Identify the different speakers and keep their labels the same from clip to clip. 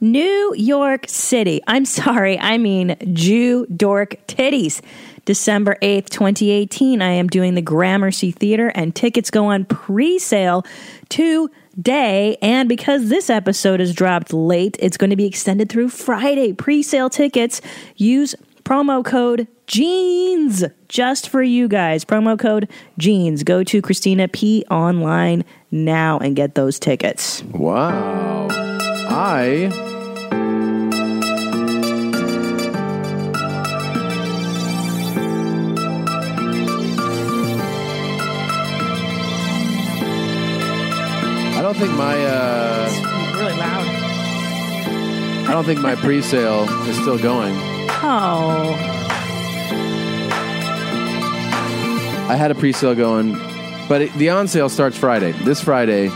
Speaker 1: New York City. I'm sorry, I mean Jew Dork Titties. December 8th, 2018, I am doing the Gramercy Theater, and tickets go on pre sale today. And because this episode is dropped late, it's going to be extended through Friday. Pre sale tickets use promo code jeans just for you guys promo code jeans go to christina p online now and get those tickets
Speaker 2: Wow. I. I don't think my uh,
Speaker 1: really loud
Speaker 2: I don't think my pre-sale is still going.
Speaker 1: oh
Speaker 2: I had a pre-sale going, but it, the on-sale starts Friday. This Friday,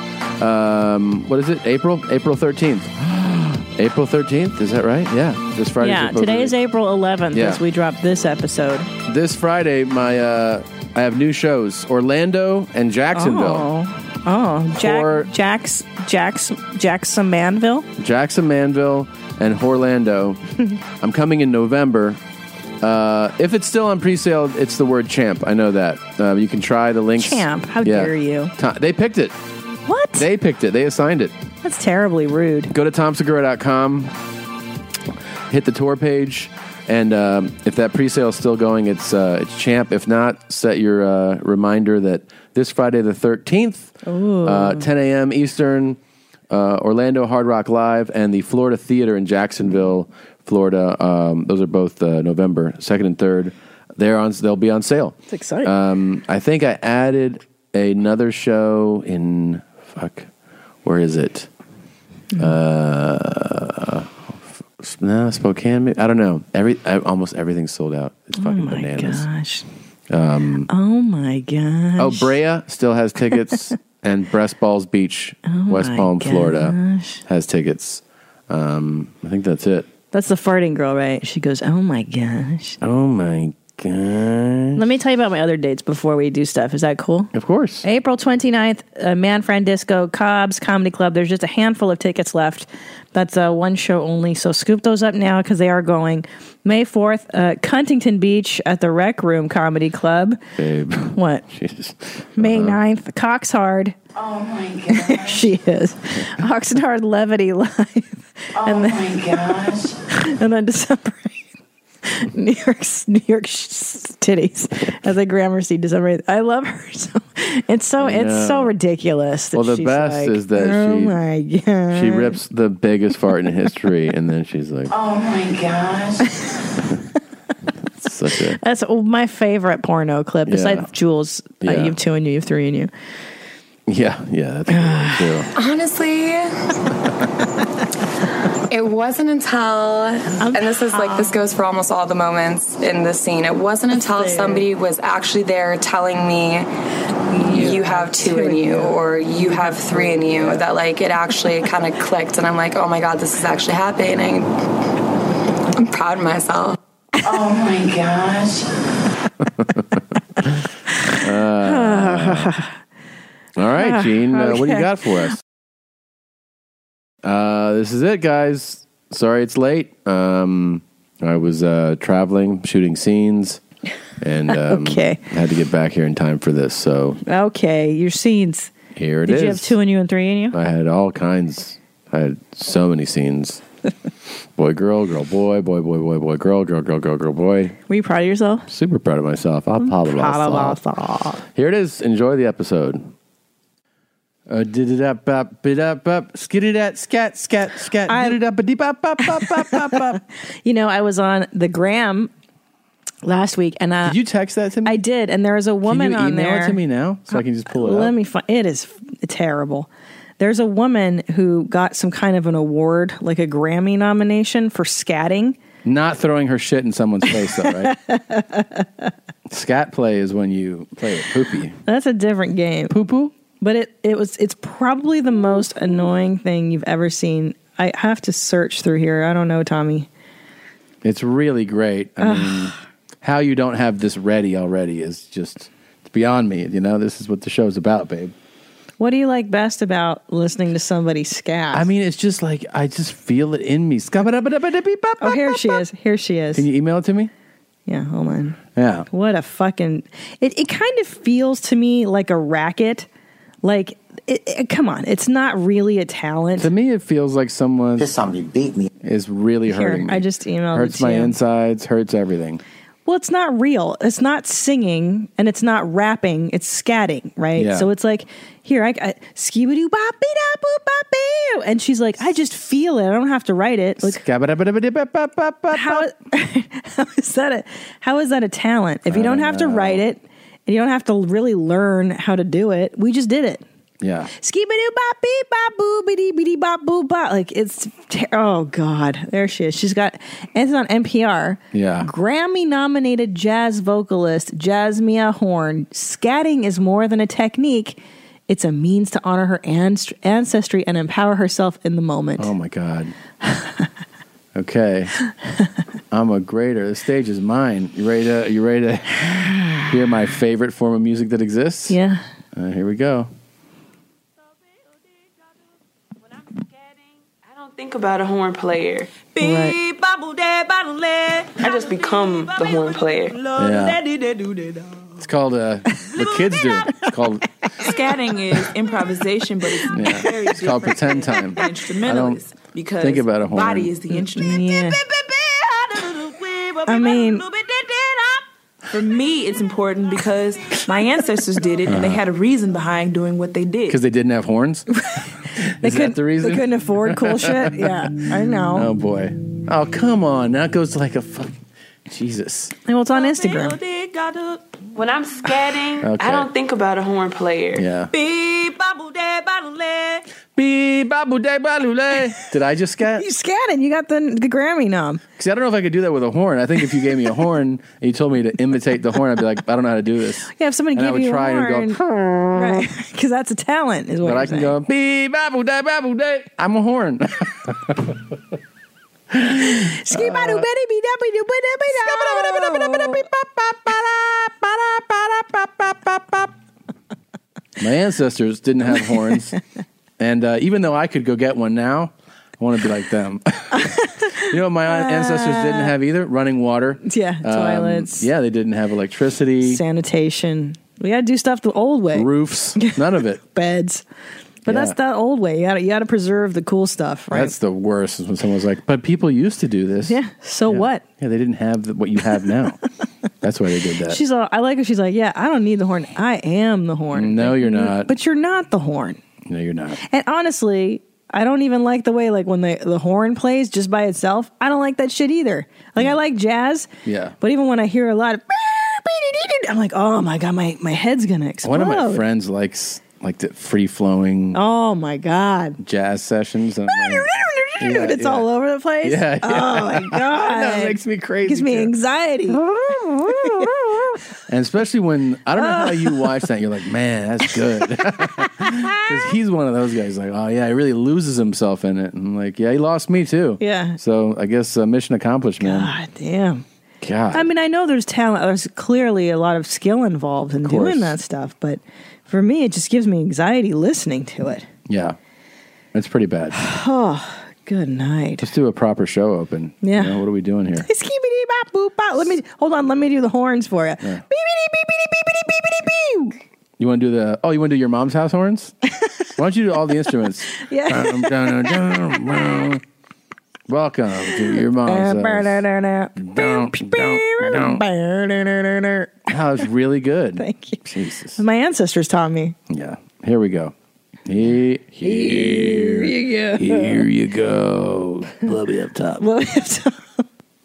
Speaker 2: um, what is it? April April thirteenth. April thirteenth, is that right? Yeah, this Friday.
Speaker 1: yeah today is April 11th
Speaker 2: Yeah.
Speaker 1: as we drop this episode
Speaker 2: this Friday, my uh, I have new shows: Orlando and Jacksonville.
Speaker 1: oh oh Jack,
Speaker 2: For-
Speaker 1: Jack's Jack's Jackson Manville
Speaker 2: Jackson Manville and Orlando. I'm coming in November. Uh, if it's still on pre-sale, it's the word champ. I know that. Uh, you can try the links.
Speaker 1: Champ, how dare you.
Speaker 2: To- They picked it.
Speaker 1: what
Speaker 2: They picked it. They assigned it.
Speaker 1: that's terribly rude
Speaker 2: Go to tomsegura.com, hit the tour page, and um, if that pre-sale is still going, it's uh, it's champ. If not, set your uh, reminder that this Friday the 13th, uh, 10 a.m. Eastern, uh, Orlando Hard Rock Live, and the Florida Theater in Jacksonville, Florida. Um, those are both uh, November 2nd and 3rd. They're on. They'll be on sale.
Speaker 1: it's exciting
Speaker 2: Um, I think I added another show in fuck. Where is it? Uh, f- no, Spokane. Maybe? I don't know. Every I, almost everything's sold out. It's fucking
Speaker 1: Oh my
Speaker 2: bananas. Um,
Speaker 1: gosh oh my gosh
Speaker 2: Oh, Brea still has tickets, and Breast Balls Beach, West
Speaker 1: Oh my
Speaker 2: Palm, Florida,
Speaker 1: gosh.
Speaker 2: has tickets. Um, I think that's it.
Speaker 1: that's the farting girl right she goes oh my gosh
Speaker 2: Oh my god!
Speaker 1: Let me tell you about my other dates before we do stuff. Is that cool?
Speaker 2: Of course.
Speaker 1: April 29th, uh, Man Friend Disco, Cobb's Comedy Club. There's just a handful of tickets left. That's uh, one show only. So scoop those up now because they are going. May 4th, uh, Huntington Beach at the Rec Room Comedy Club.
Speaker 2: Babe.
Speaker 1: What?
Speaker 2: Jesus.
Speaker 1: May
Speaker 2: Uh-huh.
Speaker 1: 9th, Cox Hard.
Speaker 3: Oh my gosh.
Speaker 1: She is. Oxnard Levity Live.
Speaker 3: Oh my gosh.
Speaker 1: And then December 8th, New York's New York sh- titties as a Gramercy December 8th. I love her so it's so it's so
Speaker 2: know.
Speaker 1: ridiculous. that
Speaker 2: Well, the
Speaker 1: she's
Speaker 2: best
Speaker 1: like,
Speaker 2: is that
Speaker 1: oh
Speaker 2: she-
Speaker 1: my god,
Speaker 2: She rips the biggest fart in history, and then she's like,
Speaker 3: Oh my gosh.
Speaker 2: such a.
Speaker 1: That's my favorite porno clip besides Jules. Uh,
Speaker 2: Yeah.
Speaker 1: you have two and you, you have three and you.
Speaker 2: Yeah, yeah, that's a good one, too.
Speaker 4: Honestly, it wasn't until, and this is like, this goes for almost all the moments in this scene, it wasn't until
Speaker 1: there.
Speaker 4: somebody was actually there telling me, you have two in you, or you have three in you, that like it actually kind of clicked, and I'm like, oh my god, this is actually happening. I'm proud of myself.
Speaker 3: Oh my gosh.
Speaker 2: All right, Gene, uh, what do you
Speaker 1: Okay.
Speaker 2: got for us? Uh, this is it, guys. Sorry it's late. Um, I was uh, traveling, shooting scenes, and um,
Speaker 1: Okay.
Speaker 2: had to get back here in time for this. So
Speaker 1: Okay, your scenes.
Speaker 2: here it
Speaker 1: Did
Speaker 2: is.
Speaker 1: you have two and you and three in you?
Speaker 2: I had all kinds. I had so many scenes. boy, girl, girl, boy, boy, boy, boy, boy, girl, girl, girl, girl, girl, boy.
Speaker 1: Were you proud of yourself?
Speaker 2: Super proud of myself.
Speaker 1: Mm-hmm.
Speaker 2: I'll pop myself. Here it is. Enjoy the episode. Uh, did it up, up, bid up, up, skitty dat, scat, scat, scat,
Speaker 1: I-
Speaker 2: did it up, a deep up, up, up, up, up, up.
Speaker 1: You know, I was on the gram last week and I
Speaker 2: Did you text that to me?
Speaker 1: I did, and there was a
Speaker 2: Can
Speaker 1: woman
Speaker 2: you
Speaker 1: on
Speaker 2: email
Speaker 1: there.
Speaker 2: it to me now so I can just pull it
Speaker 1: Let
Speaker 2: up?
Speaker 1: me find. It is f- terrible. There's a woman who got some kind of an award, like a Grammy nomination for scatting.
Speaker 2: Not throwing her shit in someone's face, though, right? scat play is when you play it poopy.
Speaker 1: That's a different game.
Speaker 2: Poo poo?
Speaker 1: But it, it was it's probably the most annoying thing you've ever seen. I have to search through here. I don't know, Tommy.
Speaker 2: It's really great. I mean, how you don't have this ready already is just it's beyond me. You know, this is what the show's about, babe.
Speaker 1: What do you like best about listening to somebody scat?
Speaker 2: I mean, it's just like I just feel it in me.
Speaker 1: oh,
Speaker 2: Oh,
Speaker 1: here she is. Here she is.
Speaker 2: Can you email it to me?
Speaker 1: yeah, hold on.
Speaker 2: Yeah.
Speaker 1: What a fucking. It, it kind of feels to me like a racket. Like, it, it- come on, it's not really a talent.
Speaker 2: To me, it feels like someone
Speaker 5: This somebody beat me.
Speaker 2: is really
Speaker 1: Here,
Speaker 2: hurting me.
Speaker 1: I just emailed
Speaker 2: hurts
Speaker 1: it to
Speaker 2: my
Speaker 1: you.
Speaker 2: insides, hurts everything.
Speaker 1: Well, it's not real. It's not singing and it's not rapping. It's scatting, right?
Speaker 2: Yeah.
Speaker 1: So it's like, here, I, I skibidoo boppy da boop boppy. And she's like, I just feel it. I don't have to write it. Like, how,
Speaker 2: How?
Speaker 1: how is that a how is that a talent? If you don't have to write it and you don't have to really learn how to do it, we just did it.
Speaker 2: Yeah.
Speaker 1: Skibidoo bop beep bop boo biddy biddy bop boo bop. Like it's ter- oh god, there she is. She's got and it's on NPR.
Speaker 2: Yeah.
Speaker 1: Grammy nominated jazz vocalist Jasmia Horn. Scatting is more than a technique. It's a means to honor her anst- ancestry and empower herself in the moment.
Speaker 2: Oh my god. Okay. I'm a greater. The stage is mine. You ready to? You ready to hear my favorite form of music that exists?
Speaker 1: Yeah.
Speaker 2: Uh, here we go.
Speaker 6: When I'm scatting, I don't think about a horn player.
Speaker 1: Right.
Speaker 6: I just become the horn player.
Speaker 2: Yeah. It's called uh, what kids do. It's called
Speaker 7: Scatting is improvisation, but it's very
Speaker 2: it's called
Speaker 7: different
Speaker 2: pretend
Speaker 7: than
Speaker 2: time.
Speaker 7: Instrumentalist because
Speaker 2: think about a horn.
Speaker 7: body is the instrument.
Speaker 1: Yeah. I mean-
Speaker 7: For me, it's important because my ancestors did it and they had a reason behind doing what they did.
Speaker 2: Because Uh-huh. they didn't have horns.
Speaker 1: They
Speaker 2: Is that the reason?
Speaker 1: They couldn't afford cool shit. Yeah, I know.
Speaker 2: Oh boy. Oh come on. That goes like a fuck. Jesus.
Speaker 1: well, it's on Instagram.
Speaker 6: When I'm scatting,
Speaker 2: Okay.
Speaker 6: I don't think about a horn player.
Speaker 2: Yeah.
Speaker 6: Beep, bobble, dad, bottle, lad.
Speaker 2: Be babu de balule. Did I just scat?
Speaker 1: You scatting. You got the, the Grammy nom.
Speaker 2: Because I don't know if I could do that with a horn. I think if you gave me a horn and you told me to imitate the horn, I'd be like, I don't know how to do this.
Speaker 1: Yeah, if somebody
Speaker 2: And I
Speaker 1: gave
Speaker 2: would
Speaker 1: you
Speaker 2: try
Speaker 1: a horn,
Speaker 2: and go,
Speaker 1: right? Because that's a talent, is what
Speaker 2: but
Speaker 1: you're
Speaker 2: I can
Speaker 1: saying.
Speaker 2: go, be babu de babu de. I'm a horn.
Speaker 1: Ski badu
Speaker 2: "Uh,
Speaker 1: bidi bidi bidi bidi bidi bidi.
Speaker 2: My ancestors didn't have horns. And uh, even though I could go get one now, I want to be like them. you know what my
Speaker 1: Uh,
Speaker 2: ancestors didn't have either? Running water.
Speaker 1: Yeah,
Speaker 2: Um,
Speaker 1: toilets,
Speaker 2: yeah, they didn't have electricity,
Speaker 1: sanitation. We got to do stuff the old way,
Speaker 2: roofs, none of it.
Speaker 1: beds. But
Speaker 2: Yeah.
Speaker 1: that's that old way. You got to you got to preserve the cool stuff, right?
Speaker 2: That's the worst is when someone's like, but people used to do this.
Speaker 1: yeah. So
Speaker 2: Yeah.
Speaker 1: what?
Speaker 2: Yeah, they didn't have the, what you have now. That's why they did that.
Speaker 1: She's all. I like her. She's like, yeah. I don't need the horn. I am the horn.
Speaker 2: no, you're not.
Speaker 1: But you're not the horn.
Speaker 2: no, you're not.
Speaker 1: And honestly, I don't even like the way like when the the horn plays just by itself. I don't like that shit either. Like I like jazz.
Speaker 2: Mm. Yeah.
Speaker 1: But even when I hear a lot of I'm like, "Oh my god, my my head's going to explode."
Speaker 2: One of my friends likes like the free flowing
Speaker 1: Oh my god.
Speaker 2: jazz sessions. And I'm like, Yeah,
Speaker 1: it's
Speaker 2: yeah.
Speaker 1: all over the place.
Speaker 2: Yeah, yeah.
Speaker 1: Oh my god.
Speaker 2: that makes me crazy.
Speaker 1: gives me
Speaker 2: too.
Speaker 1: anxiety.
Speaker 2: and especially when I don't know how
Speaker 1: Oh.
Speaker 2: you watch that. You're like, man, that's good. Because he's one of those guys. Like, oh yeah, he really loses himself in it. And I'm like, yeah, he lost me too.
Speaker 1: Yeah.
Speaker 2: So I guess uh, mission accomplished, man.
Speaker 1: god damn.
Speaker 2: God.
Speaker 1: I mean, I know there's talent. There's clearly a lot of skill involved in
Speaker 2: course.
Speaker 1: doing that stuff, but for me, it just gives me anxiety listening to it.
Speaker 2: yeah, that's pretty bad.
Speaker 1: Oh, Good night.
Speaker 2: Let's do a proper show open.
Speaker 1: Yeah.
Speaker 2: You know, what are we doing here?
Speaker 1: Skibidi bop boop bop. Let me hold on. Let me do the horns for you. Beepity beepity beepity beepity beep.
Speaker 2: You want to do the? Oh, you want to do your mom's house horns? Why don't you do all the instruments?
Speaker 1: Yeah.
Speaker 2: Dum, dum, dum, dum. Welcome to your mom's house. Dum, dum, dum. That was really good.
Speaker 1: Thank you.
Speaker 2: Jesus.
Speaker 1: My ancestors taught me.
Speaker 2: Yeah. Here we go. He- Here, you go. Here you go.
Speaker 5: Blow me up top.
Speaker 1: Well, we have to-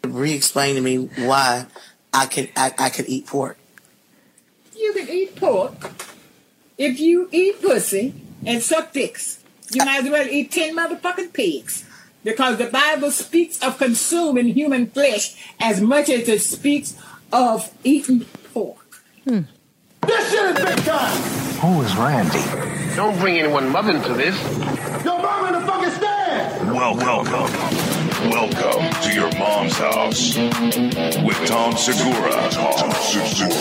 Speaker 5: Re-explain to me why I could I, I could eat pork.
Speaker 8: You can eat pork if you eat pussy and suck dicks. You might as well eat ten motherfucking pigs. Because the Bible speaks of consuming human flesh as much as it speaks of eating pork.
Speaker 9: This shit is big time.
Speaker 10: Who is Randy?
Speaker 11: Don't bring anyone mother into this.
Speaker 9: Your mama in the fucking stand.
Speaker 10: Welcome, welcome Welcome to your mom's house with Tom Segura, Tom Segura,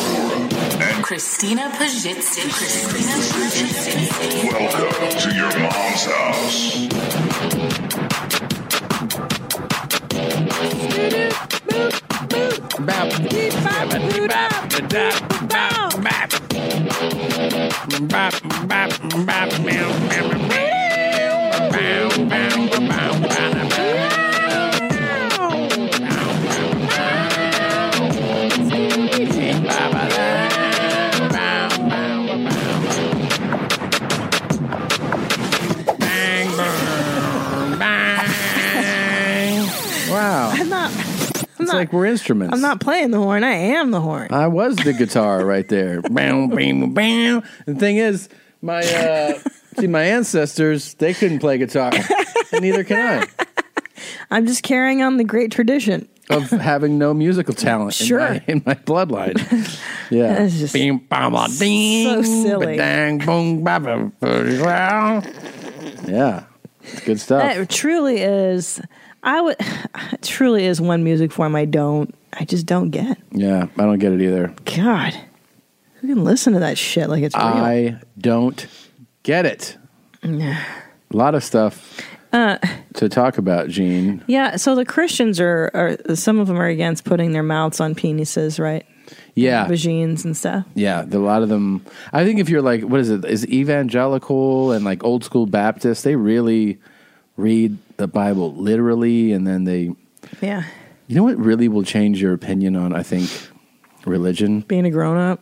Speaker 10: and
Speaker 11: Christina Pajitsin. Christina Pajitsin.
Speaker 10: welcome to your mom's house.
Speaker 2: Wow.
Speaker 7: I'm not. I'm
Speaker 2: It's
Speaker 7: not.
Speaker 2: like Uh, we're instruments.
Speaker 7: I'm not playing the horn. I am the horn.
Speaker 2: I was the guitar right there. bam, bam, bam. The thing is, my uh, see, my ancestors they couldn't play guitar, and neither can I.
Speaker 1: I'm just carrying on the great tradition.
Speaker 2: Of having no musical talent
Speaker 1: Sure.
Speaker 2: in, my, in my bloodline. Yeah.
Speaker 1: That's just
Speaker 2: Bing, bam, ba, ding,
Speaker 1: so silly.
Speaker 2: ba-dang, boom, ba, ba, ba, wow. Yeah. It's good stuff.
Speaker 1: That truly is. I would. It truly is one music form I don't. I just don't get.
Speaker 2: yeah. I don't get it either.
Speaker 1: God, who can listen to that shit like it's real?
Speaker 2: I don't get it. A lot of stuff
Speaker 1: Uh,
Speaker 2: to talk about, Gene.
Speaker 1: yeah. So the Christians are, are. Some of them are against putting their mouths on penises, right?
Speaker 2: Yeah.
Speaker 1: Vagines and stuff.
Speaker 2: Yeah, the- a lot of them. I think if you're like, what is it? Is evangelical and like old school Baptist? They really read the Bible literally, and then they.
Speaker 1: Yeah.
Speaker 2: You know what really will change your opinion on? I think religion,
Speaker 1: Being a grown up,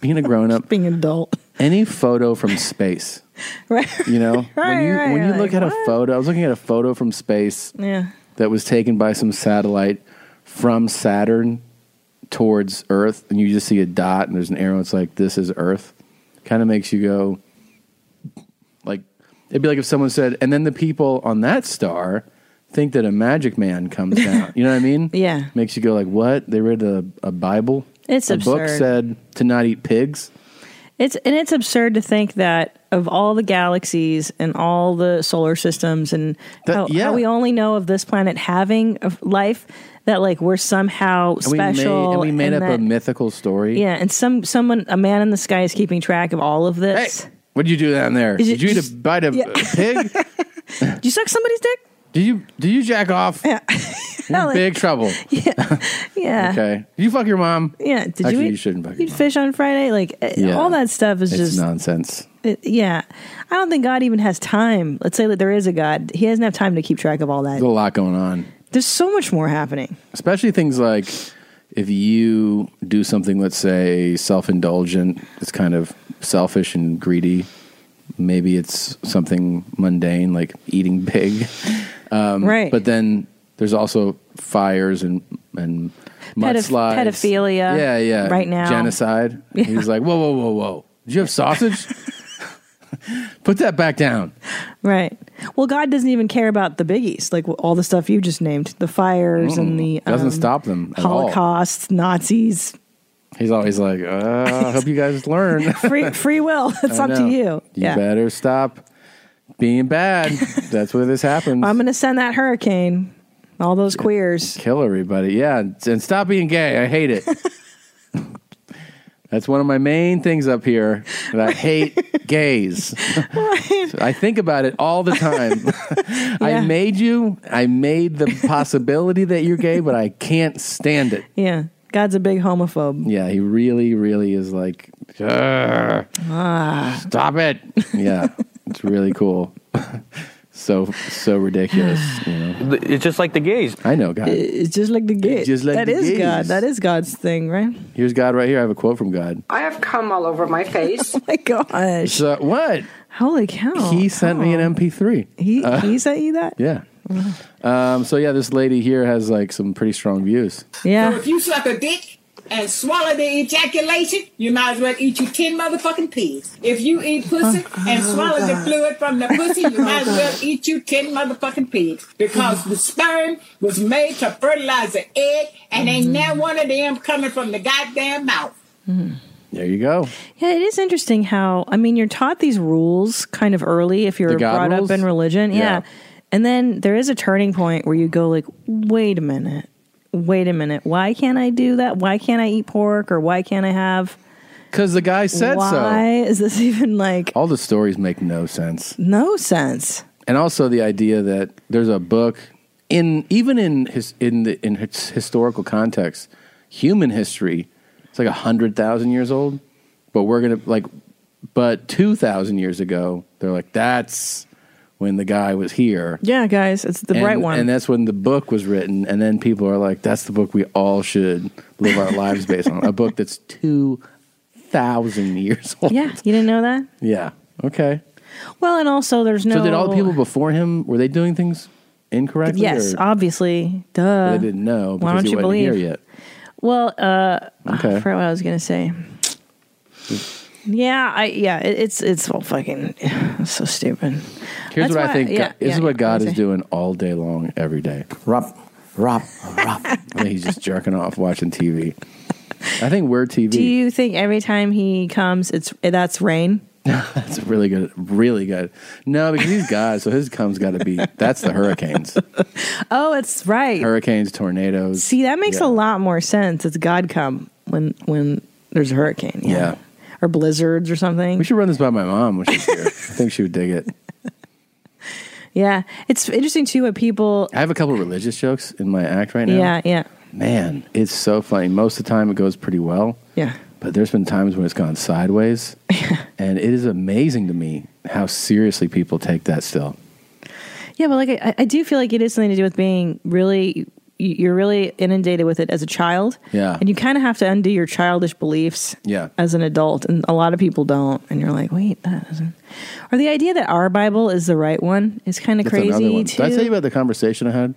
Speaker 2: being a grown up,
Speaker 1: being an adult.
Speaker 2: any photo from space.
Speaker 1: Right.
Speaker 2: You know, when
Speaker 1: Right,
Speaker 2: you
Speaker 1: right,
Speaker 2: when you
Speaker 1: like,
Speaker 2: look at a
Speaker 1: what?
Speaker 2: photo, I was looking at a photo from space
Speaker 1: Yeah.
Speaker 2: that was taken by some satellite from Saturn towards Earth, and you just see a dot and there's an arrow. It's like this is Earth. Kind of makes you go, like it'd be like if someone said, and then the people on that star think that a magic man comes down. you know what I mean?
Speaker 1: Yeah.
Speaker 2: Makes you go like, what? They read a, a Bible.
Speaker 1: It's
Speaker 2: a book
Speaker 1: absurd.
Speaker 2: said to not eat pigs.
Speaker 1: It's and it's absurd to think that of all the galaxies and all the solar systems and
Speaker 2: That-
Speaker 1: how,
Speaker 2: yeah.
Speaker 1: how we only know of this planet having of life that like we're somehow
Speaker 2: And we made-
Speaker 1: special
Speaker 2: and we made,
Speaker 1: and
Speaker 2: up a
Speaker 1: that-
Speaker 2: mythical story.
Speaker 1: yeah and some someone a man in the sky is keeping track of all of
Speaker 2: Hey,
Speaker 1: this
Speaker 2: what did you do down there?
Speaker 1: Is it
Speaker 2: Did you eat a
Speaker 1: just-
Speaker 2: bite of
Speaker 1: Yeah.
Speaker 2: a pig?
Speaker 1: did you suck somebody's dick
Speaker 2: Do you do you jack off? Yeah. You're in
Speaker 1: Like-
Speaker 2: big trouble.
Speaker 1: yeah
Speaker 2: Okay. Did you fuck your mom?
Speaker 1: yeah did
Speaker 2: Actually,
Speaker 1: you
Speaker 2: you
Speaker 1: eat
Speaker 2: shouldn't fuck your
Speaker 1: you'd
Speaker 2: mom.
Speaker 1: fish on friday like eh,
Speaker 2: Yeah.
Speaker 1: all that stuff is
Speaker 2: It's
Speaker 1: just
Speaker 2: nonsense.
Speaker 1: it- yeah i don't think god even has time let's say that there is a god he doesn't have time to keep track of all that
Speaker 2: There's a lot going on.
Speaker 1: there's so much more happening
Speaker 2: Especially things like if you do something, let's say self indulgent, it's kind of selfish and greedy. Maybe it's something mundane like eating pig. Um,
Speaker 1: Right.
Speaker 2: But then there's also fires and and
Speaker 1: Pedoph-
Speaker 2: mudslides,
Speaker 1: pedophilia
Speaker 2: Yeah, yeah.
Speaker 1: right now.
Speaker 2: genocide. He's like, whoa, whoa, whoa, whoa. Did you have sausage? Put that back down.
Speaker 1: Right. Well, God doesn't even care about the biggies, like all the stuff you just named the fires and the
Speaker 2: Doesn't
Speaker 1: um,
Speaker 2: stop them at all.
Speaker 1: Holocaust, Nazis,
Speaker 2: He's always like, uh, I hope you guys learn.
Speaker 1: free, free will. It's
Speaker 2: I
Speaker 1: up
Speaker 2: know.
Speaker 1: to you.
Speaker 2: You
Speaker 1: yeah.
Speaker 2: better stop being bad. That's where this happens.
Speaker 1: I'm going to send that hurricane, all those queers.
Speaker 2: Kill everybody. Yeah. And, and stop being gay. I hate it. That's one of my main things up here that I hate gays. I think about it all the time. I
Speaker 1: Yeah.
Speaker 2: made you, I made the possibility that you're gay, but I can't stand it.
Speaker 1: Yeah. God's a big homophobe.
Speaker 2: Yeah, he really, really is like, "Ugh, stop it. Yeah, it's really cool. so, so ridiculous. You know,
Speaker 12: It's just like the gays.
Speaker 2: I know God.
Speaker 1: It's just like the gay.
Speaker 2: Just like
Speaker 1: That
Speaker 2: the
Speaker 1: is
Speaker 2: gays.
Speaker 1: God. That is God's thing, right?
Speaker 2: Here's God right here. I have a quote from God.
Speaker 3: I have cum all over my face.
Speaker 1: Oh my gosh.
Speaker 2: So what?
Speaker 1: Holy cow.
Speaker 2: he sent me an MP3.
Speaker 1: Oh, He, he sent you that?
Speaker 2: Yeah. Um, so yeah, this lady here has like some pretty strong views.
Speaker 8: So
Speaker 1: Yeah.
Speaker 8: if you suck a dick and swallow the ejaculation, you might as well eat you ten motherfucking pigs. If you eat pussy and swallow the fluid from the pussy, you might as well eat you ten motherfucking pigs. Because the sperm was made to fertilize the egg, and ain't now one of them coming from the goddamn mouth.
Speaker 2: There you go.
Speaker 1: Yeah, it is interesting how I mean you're taught these rules kind of early if you're
Speaker 2: The God
Speaker 1: brought
Speaker 2: rules?
Speaker 1: up in religion.
Speaker 2: Yeah.
Speaker 1: Yeah. And then there is a turning point where you go like, wait a minute, wait a minute, why can't I do that? Why can't I eat pork or why can't I have?
Speaker 2: Because the guy said
Speaker 1: why
Speaker 2: so. Oh.
Speaker 1: is this even like
Speaker 2: All the stories make no sense.
Speaker 1: no sense?
Speaker 2: and also the idea that there's a book in even in his in the in his historical context, human history, it's like a hundred thousand years old, but we're gonna like, but two thousand years ago, they're like that's when the guy was here.
Speaker 1: Yeah, guys, it's the
Speaker 2: and,
Speaker 1: right one.
Speaker 2: and that's when the book was written. And then people are like, "That's the book we all should live our lives based on." A book that's two thousand years old.
Speaker 1: yeah, you didn't know that?
Speaker 2: Yeah. Okay.
Speaker 1: Well, and also there's no.
Speaker 2: So did all the people before him were they doing things incorrectly?
Speaker 1: Yes,
Speaker 2: or-
Speaker 1: obviously. Duh.
Speaker 2: they didn't know because
Speaker 1: Why don't
Speaker 2: he
Speaker 1: you
Speaker 2: wasn't
Speaker 1: believe?
Speaker 2: here yet.
Speaker 1: Well, uh,
Speaker 2: Okay.
Speaker 1: I forgot what I was gonna say. Yeah, I yeah, it, it's it's all fucking it's so stupid.
Speaker 2: Here's
Speaker 1: That's
Speaker 2: what I
Speaker 1: why-
Speaker 2: think.
Speaker 1: yeah,
Speaker 2: this is
Speaker 1: yeah,
Speaker 2: what God is
Speaker 1: okay.
Speaker 2: doing all day long, every day. Rop, rop, rop. he's just jerking off watching TV. I think we're TV.
Speaker 1: Do you think every time he comes, it's that's rain?
Speaker 2: That's really good. Really good. No, because he's God, so his comes got to be. That's the hurricanes.
Speaker 1: Oh, it's right.
Speaker 2: Hurricanes, tornadoes.
Speaker 1: See, that makes
Speaker 2: Yeah.
Speaker 1: a lot more sense. It's God come when when there's a hurricane, yeah,
Speaker 2: Yeah.
Speaker 1: or blizzards or something.
Speaker 2: We should run this by my mom when she's here. I think she would dig it.
Speaker 1: Yeah, it's interesting too what people.
Speaker 2: I have a couple of religious jokes in my act right now.
Speaker 1: Yeah, yeah,
Speaker 2: Man, it's so funny. Most of the time it goes pretty well,
Speaker 1: yeah.
Speaker 2: but there's been times when it's gone sideways. and it is amazing to me how seriously people take that still.
Speaker 1: Yeah, but like I, I do feel like it is something to do with being really you- you're really inundated with it as a child.
Speaker 2: Yeah.
Speaker 1: And you kind of have to undo your childish beliefs
Speaker 2: Yeah.
Speaker 1: as an adult and a lot of people don't and you're like, "Wait, that isn't." Or the idea that our Bible is the right one is kind of
Speaker 2: That's another
Speaker 1: crazy
Speaker 2: one.
Speaker 1: too.
Speaker 2: Did I tell you about the conversation I had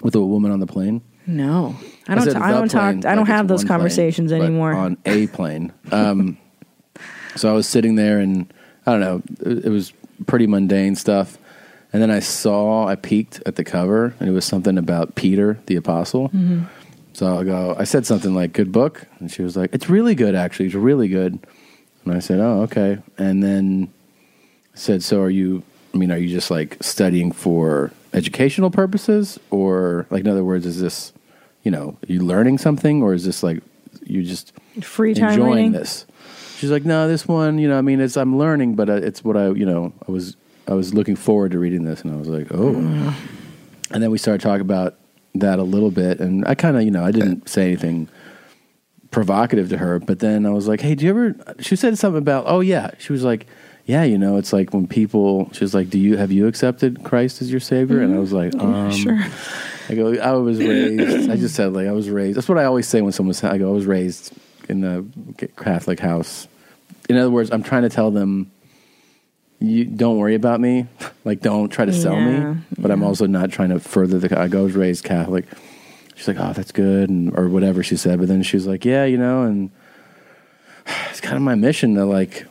Speaker 2: with a woman on the plane?
Speaker 1: no. I don't
Speaker 2: said
Speaker 1: I I
Speaker 2: the
Speaker 1: don't talk
Speaker 2: plane,
Speaker 1: I don't
Speaker 2: like it's
Speaker 1: have those
Speaker 2: one plane,
Speaker 1: conversations
Speaker 2: but
Speaker 1: anymore.
Speaker 2: On a plane. Um, so I was sitting there and I don't know, it, it was pretty mundane stuff. And then I saw, I peeked at the cover and it was something about Peter the apostle.
Speaker 1: Mm-hmm.
Speaker 2: So I go, I said something like, good book. And she was like, it's really good, actually. It's really good. And I said, oh, okay. And then I said, so are you, I mean, are you just like studying for educational purposes? Or, like, in other words, is this, you know, are you learning something or is this like you just
Speaker 1: Free time
Speaker 2: enjoying
Speaker 1: reading?
Speaker 2: this? She's like, no, this one, you know, I mean, it's, I'm learning, but uh, it's what I, you know, I was, I was looking forward to reading this. And I was like, oh.
Speaker 1: Mm.
Speaker 2: And then we started talking about that a little bit. And I kind of, you know, I didn't say anything provocative to her. But then I was like, hey, do you ever? She said something about, oh, yeah. She was like, yeah, you know, it's like when people, she was like, do you, have you accepted Christ as your savior? And I was like, um,
Speaker 1: sure.
Speaker 2: I go, I was raised, I just said, like, I was raised. That's what I always say when someone's, I go, I was raised in a Catholic house. In other words, I'm trying to tell them, you don't worry about me. Like, don't try to sell
Speaker 1: Yeah,
Speaker 2: me. But I'm also not trying to further the. I was raised Catholic. She's like, oh, that's good, and or whatever she said. But then she's like, yeah, you know, and it's kind of my mission to like,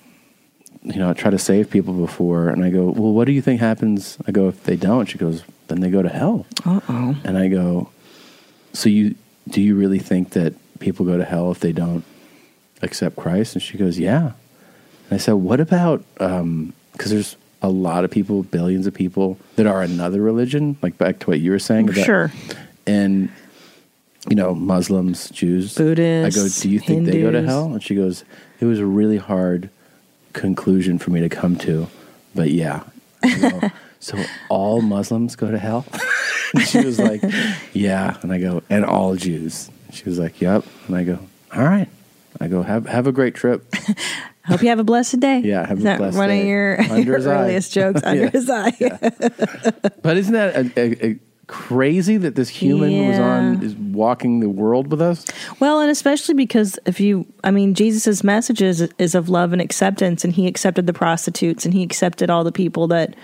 Speaker 2: you know, try to save people before. And I go, well, what do you think happens? I go, if they don't, she goes, then they go to hell.
Speaker 1: Uh-oh.
Speaker 2: And I go, so you do you really think that people go to hell if they don't accept Christ? And she goes, yeah. And I said, what about because there's a lot of people, billions of people that are another religion, like back to what you were saying. about-
Speaker 1: Sure.
Speaker 2: And you know, Muslims, Jews,
Speaker 1: Buddhists,
Speaker 2: I go, do you think they go to
Speaker 1: Hindus.
Speaker 2: hell? And she goes, it was a really hard conclusion for me to come to, but yeah. I go, so all Muslims go to hell? And she was like, yeah. And I go, and all Jews. She was like, yep. And I go, all right. I go, have have a great trip.
Speaker 1: Hope you have a blessed day.
Speaker 2: Yeah, have
Speaker 1: Is
Speaker 2: a
Speaker 1: that
Speaker 2: blessed
Speaker 1: one of
Speaker 2: day.
Speaker 1: your,
Speaker 2: Under
Speaker 1: your
Speaker 2: his eye.
Speaker 1: earliest jokes under
Speaker 2: Yeah.
Speaker 1: his eye.
Speaker 2: But isn't that a, a, a crazy that this human was on
Speaker 1: Yeah.
Speaker 2: is walking the world with us?
Speaker 1: Well, and especially because if you, I mean, Jesus' message is, is of love and acceptance, and he accepted the prostitutes and he accepted all the people that,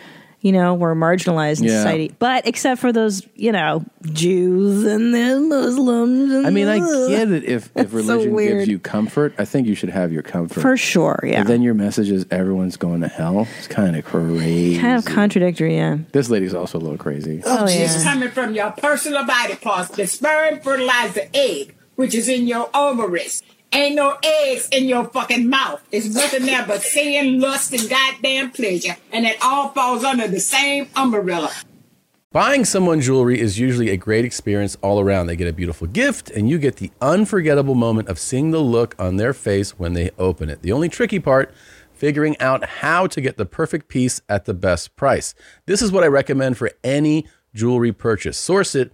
Speaker 1: you know, were marginalized in
Speaker 2: Yeah.
Speaker 1: society. But except for those, you know, Jews and the Muslims. And
Speaker 2: I mean, I
Speaker 1: the-
Speaker 2: get it if, if
Speaker 1: so
Speaker 2: religion
Speaker 1: weird.
Speaker 2: gives you comfort. I think you should have your comfort.
Speaker 1: For sure, yeah.
Speaker 2: But then your message is everyone's going to hell. It's kind of crazy.
Speaker 1: kind of contradictory, yeah.
Speaker 2: this lady's also a little crazy.
Speaker 1: Oh,
Speaker 8: It's
Speaker 1: yeah.
Speaker 8: coming from your personal body parts. The sperm fertilize the egg, which is in your ovaries. Ain't no eggs in your fucking mouth. It's nothing there but sin, lust, and goddamn pleasure. And it all falls under the same umbrella.
Speaker 2: Buying someone jewelry is usually a great experience all around. They get a beautiful gift, and you get the unforgettable moment of seeing the look on their face when they open it. The only tricky part, figuring out how to get the perfect piece at the best price. This is what I recommend for any jewelry purchase. Source it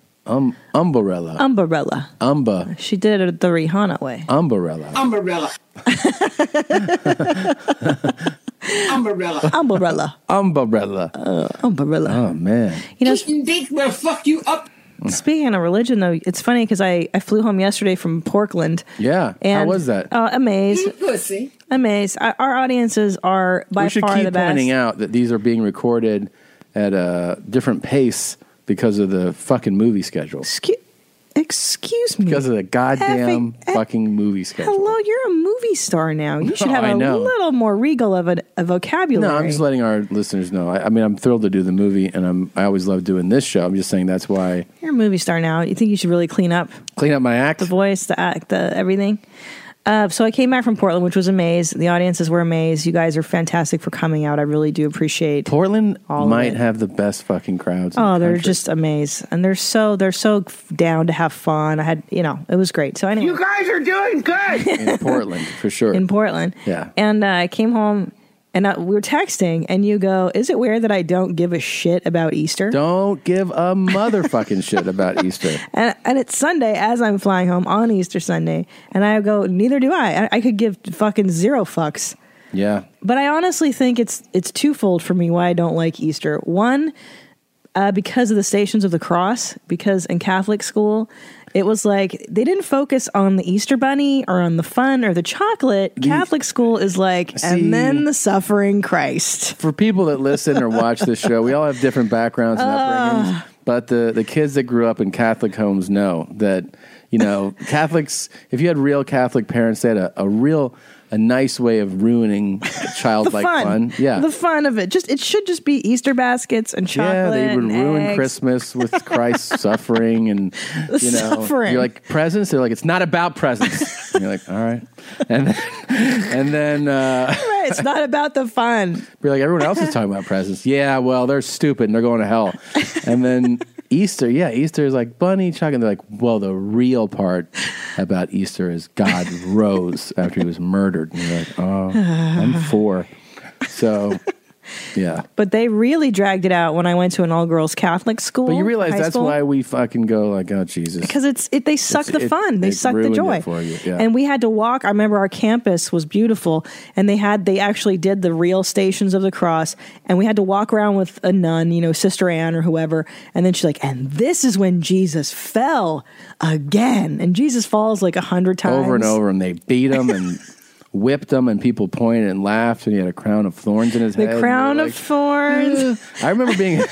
Speaker 2: um, umbrella.
Speaker 1: Umbrella.
Speaker 2: Uh. Umba.
Speaker 1: She did it the Rihanna way.
Speaker 2: Umbrella.
Speaker 8: Umbrella. Umbrella.
Speaker 1: Umbrella.
Speaker 2: Uh. Umbrella.
Speaker 1: umbrella.
Speaker 2: Oh, man.
Speaker 1: You know,
Speaker 8: Eating dick will fuck you up.
Speaker 1: Speaking of religion, though, it's funny because I, I flew home yesterday from Portland.
Speaker 2: Yeah.
Speaker 1: And,
Speaker 2: How was that?
Speaker 1: Uh, amazed.
Speaker 8: Pussy.
Speaker 1: Amazed. I, our audiences are by
Speaker 2: we should
Speaker 1: far
Speaker 2: keep
Speaker 1: the best.
Speaker 2: pointing out that these are being recorded at a different pace because of the fucking movie schedule.
Speaker 1: Excuse, excuse me.
Speaker 2: Because of the goddamn
Speaker 1: Effing- eh,
Speaker 2: fucking movie schedule.
Speaker 1: Hello, you're a movie star now. You should
Speaker 2: No,
Speaker 1: have
Speaker 2: I
Speaker 1: a
Speaker 2: know.
Speaker 1: little more regal of a, a vocabulary.
Speaker 2: No, I'm just letting our listeners know. I, I mean, I'm thrilled to do the movie, and I'm I always love doing this show. I'm just saying that's why
Speaker 1: You're a movie star now. You think you should really clean up
Speaker 2: clean up my act.
Speaker 1: the voice, the act, the everything. Uh, so I came back from Portland, which was amazed. The audiences were amazed. You guys are fantastic for coming out. I really do appreciate
Speaker 2: Portland
Speaker 1: all of
Speaker 2: might
Speaker 1: it.
Speaker 2: have the best fucking crowds. in
Speaker 1: Oh,
Speaker 2: the
Speaker 1: they're
Speaker 2: country.
Speaker 1: just amazed, and they're so they're so down to have fun. I had you know it was great. So anyway,
Speaker 8: You guys are doing good.
Speaker 2: in Portland for sure.
Speaker 1: in Portland,
Speaker 2: yeah,
Speaker 1: and uh, I came home and uh we were texting, and you go, "Is it weird that I don't give a shit about Easter?"
Speaker 2: don't give a motherfucking shit about Easter.
Speaker 1: And, and it's Sunday as I'm flying home on Easter Sunday, and I go, "Neither do I. I, I could give fucking zero fucks."
Speaker 2: Yeah,
Speaker 1: But I honestly think it's it's twofold for me why I don't like Easter. One, uh, because of the Stations of the Cross. Because in Catholic school, it was like they didn't focus on the Easter bunny or on the fun or the chocolate. Catholic school is like,
Speaker 2: See.
Speaker 1: and then the suffering Christ.
Speaker 2: for people that listen or watch this show, we all have different backgrounds and
Speaker 1: Ah.
Speaker 2: upbringings. But the, the kids that grew up in Catholic homes know that, you know, Catholics, if you had real Catholic parents, they had a, a real, a nice way of ruining childlike fun. Yeah.
Speaker 1: the fun of it. Just it should just be Easter baskets and chocolate.
Speaker 2: yeah, they would
Speaker 1: and
Speaker 2: ruin
Speaker 1: eggs.
Speaker 2: Christmas with Christ suffering and you know
Speaker 1: Suffering.
Speaker 2: you're like presents. They're like it's not about presents. and you're like all right, and then, and then uh,
Speaker 1: Right, it's not about the fun.
Speaker 2: Be like, everyone else is talking about presents. Yeah, well, they're stupid and they're going to hell. And then Easter, yeah, Easter is like bunny chuck. And they're like, well, the real part about Easter is God rose after he was murdered. And you're like, oh, I'm four. So, yeah.
Speaker 1: But they really dragged it out when I went to an all girls Catholic school.
Speaker 2: But you realize
Speaker 1: high
Speaker 2: that's
Speaker 1: school.
Speaker 2: why we fucking go like, oh, Jesus.
Speaker 1: because it's it, they suck
Speaker 2: It's-
Speaker 1: the
Speaker 2: it-
Speaker 1: fun they
Speaker 2: it
Speaker 1: suck the
Speaker 2: ruined it
Speaker 1: joy
Speaker 2: for you, yeah.
Speaker 1: and we had to walk i remember our campus was beautiful and they had they actually did the real stations of the cross and we had to walk around with a nun you know sister anne or whoever and then she's like and this is when jesus fell again and jesus falls like a hundred times
Speaker 2: Over and over. And they beat him and whipped him, and people pointed and laughed. And he had a crown of thorns in his
Speaker 1: the
Speaker 2: head. and you're
Speaker 1: crown
Speaker 2: like,
Speaker 1: of thorns
Speaker 2: I remember being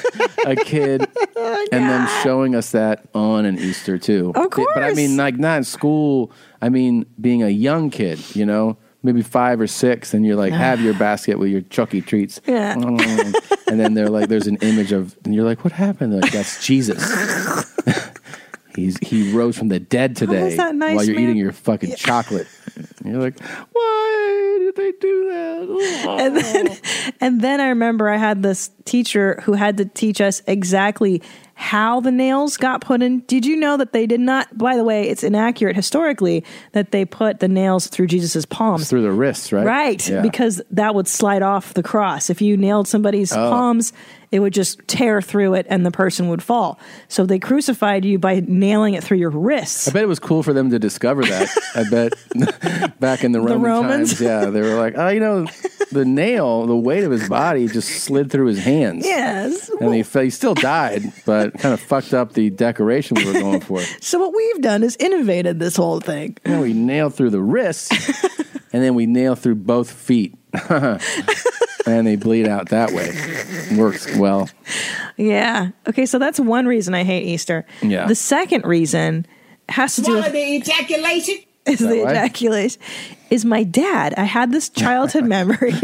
Speaker 2: a kid and them showing us that on an Easter too.
Speaker 1: Oh Of
Speaker 2: But I
Speaker 1: course.
Speaker 2: mean, like not in school. I mean, being a young kid, you know, maybe five or six, and you're like, have your basket with your Chucky treats.
Speaker 1: Yeah.
Speaker 2: and then they're like, there's an image of, and you're like, what happened? They're like, that's Jesus. He's, he rose from the dead today
Speaker 1: was Oh, that nice,
Speaker 2: while you're
Speaker 1: man?
Speaker 2: eating your fucking chocolate. And you're like, why did they do that? Oh.
Speaker 1: and then and then I remember I had this teacher who had to teach us exactly how the nails got put in. Did you know that they did not? By the way, it's inaccurate historically that they put the nails through Jesus's palms.
Speaker 2: through the wrists, right? Yeah.
Speaker 1: because that would slide off the cross. If you nailed somebody's
Speaker 2: Oh.
Speaker 1: palms, it would just tear through it and the person would fall. So they crucified you by nailing it through your wrists.
Speaker 2: I bet it was cool for them to discover that. I bet back in the Roman
Speaker 1: Romans?
Speaker 2: times, yeah, they were like, oh, you know, the nail, the weight of his body just slid through his hands.
Speaker 1: Yes.
Speaker 2: And he, fe- he still died, but kind of fucked up the decoration we were going for.
Speaker 1: So what we've done is innovated this whole thing.
Speaker 2: And we nailed through the wrists, and then we nailed through both feet. and they bleed out that way. Works well.
Speaker 1: Yeah. Okay, so that's one reason I hate Easter.
Speaker 2: Yeah.
Speaker 1: The second reason has to do
Speaker 8: Swallow
Speaker 1: with
Speaker 8: the ejaculation.
Speaker 1: is the
Speaker 8: what?
Speaker 1: ejaculation is my dad. I had this childhood memory.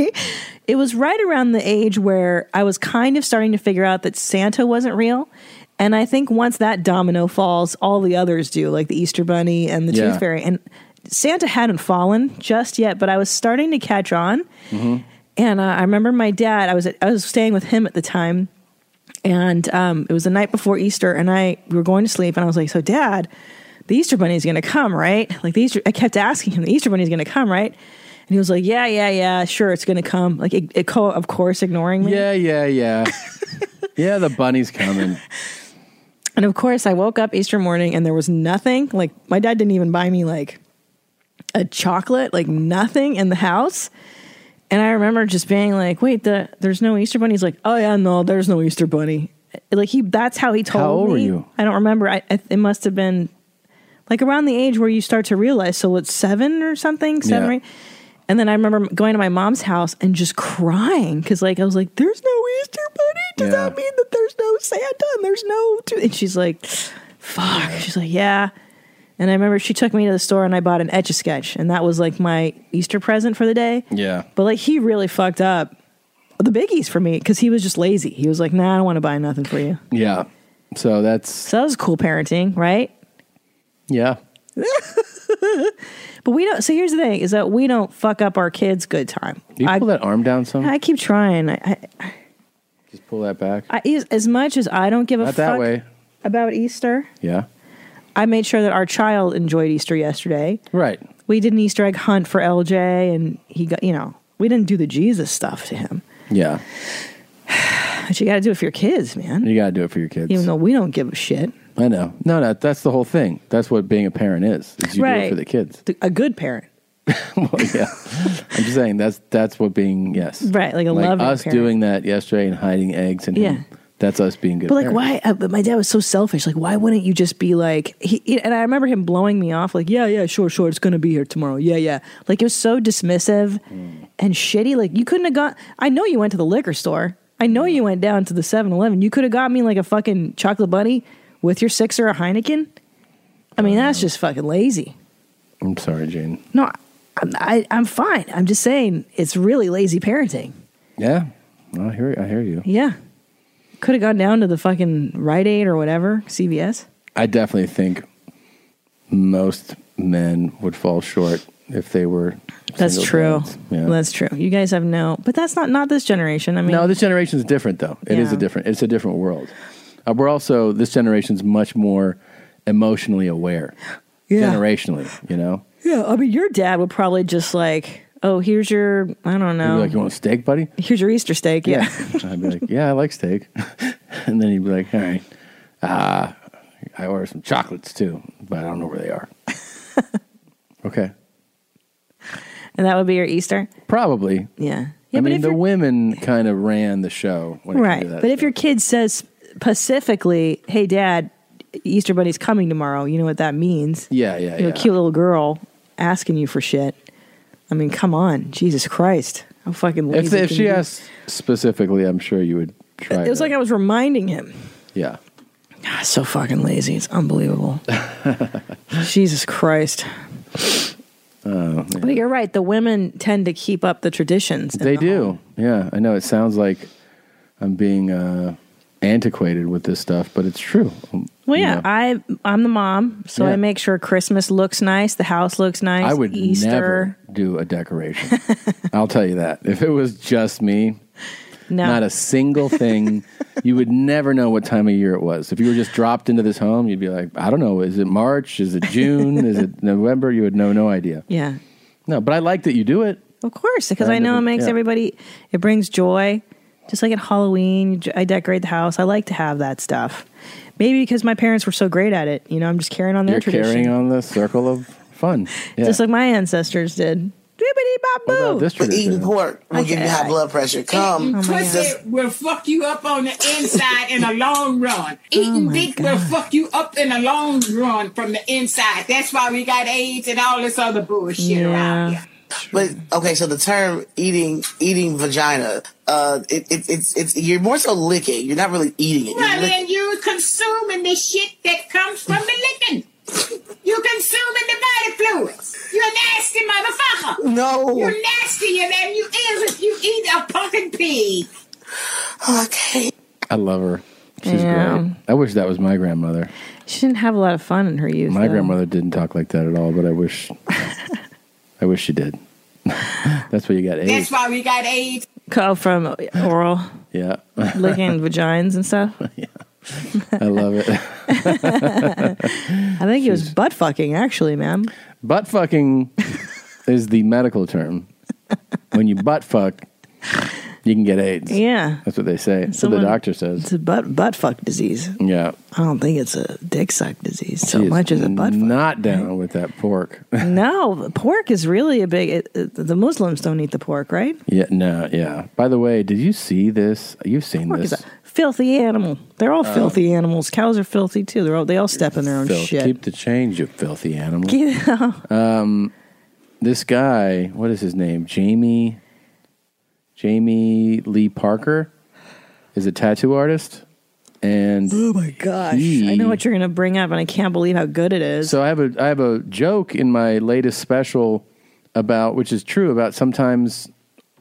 Speaker 1: It was right around the age where I was kind of starting to figure out that Santa wasn't real. And I think once that domino falls, all the others do, like the Easter Bunny and the
Speaker 11: Yeah.
Speaker 1: Tooth Fairy. And Santa hadn't fallen just yet, but I was starting to catch on. And uh, I remember my dad. I was at, I was staying with him at the time, and um, it was the night before Easter, and I we were going to sleep, and I was like, "So, Dad, the Easter Bunny is going to come, right?" Like the Easter, I kept asking him, "The Easter Bunny is going to come, right?" And he was like, "Yeah, yeah, yeah, sure, it's going to come." Like, it, it co- of course, ignoring me.
Speaker 2: Yeah, yeah, yeah. yeah, the bunny's coming.
Speaker 1: And of course, I woke up Easter morning and there was nothing. Like my dad didn't even buy me like a chocolate, like nothing in the house. And I remember just being like, "Wait, the there's no Easter bunny." He's like, "Oh yeah, no, there's no Easter bunny." Like he, that's how he told
Speaker 2: How old
Speaker 1: me.
Speaker 2: were you?
Speaker 1: I don't remember. I, I it must have been like around the age where you start to realize. So it's seven or something, seven,
Speaker 11: Yeah.
Speaker 1: right? And then I remember going to my mom's house and just crying because, like, I was like, "There's no Easter bunny. Does
Speaker 11: Yeah.
Speaker 1: that mean that there's no Santa and there's no?" T-? And she's like, "Fuck." She's like, "Yeah." And I remember she took me to the store and I bought an etch a sketch, and that was like my Easter present for the day.
Speaker 2: Yeah.
Speaker 1: But like, he really fucked up the biggies for me because he was just lazy. He was like, "Nah, I don't want to buy nothing for you."
Speaker 2: Yeah. So that's so
Speaker 1: that was cool parenting, right?
Speaker 2: Yeah.
Speaker 1: But we don't. So here's the thing: is that we don't fuck up our kids' good time.
Speaker 2: Do you pull that arm down some?
Speaker 1: I keep trying. I, I,
Speaker 2: Just pull that back.
Speaker 1: I, as- as much as I don't give a fuck
Speaker 2: Not that way.
Speaker 1: about Easter,
Speaker 2: Yeah.
Speaker 1: I made sure that our child enjoyed Easter yesterday.
Speaker 2: Right.
Speaker 1: We did an Easter egg hunt for LJ, and he got, you know, we didn't do the Jesus stuff to him.
Speaker 2: Yeah.
Speaker 1: But you got to do it for your kids, man.
Speaker 2: You got to do it for your kids.
Speaker 1: Even though we don't give a shit.
Speaker 2: I know. No, no, that's the whole thing. That's what being a parent is. is you do
Speaker 1: Right.
Speaker 2: it for the kids.
Speaker 1: A good parent.
Speaker 2: well, yeah. I'm just saying that's that's what being yes.
Speaker 1: Right, like a loving
Speaker 2: us
Speaker 1: parent.
Speaker 2: doing that yesterday and hiding eggs and
Speaker 1: Yeah.
Speaker 2: him. that's us being good.
Speaker 1: but like,
Speaker 2: parents.
Speaker 1: why? Uh, but my dad was so selfish. Like, why wouldn't you just be like? He, he- and I remember him blowing me off. Like, yeah, yeah, sure, sure, it's gonna be here tomorrow. Yeah, yeah. Like it was so dismissive and shitty. Like you couldn't have got. I know you went to the liquor store. I know you went down to the 7-Eleven. You could have got me like a fucking chocolate bunny with your six or a Heineken. I mean, that's just fucking lazy.
Speaker 2: I'm sorry, Jane.
Speaker 1: No, I'm, I, I'm fine. I'm just saying it's really lazy parenting.
Speaker 2: Yeah. No, I hear I hear you.
Speaker 1: Yeah. Could have gone down to the fucking Rite Aid or whatever, CVS.
Speaker 2: I definitely think most men would fall short if they were
Speaker 1: That's
Speaker 2: single
Speaker 1: true.
Speaker 2: parents. Yeah.
Speaker 1: That's true. You guys have no, but that's not not this generation. I mean,
Speaker 2: no, this generation is different, though. It is
Speaker 1: Yeah.
Speaker 2: a different. It's a different world. Uh, we're also this generation's much more emotionally aware,
Speaker 1: Yeah.
Speaker 2: generationally. You know,
Speaker 1: yeah. I mean, your dad would probably just like, oh, here's your, I don't
Speaker 2: He'd be
Speaker 1: know,
Speaker 2: like you want a steak, buddy?
Speaker 1: here's your Easter steak. Yeah,
Speaker 2: I'd be like, yeah, I like steak, and then he'd be like, all right, uh, I ordered some chocolates too, but I don't know where they are. okay,
Speaker 1: and that would be your Easter.
Speaker 2: probably.
Speaker 1: Yeah,
Speaker 2: I
Speaker 1: yeah. but
Speaker 2: mean,
Speaker 1: if
Speaker 2: the
Speaker 1: you're
Speaker 2: women kind of ran the show, when it came
Speaker 1: right,
Speaker 2: to that
Speaker 1: but if your kid says specifically, "Hey, Dad, Easter Bunny's coming tomorrow," you know what that means.
Speaker 2: Yeah, yeah,
Speaker 1: you know,
Speaker 2: yeah.
Speaker 1: cute little girl asking you for shit. I mean, come on, Jesus Christ! How fucking lazy
Speaker 2: If, if
Speaker 1: can
Speaker 2: she
Speaker 1: you be?
Speaker 2: asked specifically, I'm sure you would try.
Speaker 1: It was
Speaker 2: to-
Speaker 1: like I was reminding him.
Speaker 2: yeah.
Speaker 1: God, Ah, so fucking lazy. It's unbelievable. Jesus Christ.
Speaker 2: Oh,
Speaker 1: But you're right. The women tend to keep up the traditions.
Speaker 2: they do. Yeah, I know. It sounds like I'm being uh, antiquated with this stuff, but it's true. Um,
Speaker 1: Well, yeah, I I'm the mom, so
Speaker 2: Yeah.
Speaker 1: I make sure Christmas looks nice, the house looks nice.
Speaker 2: I would
Speaker 1: Easter.
Speaker 2: never do a decoration. I'll tell you that. If it was just me,
Speaker 1: No.
Speaker 2: Not a single thing. you would never know what time of year it was. If you were just dropped into this home, you'd be like, I don't know. Is it March? Is it June? is it November? You would know no idea.
Speaker 1: Yeah.
Speaker 2: No, but I like that you do it.
Speaker 1: Of course, because
Speaker 2: Kind
Speaker 1: I know
Speaker 2: of,
Speaker 1: it makes
Speaker 2: yeah.
Speaker 1: everybody, it brings joy. Just like at Halloween, j- I decorate the house. I like to have that stuff. Maybe because my parents were so great at it, you know, I'm just carrying on their
Speaker 2: You're
Speaker 1: tradition,
Speaker 2: carrying on the circle of fun. Yeah.
Speaker 1: just like my ancestors did.
Speaker 2: Well, this
Speaker 5: But
Speaker 2: tradition.
Speaker 5: eating pork will give you high blood pressure.
Speaker 8: Oh
Speaker 5: Come,
Speaker 8: Pussy will fuck you up on the inside in a long run. Eating dick will fuck you up in a long run from the inside. That's why we got AIDS and all this other bullshit around here.
Speaker 5: But okay, so the term eating eating vagina, uh, it, it, it's it's you're more so licking. You're not really eating it. You're
Speaker 8: Well,
Speaker 5: lick-
Speaker 8: then you consuming the shit that comes from the licking. You consuming the body fluids. You a nasty motherfucker.
Speaker 5: No.
Speaker 8: You nasty and then you is if you eat a pumpkin pig.
Speaker 5: Okay.
Speaker 2: I love her. She's
Speaker 1: Yeah.
Speaker 2: great. I wish that was my grandmother.
Speaker 1: She didn't have a lot of fun in her youth.
Speaker 2: My
Speaker 1: though.
Speaker 2: grandmother didn't talk like that at all, but I wish I wish she did. That's why you got
Speaker 8: That's
Speaker 2: AIDS.
Speaker 8: why we got AIDS.
Speaker 1: Oh, from oral
Speaker 2: Yeah.
Speaker 1: licking vagines and stuff.
Speaker 2: I love it.
Speaker 1: I think it was butt fucking, actually, ma'am.
Speaker 2: butt fucking is the medical term. When you butt fuck, you can get AIDS.
Speaker 1: Yeah.
Speaker 2: That's what they say. So the
Speaker 1: Someone-
Speaker 2: doctor says.
Speaker 1: It's a butt butt fuck disease.
Speaker 2: Yeah.
Speaker 1: I don't think it's a dick suck disease so
Speaker 2: She is
Speaker 1: much as a butt fuck.
Speaker 2: Not down with that pork.
Speaker 1: Mm. no, pork is really a big. It, it- the Muslims don't eat the pork, right?
Speaker 2: Yeah, no, yeah. By the way, did you see this? You've seen
Speaker 1: Pork
Speaker 2: this.
Speaker 1: is a filthy animal. They're all
Speaker 2: Uh,
Speaker 1: filthy animals. Cows are filthy too. They're all, they all step in their own
Speaker 2: Filth.
Speaker 1: shit.
Speaker 2: Keep the change, you filthy animal.
Speaker 1: Get out.
Speaker 2: Um, this guy, what is his name? Jamie, Jamie Lee Parker, is a tattoo artist, and
Speaker 1: oh my gosh! I know what you're gonna bring up, and I can't believe how good it is.
Speaker 2: So I have a I have a joke in my latest special about which is true about sometimes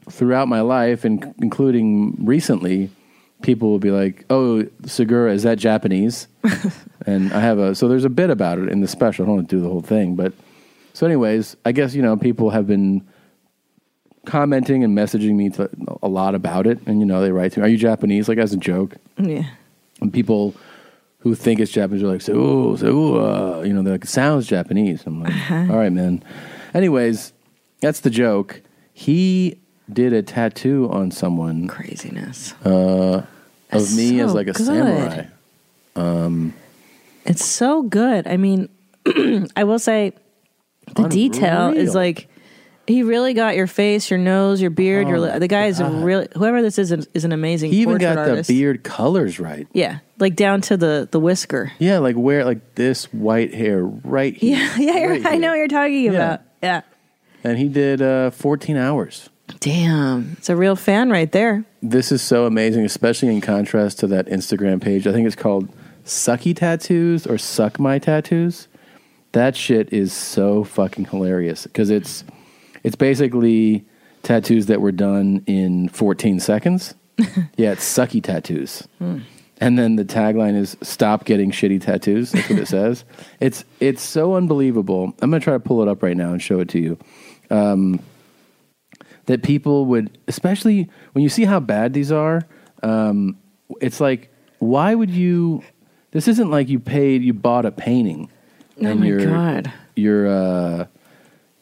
Speaker 2: throughout my life and including recently people will be like, "Oh, Segura is that Japanese?" and I have a so there's a bit about it in the special. I don't want to do the whole thing, but so anyways, I guess you know people have been commenting and messaging me to, a lot about it and you know they write to me, "Are you Japanese?" like as a joke.
Speaker 1: yeah.
Speaker 2: And people who think it's Japanese are like, so, so, uh, you know, they're like, it sounds Japanese. I'm like,
Speaker 1: Uh-huh.
Speaker 2: "All right, man. Anyways, that's the joke. He did a tattoo on someone.
Speaker 1: Craziness.
Speaker 2: Uh, of
Speaker 1: That's
Speaker 2: me as
Speaker 1: so
Speaker 2: like a
Speaker 1: good.
Speaker 2: samurai. Um,
Speaker 1: It's so good. I mean, I will say the detail
Speaker 2: Unreal.
Speaker 1: is like he really got your face, your nose, your beard,
Speaker 2: Oh
Speaker 1: your
Speaker 2: my
Speaker 1: li- the guy is a really whoever this is is an amazing
Speaker 2: he even
Speaker 1: portrait
Speaker 2: got
Speaker 1: artist.
Speaker 2: the beard colors right.
Speaker 1: Yeah, like down to the the whisker.
Speaker 2: Yeah, like where, like this white hair right here.
Speaker 1: Yeah, yeah, you're, I know what you're talking about. Yeah.
Speaker 2: And he did uh, 14 hours.
Speaker 1: Damn. It's a real fan right there.
Speaker 2: This is so amazing, especially in contrast to that Instagram page. I think it's called Sucky Tattoos or Suck My Tattoos. That shit is so fucking hilarious because it's it's basically tattoos that were done in 14 seconds. yeah, it's sucky tattoos. And then the tagline is "Stop getting shitty tattoos." That's what it says. It's it's so unbelievable. I'm gonna try to pull it up right now and show it to you. Um, that people would, especially when you see how bad these are, um, it's like, why would you? This isn't like you paid, you bought a painting,
Speaker 1: Oh my God.
Speaker 2: you're, uh,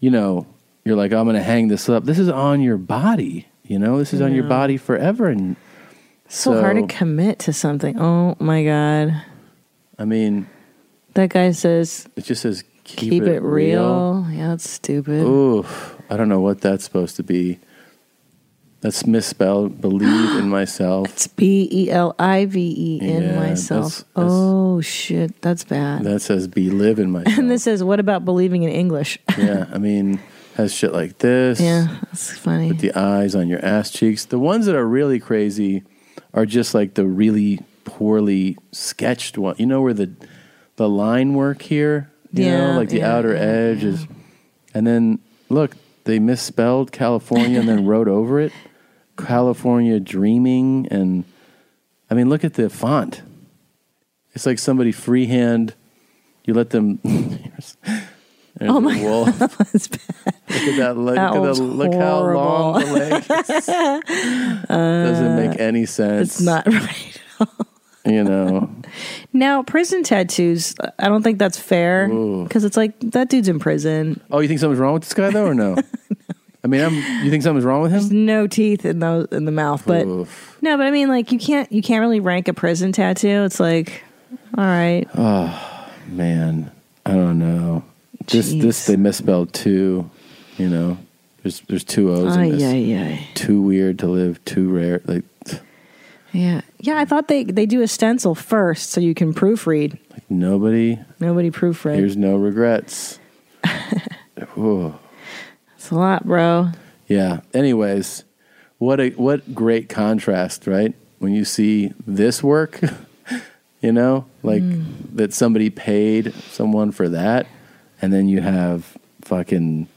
Speaker 2: you know, you're like, I'm gonna hang this up. This is on your body. You know, this is on your
Speaker 1: Yeah.
Speaker 2: body forever, and
Speaker 1: So, hard to commit to something. Oh my god.
Speaker 2: I mean,
Speaker 1: That guy says
Speaker 2: it just says keep,
Speaker 1: keep, it, real. Yeah, that's stupid.
Speaker 2: Oof. I don't know what that's supposed to be. That's misspelled. Believe in myself. It's
Speaker 1: B E L I V E
Speaker 2: Yeah,
Speaker 1: in
Speaker 2: that's-
Speaker 1: myself.
Speaker 2: that's-
Speaker 1: oh shit, that's bad.
Speaker 2: That says be live in myself.
Speaker 1: and this says, what about believing in English?
Speaker 2: yeah. I mean, has shit like this.
Speaker 1: yeah, that's funny.
Speaker 2: With the eyes on your ass cheeks. The ones that are really crazy are just like the really poorly sketched one. You know where the the line work here? You
Speaker 1: Yeah,
Speaker 2: know, like the
Speaker 1: yeah,
Speaker 2: outer edge is and then look, they misspelled California and then wrote over it. California dreaming and I mean look at the font. It's like somebody freehand you let them There's
Speaker 1: oh
Speaker 2: the
Speaker 1: my
Speaker 2: wool.
Speaker 1: god, that was bad.
Speaker 2: Look at that leg.
Speaker 1: That
Speaker 2: look at
Speaker 1: was
Speaker 2: the, look how long the leg doesn't make any sense.
Speaker 1: It's not right.
Speaker 2: You know,
Speaker 1: Now, prison tattoos. I don't think that's fair because it's like that dude's in prison.
Speaker 2: Oh, you think something's wrong with this guy though, or no? I mean, I'm, you think something's wrong with him?
Speaker 1: There's no teeth in the in the mouth, but
Speaker 2: Oof.
Speaker 1: no. But I mean, like you can't you can't really rank a prison tattoo. It's like, all right,
Speaker 2: Oh man, I don't know. This this they misspelled two. You know, there's there's two O's
Speaker 1: Ay,
Speaker 2: in this.
Speaker 1: ay, ay.
Speaker 2: Too weird to live. Too rare. Like
Speaker 1: yeah, yeah. I thought they they do a stencil first so you can proofread.
Speaker 2: nobody.
Speaker 1: Nobody proofread.
Speaker 2: Here's no regrets. Ooh.
Speaker 1: it's a lot, bro.
Speaker 2: Yeah. Anyways, what a what great contrast, right? When you see this work, you know, like
Speaker 1: Mm.
Speaker 2: that somebody paid someone for that, and then you have fucking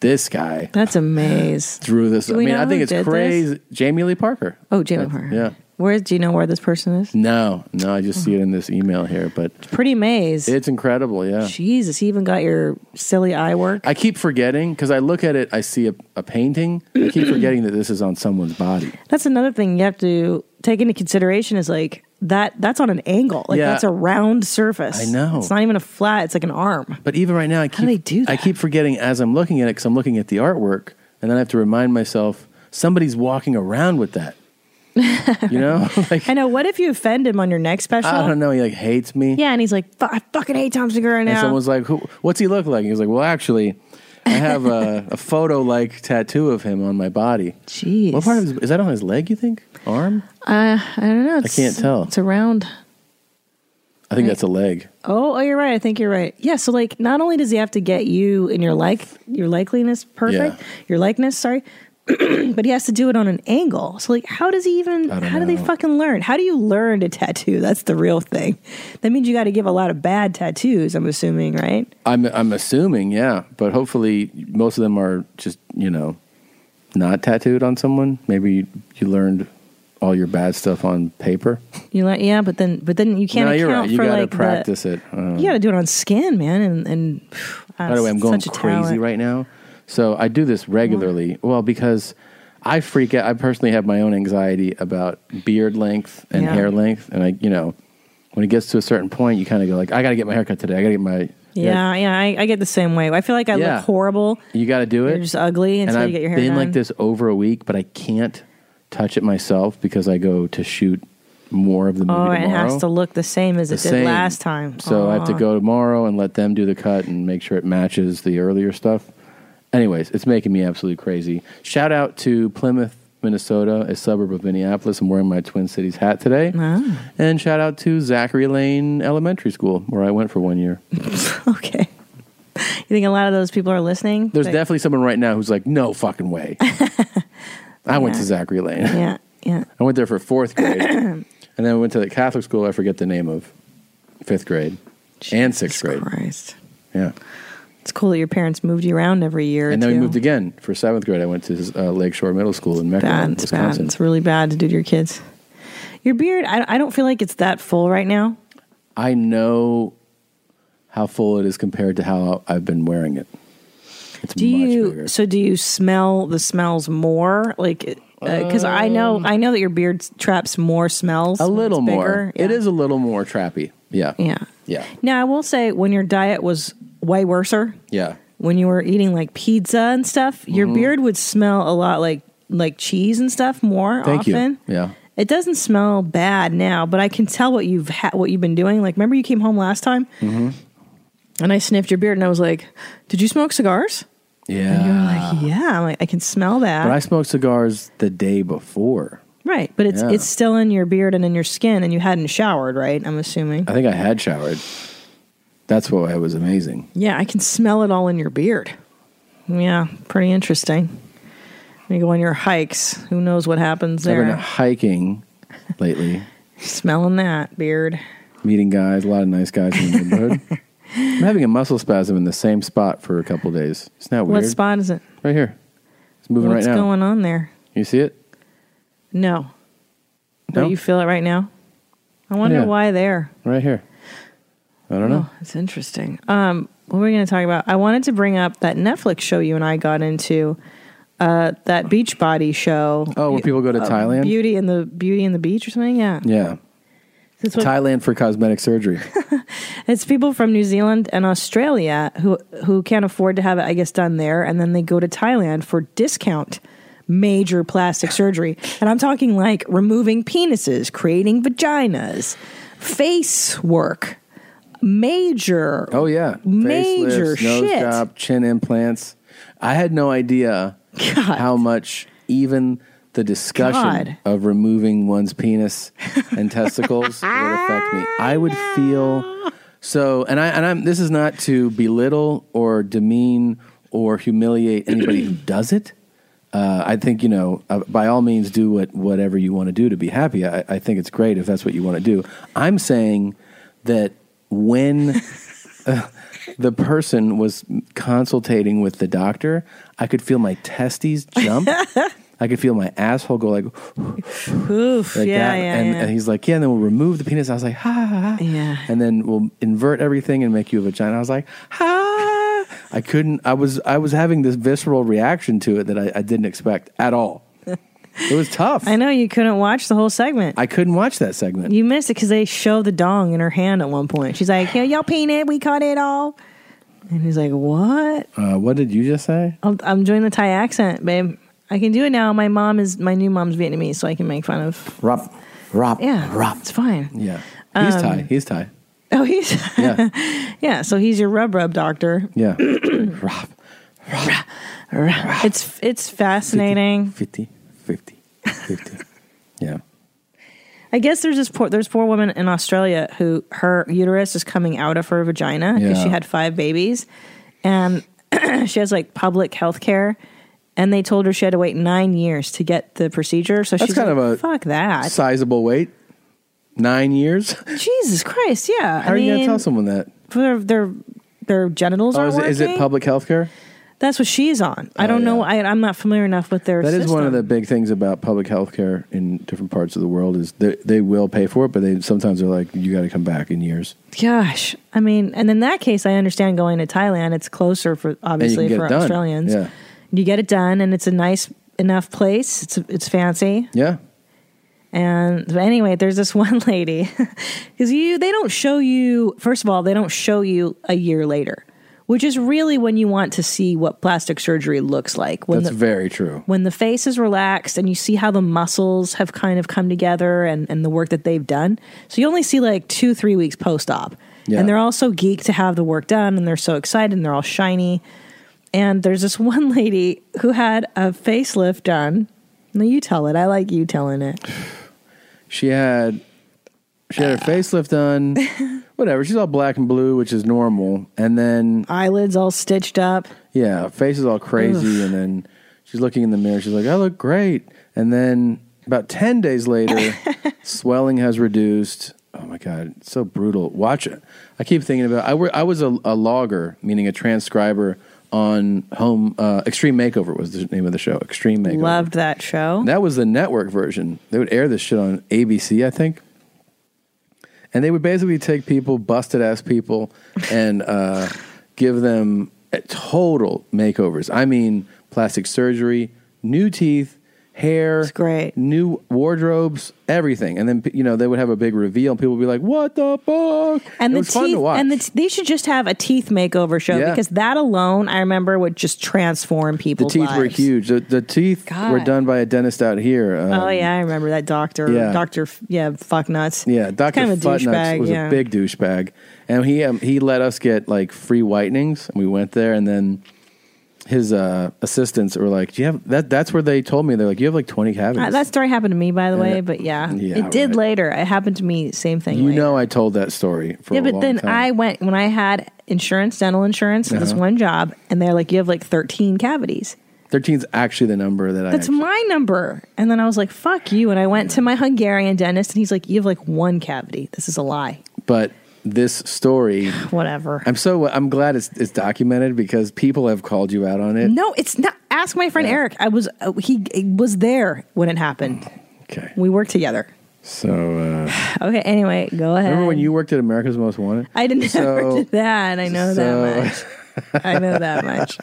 Speaker 2: this guy
Speaker 1: That's a maze.
Speaker 2: through this.
Speaker 1: Do
Speaker 2: I
Speaker 1: we
Speaker 2: mean,
Speaker 1: know
Speaker 2: I think
Speaker 1: who
Speaker 2: it's
Speaker 1: did this?
Speaker 2: crazy. Jamie Lee Parker.
Speaker 1: Oh, Jamie
Speaker 2: That's-
Speaker 1: Parker.
Speaker 2: Yeah.
Speaker 1: Where do you know where this person is?
Speaker 2: No, no, I just see it in this email here, but
Speaker 1: Pretty maze.
Speaker 2: it's incredible. Yeah.
Speaker 1: Jesus, he even got your silly eye work.
Speaker 2: uh, I keep forgetting because I look at it, I see a, a painting. I keep forgetting that this is on someone's body.
Speaker 1: That's another thing you have to take into consideration is like that that's on an angle. Like
Speaker 2: Yeah.
Speaker 1: that's a round surface.
Speaker 2: I know.
Speaker 1: It's not even a flat, it's like an arm.
Speaker 2: But even right now, I keep, I keep forgetting as I'm looking at it because I'm looking at the artwork, and then I have to remind myself somebody's walking around with that. You know, like
Speaker 1: I know. What if you offend him on your next special?
Speaker 2: I don't know. He like hates me.
Speaker 1: Yeah, and he's like, "Fu- I fucking hate Tom Segura
Speaker 2: And
Speaker 1: now.
Speaker 2: someone's like, "Who? What's he look like?" He was like, "Well, actually, I have a, a photo like tattoo of him on my body."
Speaker 1: Jeez,
Speaker 2: what part of his, is that on his leg? You think arm?
Speaker 1: uh, I don't know.
Speaker 2: I can't tell.
Speaker 1: It's around.
Speaker 2: I think that's a leg.
Speaker 1: Oh, oh, you're right. I think you're right. Yeah. So like, not only does he have to get you in your like your likeliness perfect,
Speaker 2: Yeah.
Speaker 1: your likeness, sorry, but he has to do it on an angle. So like, how does he even?
Speaker 2: I
Speaker 1: How
Speaker 2: don't
Speaker 1: do they
Speaker 2: know.
Speaker 1: fucking learn? How do you learn to tattoo? That's the real thing. That means you got to give a lot of bad tattoos. I'm assuming, right?
Speaker 2: I'm I'm assuming, yeah, but hopefully most of them are just you know not tattooed on someone. Maybe you, you learned all your bad stuff on paper.
Speaker 1: You like, yeah, but then, but then you can't
Speaker 2: no,
Speaker 1: account
Speaker 2: you're right. You
Speaker 1: for
Speaker 2: gotta
Speaker 1: like the-
Speaker 2: practice it. Um,
Speaker 1: you got to do it on skin, man. And and
Speaker 2: by the way, I'm going crazy right now. So I do this regularly. Well, because I freak out. I personally have my own anxiety about beard length and
Speaker 1: Yeah.
Speaker 2: hair length, and I you know when it gets to a certain point, you kind of go like, I got to get my haircut today. I got to get my
Speaker 1: Yeah, yeah, I, I get the same way. I feel like I
Speaker 2: Yeah.
Speaker 1: look horrible.
Speaker 2: You got to do it.
Speaker 1: You're just ugly until
Speaker 2: and
Speaker 1: you get your
Speaker 2: I've
Speaker 1: hair
Speaker 2: been
Speaker 1: done.
Speaker 2: like this over a week, but I can't touch it myself because I go to shoot more of the movie
Speaker 1: Oh, it
Speaker 2: tomorrow.
Speaker 1: has to look the same as
Speaker 2: The
Speaker 1: it
Speaker 2: same.
Speaker 1: did last time.
Speaker 2: So I have to
Speaker 1: Aw.
Speaker 2: go tomorrow and let them do the cut and make sure it matches the earlier stuff. Anyways, it's making me absolutely crazy. Shout out to Plymouth, Minnesota, a suburb of Minneapolis. I'm wearing my Twin Cities hat today. And shout out to Zachary Lane Elementary School, where I went for one year.
Speaker 1: You think a lot of those people are listening?
Speaker 2: There's
Speaker 1: Like,
Speaker 2: definitely someone right now who's like, no fucking way. I went
Speaker 1: Yeah.
Speaker 2: to Zachary Lane.
Speaker 1: Yeah, yeah.
Speaker 2: I went there for fourth grade. and then I went to the Catholic school I forget the name of, fifth grade and sixth grade. Yeah.
Speaker 1: It's cool that your parents moved you around every year.
Speaker 2: And then
Speaker 1: too.
Speaker 2: we moved again for seventh grade. I went to uh, Lakeshore Middle School in
Speaker 1: Bad,
Speaker 2: Mecklenburg,
Speaker 1: it's bad.
Speaker 2: Wisconsin.
Speaker 1: It's really bad to do to your kids. Your beard, I, I don't feel like it's that full right now.
Speaker 2: I know how full it is compared to how I've been wearing it. It's
Speaker 1: Do you? So do you smell the smells more? Like, because I know, I know that your beard traps more smells.
Speaker 2: Um, a
Speaker 1: when it's
Speaker 2: little
Speaker 1: bigger.
Speaker 2: more. It is a little more trappy. Yeah.
Speaker 1: Yeah.
Speaker 2: Yeah.
Speaker 1: Now I will say, when your diet was way worser,
Speaker 2: Yeah.
Speaker 1: when you were eating like pizza and stuff,
Speaker 2: Mm-hmm.
Speaker 1: your beard would smell a lot like like cheese and stuff more
Speaker 2: Thank
Speaker 1: often.
Speaker 2: you. Yeah.
Speaker 1: It doesn't smell bad now, but I can tell what you've ha- what you've been doing. Like, remember you came home last time
Speaker 2: Mm-hmm.
Speaker 1: and I sniffed your beard and I was like, "Did you smoke cigars?"
Speaker 2: Yeah.
Speaker 1: Like,
Speaker 2: Ah.
Speaker 1: yeah, I'm like, I can smell that.
Speaker 2: But I smoked cigars the day before.
Speaker 1: right, but it's
Speaker 2: Yeah.
Speaker 1: it's still in your beard and in your skin, and you hadn't showered, right? I'm assuming.
Speaker 2: I think I had showered. That's why it was amazing.
Speaker 1: Yeah, I can smell it all in your beard. Yeah, pretty interesting. When you go on your hikes, who knows what happens
Speaker 2: I've been
Speaker 1: there?
Speaker 2: hiking lately,
Speaker 1: Smelling that beard.
Speaker 2: meeting guys, a lot of nice guys in the neighborhood. I'm having a muscle spasm in the same spot for a couple days. Isn't that weird?
Speaker 1: What spot is it?
Speaker 2: Right here. It's moving
Speaker 1: What's
Speaker 2: right now.
Speaker 1: going on there?
Speaker 2: You see it?
Speaker 1: No.
Speaker 2: No?
Speaker 1: Do you feel it right now? I wonder
Speaker 2: Yeah.
Speaker 1: why there.
Speaker 2: Right here. I don't know.
Speaker 1: Oh, it's interesting. Um, what were we going to talk about? I wanted to bring up that Netflix show you and I got into, uh, that Beachbody show.
Speaker 2: Oh, where people go to
Speaker 1: uh,
Speaker 2: Thailand?
Speaker 1: Beauty and the Beauty and the Beach or something. Yeah,
Speaker 2: Yeah.
Speaker 1: That's what-
Speaker 2: Thailand for cosmetic surgery.
Speaker 1: It's people from New Zealand and Australia who who can't afford to have it, I guess, done there, and then they go to Thailand for discount major plastic surgery. And I'm talking like removing penises, creating vaginas, face work, major.
Speaker 2: Oh yeah,
Speaker 1: major
Speaker 2: Facelifts, nose
Speaker 1: shit.
Speaker 2: job, chin implants. I had no idea how much even the discussion
Speaker 1: God.
Speaker 2: of removing one's penis and testicles would affect me. I would feel so, and I and I'm. This is not to belittle or demean or humiliate anybody who does it. Uh, I think you know, uh, by all means, do what whatever you want to do to be happy. I, I think it's great if that's what you want to do. I'm saying that when uh, the person was consultating with the doctor, I could feel my testes jump. I could feel my asshole go like,
Speaker 1: Oof.
Speaker 2: like
Speaker 1: yeah,
Speaker 2: that.
Speaker 1: yeah,
Speaker 2: and,
Speaker 1: yeah.
Speaker 2: and he's like, yeah, and then we'll remove the penis. I was like, ha, ha, ha.
Speaker 1: Yeah.
Speaker 2: And then we'll invert everything and make you a vagina. I was like, ha. I couldn't. I was. I was having this visceral reaction to it that I, I didn't expect at all. It was tough.
Speaker 1: I know you couldn't watch the whole segment.
Speaker 2: I couldn't watch that segment.
Speaker 1: You missed it because they show the dong in her hand at one point. She's like, "Yeah, y'all peen it. We caught it all." And he's like, "What?"
Speaker 2: Uh, what did you just say?
Speaker 1: I'm, I'm doing the Thai accent, babe. I can do it now. My mom is my new mom's Vietnamese, so I can make fun of.
Speaker 2: Rob. Rob.
Speaker 1: Yeah,
Speaker 2: Rob.
Speaker 1: It's fine.
Speaker 2: Yeah. He's
Speaker 1: Um,
Speaker 2: Thai. He's Thai.
Speaker 1: Oh, he's
Speaker 2: Yeah.
Speaker 1: yeah. So he's your rub rub doctor.
Speaker 2: Yeah.
Speaker 1: It's it's fascinating.
Speaker 2: 50, 50, 50. yeah.
Speaker 1: I guess there's this poor there's poor woman in Australia who her uterus is coming out of her vagina because
Speaker 12: Yeah.
Speaker 1: she had five babies, and she has like public health care, and they told her she had to wait nine years to get the procedure. So
Speaker 2: That's
Speaker 1: she's
Speaker 2: kind
Speaker 1: like,
Speaker 2: of a
Speaker 1: fuck that.
Speaker 2: Sizable weight. Nine years.
Speaker 1: Jesus Christ! Yeah,
Speaker 2: How
Speaker 1: I
Speaker 2: are you
Speaker 1: mean,
Speaker 2: gonna tell someone that?
Speaker 1: their their their genitals
Speaker 2: Oh,
Speaker 1: aren't
Speaker 2: is it, is it
Speaker 1: working?
Speaker 2: public health care?
Speaker 1: That's what she's on. I don't know. I, I'm not familiar enough with their.
Speaker 2: That is one
Speaker 1: system.
Speaker 2: of the big things about public health care in different parts of the world is they, they will pay for it, but they sometimes they're like, you got to come back in years.
Speaker 1: Gosh, I mean, and in that case, I understand going to Thailand. It's closer for obviously
Speaker 2: and you
Speaker 1: for
Speaker 2: can get it done.
Speaker 1: Australians.
Speaker 2: Yeah.
Speaker 1: You get it done, and it's a nice enough place. It's it's fancy.
Speaker 2: Yeah.
Speaker 1: And but anyway, there's this one lady because you they don't show you. First of all, they don't show you a year later, which is really when you want to see what plastic surgery looks like. When
Speaker 2: That's
Speaker 1: the,
Speaker 2: very true.
Speaker 1: when the face is relaxed and you see how the muscles have kind of come together and, and the work that they've done. So you only see like two, three weeks post op.
Speaker 12: Yeah.
Speaker 1: And they're all so geeked to have the work done and they're so excited and they're all shiny. And there's this one lady who had a facelift done. No, you tell it. I like you telling it.
Speaker 2: She had she had
Speaker 1: Ah.
Speaker 2: her facelift done, whatever. She's all black and blue, which is normal, and then
Speaker 1: eyelids all stitched up.
Speaker 2: Yeah, face is all crazy, and then she's looking in the mirror. She's like, "I look great," and then about ten days later, swelling has reduced. Oh my god, it's so brutal. Watch it. I keep thinking about. I wor- I was a, a logger, meaning a transcriber on home uh, extreme makeover was the name of the show. Extreme makeover.
Speaker 1: Loved that show.
Speaker 2: That was the network version. They would air this shit on ABC, I think. And they would basically take people, busted ass people, and uh, give them a total makeovers. I mean, plastic surgery, new teeth, hair, great, new wardrobes, everything. And then you know they would have a big reveal, and people would be like, "What the fuck?"
Speaker 1: And
Speaker 2: it
Speaker 1: the
Speaker 2: was
Speaker 1: teeth,
Speaker 2: fun to watch.
Speaker 1: and the t- they should just have a teeth makeover show
Speaker 2: Yeah.
Speaker 1: because that alone, I remember, would just transform
Speaker 2: the
Speaker 1: people's
Speaker 2: teeth were
Speaker 1: lives.
Speaker 2: huge. The, the teeth were
Speaker 1: God.
Speaker 2: done by a dentist out here. um,
Speaker 1: oh yeah, I remember that doctor.
Speaker 2: yeah.
Speaker 1: Doctor, yeah, fuck nuts.
Speaker 2: Yeah, Doctor
Speaker 1: kind of a douchebag,
Speaker 2: Futnuts was
Speaker 1: yeah.
Speaker 2: a big douchebag, and he um, he let us get like free whitenings. And we went there, and then his uh, assistants were like, "Do you have that?" That's where they told me they're like, "You have like twenty cavities."
Speaker 1: Uh, that story happened to me, by the way.
Speaker 2: Yeah.
Speaker 1: But yeah,
Speaker 2: Yeah,
Speaker 1: it did later. It happened to me. Same thing.
Speaker 2: you
Speaker 1: later.
Speaker 2: know, I told that story for
Speaker 1: yeah,
Speaker 2: a
Speaker 1: but
Speaker 2: long
Speaker 1: then
Speaker 2: time.
Speaker 1: I went when I had insurance, dental insurance, at this
Speaker 2: Uh-huh.
Speaker 1: one job, and they're like, "You have like thirteen cavities."
Speaker 2: Thirteen's actually the number that
Speaker 1: That's
Speaker 2: I.
Speaker 1: my number. And then I was like, "Fuck you!" And I went to my Hungarian dentist, and he's like, "You have like one cavity. This is a lie."
Speaker 2: But this story,
Speaker 1: whatever.
Speaker 2: I'm so I'm glad it's it's documented because people have called you out on it.
Speaker 1: no, it's not. Ask my friend Eric. I was uh, he, he was there when it happened.
Speaker 2: Okay,
Speaker 1: we worked together.
Speaker 2: So uh,
Speaker 1: Okay, anyway, go ahead.
Speaker 2: remember when you worked at America's Most Wanted?
Speaker 1: I didn't ever
Speaker 2: So-
Speaker 1: do that. I know that much. I know that much.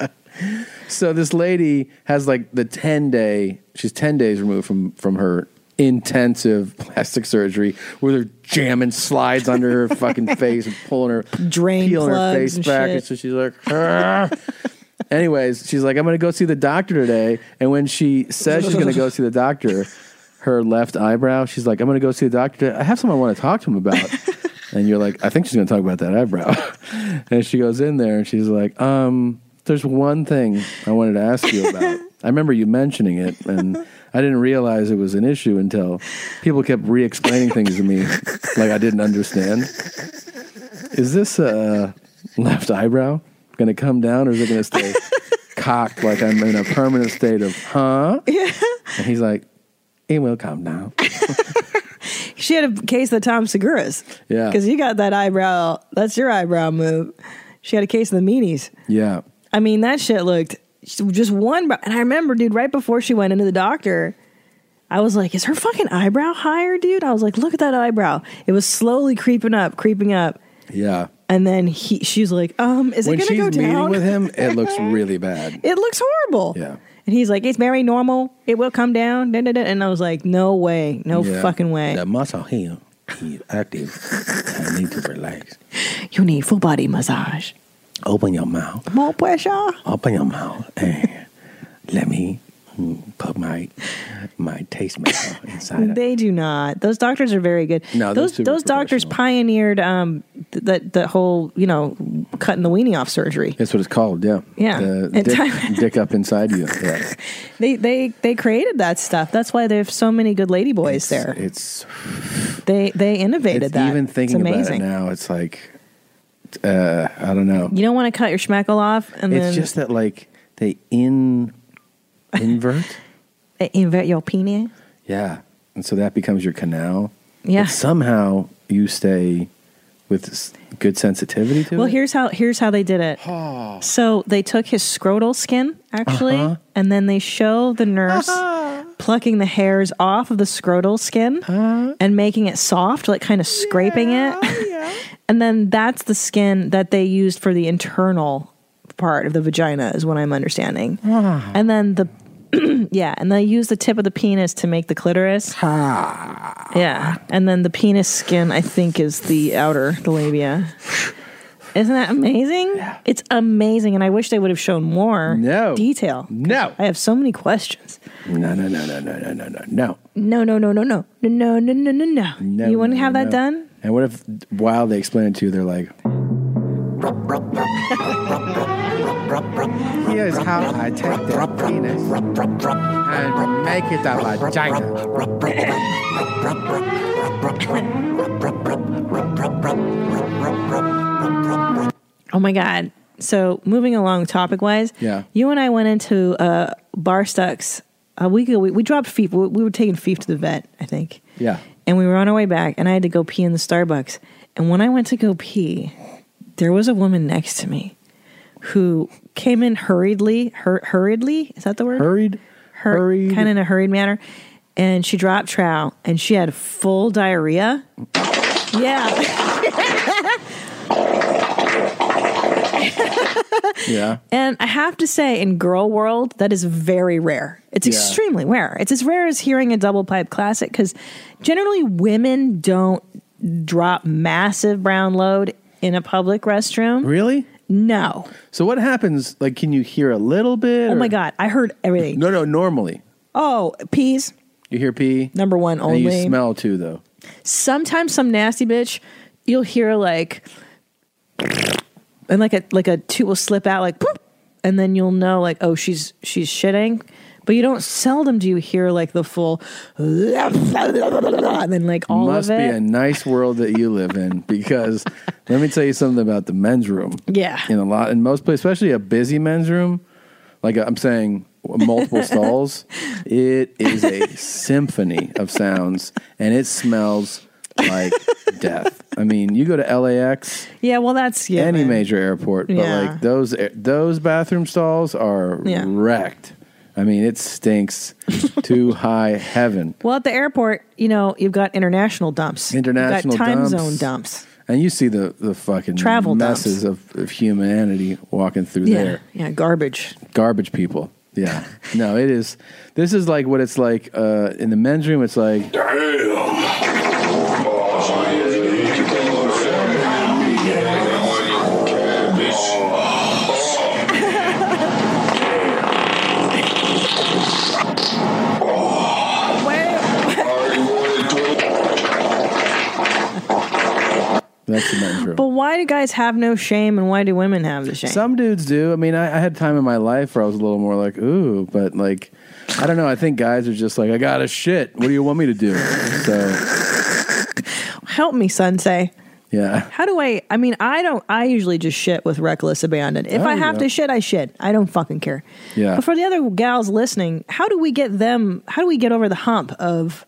Speaker 2: so this lady has like the ten day. She's ten days removed from from her intensive plastic surgery, where they're jamming slides under her fucking face and pulling her
Speaker 1: Drain
Speaker 2: peeling her
Speaker 1: plugs
Speaker 2: face
Speaker 1: and
Speaker 2: back.
Speaker 1: shit.
Speaker 2: And so she's like. "Ah." Anyways, she's like, I'm going to go see the doctor today. And when she says she's going to go see the doctor, her left eyebrow, she's like, I'm going to go see the doctor. today. I have something I want to talk to him about. and you're like, I think she's going to talk about that eyebrow. and she goes in there and she's like, um, there's one thing I wanted to ask you about. I remember you mentioning it and I didn't realize it was an issue until people kept re-explaining things to me like I didn't understand. Is this uh, left eyebrow going to come down or is it going to stay cocked like I'm in a permanent state of, huh? Yeah. And he's like, it will come down.
Speaker 1: She had a case of the Tom Seguras.
Speaker 2: Yeah.
Speaker 1: Because you got that eyebrow. That's your eyebrow move. She had a case of the meanies.
Speaker 2: Yeah.
Speaker 1: I mean, that shit looked just one. bro- And I remember, dude, right before she went into the doctor, I was like, is her fucking eyebrow higher, dude? I was like, look at that eyebrow. It was slowly creeping up, creeping up.
Speaker 2: Yeah.
Speaker 1: And then he, she's like, um, is
Speaker 2: when
Speaker 1: it
Speaker 2: she's
Speaker 1: going to go
Speaker 2: meeting
Speaker 1: down?
Speaker 2: with him, it looks really bad.
Speaker 1: it looks horrible.
Speaker 2: Yeah.
Speaker 1: And he's like, it's very normal. It will come down. da, da, da." And I was like, no way. No
Speaker 2: Yeah.
Speaker 1: fucking way.
Speaker 2: The muscle here is active. I need to relax.
Speaker 1: You need full body massage.
Speaker 2: Open your mouth.
Speaker 1: More pressure.
Speaker 2: Open your mouth and let me mm, put my my tastemaker inside. it.
Speaker 1: They do not. Those doctors are very good.
Speaker 2: No, they're
Speaker 1: those
Speaker 2: super
Speaker 1: those doctors pioneered um th- that the whole you know cutting the weenie off surgery.
Speaker 2: That's what it's called. Yeah.
Speaker 1: Yeah.
Speaker 2: The
Speaker 1: And
Speaker 2: dick,
Speaker 1: time-
Speaker 2: dick up inside you. Yeah.
Speaker 1: They they they created that stuff. That's why there's so many good lady boys there.
Speaker 2: It's
Speaker 1: They they innovated
Speaker 2: it's
Speaker 1: that.
Speaker 2: even thinking
Speaker 1: it's
Speaker 2: about it
Speaker 1: amazing.
Speaker 2: now. It's like uh, I don't know.
Speaker 1: You don't want to cut your schmeckle off and
Speaker 2: it's
Speaker 1: then
Speaker 2: just that like they in invert.
Speaker 1: invert your penis.
Speaker 2: Yeah. And so that becomes your canal.
Speaker 1: Yeah.
Speaker 2: But somehow you stay with s- good sensitivity to
Speaker 1: Well,
Speaker 2: it.
Speaker 1: here's how here's how they did it. So they took his scrotal skin actually,
Speaker 2: Uh-huh.
Speaker 1: and then they show the nurse plucking the hairs off of the scrotal skin and making it soft, like kind of scraping
Speaker 2: oh,
Speaker 1: it. and then that's the skin that they used for the internal part of the vagina, is what I'm understanding.
Speaker 2: Ah.
Speaker 1: And then the yeah, and they use the tip of the penis to make the clitoris. Yeah, and then the penis skin, I think, is the outer, the labia. Isn't that amazing? It's amazing, and I wish they would have shown more
Speaker 2: No.
Speaker 1: detail.
Speaker 2: No.
Speaker 1: I have so many questions.
Speaker 2: No, no, no, no, no, no, no, no, no.
Speaker 1: No, no, no, no, no, no, no, no, no, no, no.
Speaker 2: No,
Speaker 1: you wouldn't
Speaker 2: no,
Speaker 1: have that
Speaker 2: no.
Speaker 1: done?
Speaker 2: And what if while they explain it to you, they're like,
Speaker 12: Here's how I take the penis and make it a vagina.
Speaker 1: Oh my god! So moving along, topic wise,
Speaker 12: Yeah.
Speaker 1: You and I went into uh, Barstuck's a week ago. We, we dropped Fief. We, we were taking Fief to the vet, I think,
Speaker 2: yeah.
Speaker 1: and we were on our way back. And I had to go pee in the Starbucks. And when I went to go pee, there was a woman next to me who came in hurriedly. Hur- hurriedly is that the word?
Speaker 2: Hurried.
Speaker 1: Hur-
Speaker 2: hurried.
Speaker 1: Kind of in a hurried manner. And she dropped trow, and she had full diarrhea. Yeah.
Speaker 2: Yeah.
Speaker 1: And I have to say, in girl world, that is very rare. It's
Speaker 2: Yeah.
Speaker 1: extremely rare. It's as rare as hearing a double pipe classic because generally women don't drop massive brown load in a public restroom.
Speaker 2: Really?
Speaker 1: No.
Speaker 2: So what happens? Like, can you hear a little bit?
Speaker 1: Oh
Speaker 2: or-
Speaker 1: my God. I heard everything.
Speaker 2: No, no, normally.
Speaker 1: Oh, peas,
Speaker 2: You hear pee.
Speaker 1: number one
Speaker 2: and
Speaker 1: only.
Speaker 2: you smell too, though.
Speaker 1: Sometimes some nasty bitch, you'll hear like, and like a like a toot will slip out like, boop, and then you'll know like, oh, she's she's shitting. But you don't seldom do you hear like the full, and then like all
Speaker 2: Must
Speaker 1: of
Speaker 2: be
Speaker 1: it.
Speaker 2: a nice world that you live in because let me tell you something about the men's room.
Speaker 1: Yeah.
Speaker 2: In a lot, in most places, especially a busy men's room, like I'm saying, multiple stalls, it is a symphony of sounds and it smells like death. I mean, you go to LAX,
Speaker 1: yeah, well that's yeah.
Speaker 2: any
Speaker 1: man.
Speaker 2: major airport, but
Speaker 1: Yeah.
Speaker 2: like those those bathroom stalls are
Speaker 1: Yeah.
Speaker 2: wrecked. I I mean, it stinks to high heaven.
Speaker 1: Well, at the airport, you know, you've got international dumps. You've got
Speaker 2: International
Speaker 1: time
Speaker 2: dumps.
Speaker 1: zone dumps.
Speaker 2: And you see the, the fucking
Speaker 1: Travel dumps.
Speaker 2: messes of, of humanity walking through
Speaker 1: Yeah.
Speaker 2: there.
Speaker 1: Yeah, garbage.
Speaker 2: Garbage people. Yeah. no, it is. This is like what it's like uh, in the men's room. It's like, that's the men's room.
Speaker 1: But why do guys have no shame and why do women have the shame?
Speaker 2: Some dudes do. I mean, I, I had time in my life where I was a little more like, ooh, but like, I don't know. I think guys are just like, I got a shit. What do you want me to do? So,
Speaker 1: Help me, Sensei.
Speaker 2: yeah.
Speaker 1: How do I? I mean, I don't. I usually just shit with reckless abandon. If
Speaker 2: There
Speaker 1: I
Speaker 2: you
Speaker 1: have
Speaker 2: go.
Speaker 1: to shit, I shit. I don't fucking care.
Speaker 2: Oh, Yeah.
Speaker 1: But for the other gals listening, how do we get them? How do we get over the hump of?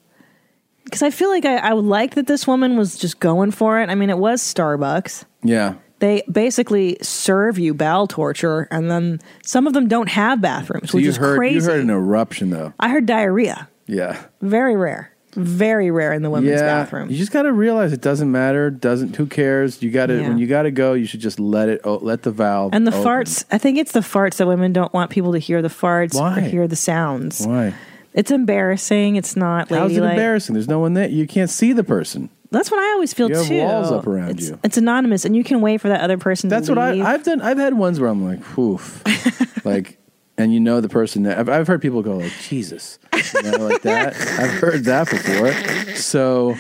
Speaker 1: Because I feel like I, I would like that this woman was just going for it. I mean, it was Starbucks.
Speaker 2: Yeah.
Speaker 1: They basically serve you bowel torture, and then some of them don't have bathrooms,
Speaker 2: So
Speaker 1: which
Speaker 2: you
Speaker 1: is
Speaker 2: heard,
Speaker 1: crazy.
Speaker 2: you heard an eruption though.
Speaker 1: I heard diarrhea.
Speaker 2: Yeah.
Speaker 1: Very rare. Very rare in the women's
Speaker 2: yeah.
Speaker 1: bathroom.
Speaker 2: You just got to realize it doesn't matter. Doesn't, who cares? You got to,
Speaker 1: Yeah.
Speaker 2: when you got to go, you should just let it, oh, let the valve.
Speaker 1: And the
Speaker 2: open.
Speaker 1: farts, I think it's the farts that women don't want people to hear the farts
Speaker 2: Why?
Speaker 1: or hear the sounds.
Speaker 2: Why?
Speaker 1: It's embarrassing. It's not
Speaker 2: How's
Speaker 1: ladylike.
Speaker 2: it embarrassing? There's no one there. You can't see the person.
Speaker 1: That's what I always feel
Speaker 2: You have
Speaker 1: too.
Speaker 2: walls up around
Speaker 1: it's,
Speaker 2: you.
Speaker 1: It's anonymous, and you can wait for that other person.
Speaker 2: That's
Speaker 1: to
Speaker 2: what I,
Speaker 1: leave.
Speaker 2: I've done. I've had ones where I'm like, whew. like, and you know the person. That, I've, I've heard people go like, Jesus, you know, like that. I've heard that before. So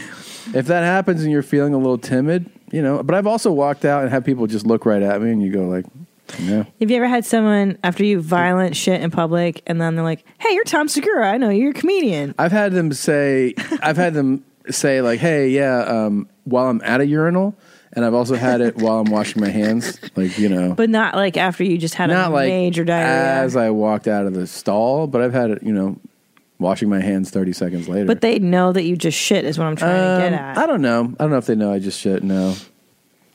Speaker 2: if that happens and you're feeling a little timid, you know. But I've also walked out and had people just look right at me, and you go like, yeah.
Speaker 1: Have you ever had someone after you violent shit in public, and then they're like, "Hey, you're Tom Segura. I know you're a comedian."
Speaker 2: I've had them say, I've had them say like, hey, yeah, um, while I'm at a urinal, and I've also had it while I'm washing my hands, like you know.
Speaker 1: But not like after you just had
Speaker 2: not
Speaker 1: a
Speaker 2: like
Speaker 1: major diarrhea.
Speaker 2: as I walked out of the stall, but I've had it, you know, washing my hands 30 seconds later.
Speaker 1: But they know that you just shit is what I'm trying to get
Speaker 2: Um,
Speaker 1: at.
Speaker 2: I don't know. I don't know if they know I just shit. No, I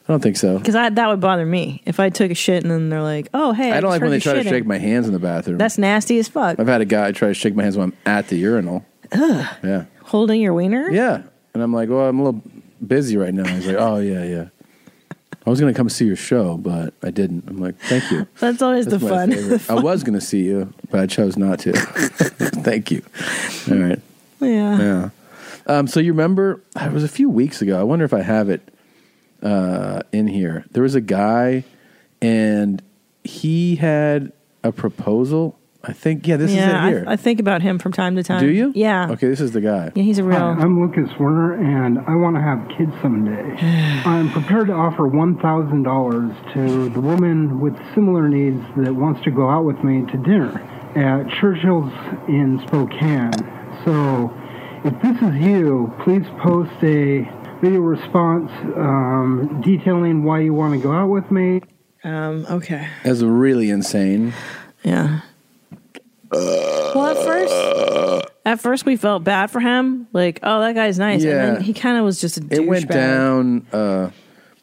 Speaker 2: don't think so.
Speaker 1: Because that would bother me if I took a shit and then they're like, "Oh, hey."
Speaker 2: I don't like
Speaker 1: just
Speaker 2: when they
Speaker 1: heard
Speaker 2: try
Speaker 1: you
Speaker 2: to shake
Speaker 1: shitting."
Speaker 2: my hands in the bathroom.
Speaker 1: That's nasty as fuck.
Speaker 2: I've had a guy try to shake my hands when I'm at the urinal.
Speaker 1: Ugh.
Speaker 2: Yeah.
Speaker 1: Holding your wiener?
Speaker 2: Yeah. And I'm like, well, I'm a little busy right now. He's like, oh, yeah, yeah. I was going to come see your show, but I didn't. I'm like, thank you.
Speaker 1: That's always
Speaker 2: That's
Speaker 1: the,
Speaker 2: my
Speaker 1: fun.
Speaker 2: favorite.
Speaker 1: the fun.
Speaker 2: I was going to see you, but I chose not to. Thank you. All right.
Speaker 1: Yeah.
Speaker 2: Yeah. Um, so you remember, it was a few weeks ago. I wonder if I have it uh, in here. There was a guy, and he had a proposal. I think, yeah, this
Speaker 1: yeah,
Speaker 2: is it here.
Speaker 1: I, I think about him from time to time.
Speaker 2: Do you?
Speaker 1: Yeah.
Speaker 2: Okay, this is the guy.
Speaker 1: Yeah, he's a real.
Speaker 13: Hi, I'm Lucas Werner, and I want to have kids someday. I'm prepared to offer $1,000 to the woman with similar needs that wants to go out with me to dinner at Churchill's in Spokane. So, if this is you, please post a video response um, detailing why you want to go out with me.
Speaker 1: Um, okay.
Speaker 2: That's really insane.
Speaker 1: Yeah. Well, at
Speaker 2: Uh.
Speaker 1: first, at first we felt bad for him. Like, oh, that guy's nice.
Speaker 2: Yeah.
Speaker 1: And then he kind of was just a
Speaker 2: It went
Speaker 1: douchebag.
Speaker 2: down a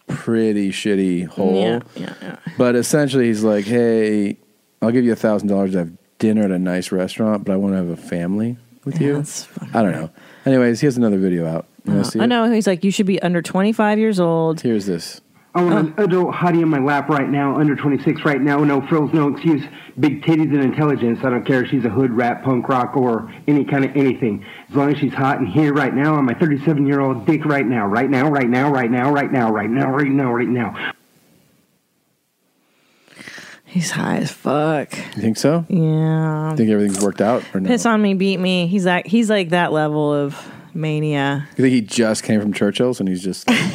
Speaker 2: pretty shitty hole.
Speaker 1: Yeah, yeah, yeah.
Speaker 2: But essentially, he's like, hey, I'll give you a $1,000 to have dinner at a nice restaurant, but I want to have a family with
Speaker 1: Yeah,
Speaker 2: you.
Speaker 1: that's Oh,
Speaker 2: I don't know. Anyways, he has another video out. You wanna see
Speaker 1: I
Speaker 2: it?
Speaker 1: know. He's like, you should be under 25 years old.
Speaker 2: Here's this.
Speaker 13: I want an adult hottie in my lap right now, under 26 right now, no frills, no excuse, big titties and intelligence. I don't care if she's a hood, rap, punk rock, or any kind of anything. As long as she's hot and here right now on my 37 year old dick right now, right now, right now, right now, right now, right now, right now, right now.
Speaker 1: He's high as fuck.
Speaker 2: You think so?
Speaker 1: Yeah.
Speaker 2: Think everything's worked out or no?
Speaker 1: Piss on me, beat me. He's like, he's like that level of mania.
Speaker 2: You think he just came from Churchill's and he's just
Speaker 1: he's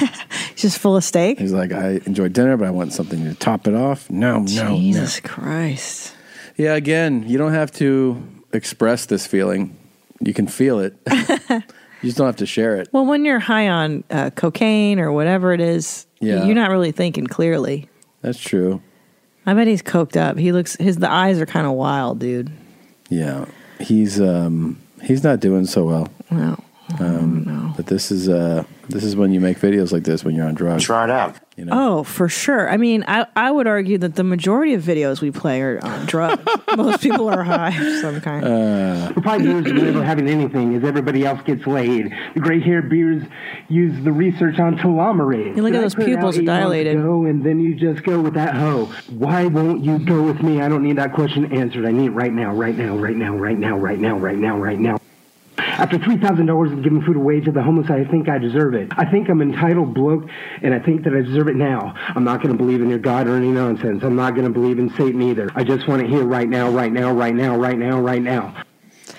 Speaker 1: just full of steak?
Speaker 2: He's like, I enjoyed dinner, but I want something to top it off. No, no,
Speaker 1: Jesus
Speaker 2: no.
Speaker 1: Christ.
Speaker 2: Yeah, again, you don't have to express this feeling. You can feel it. you just don't have to share it.
Speaker 1: Well, when you're high on uh, cocaine or whatever it is,
Speaker 2: Yeah.
Speaker 1: you're not really thinking clearly.
Speaker 2: That's true.
Speaker 1: I bet he's coked up. He looks his the eyes are kind of wild, dude.
Speaker 2: Yeah. He's um he's not doing so well.
Speaker 1: No. Oh.
Speaker 2: Um but this is uh This is when you make videos like this when you're on drugs. Try it out. You know,
Speaker 1: Oh, for sure. I mean, I, I would argue that the majority of videos we play are on drugs. Most people are high of some kind.
Speaker 2: Uh,
Speaker 13: The pride is never having anything is everybody else gets laid. The gray hair beards use the research on telomerase.
Speaker 1: You look at
Speaker 13: Did I
Speaker 1: those
Speaker 13: put it out
Speaker 1: pupils
Speaker 13: eight months
Speaker 1: dilated.
Speaker 13: ago? and then you just go with that hoe. Why won't you go with me? I don't need that question answered. I need it right now, right now, right now, right now, right now, right now, right now. After three thousand dollars of giving food away to the homeless, I think I deserve it. I think I'm entitled bloke, and I think that I deserve it now. I'm not going to believe in your God or any nonsense. I'm not going to believe in Satan either. I just want it here right now, right now, right now, right now, right now.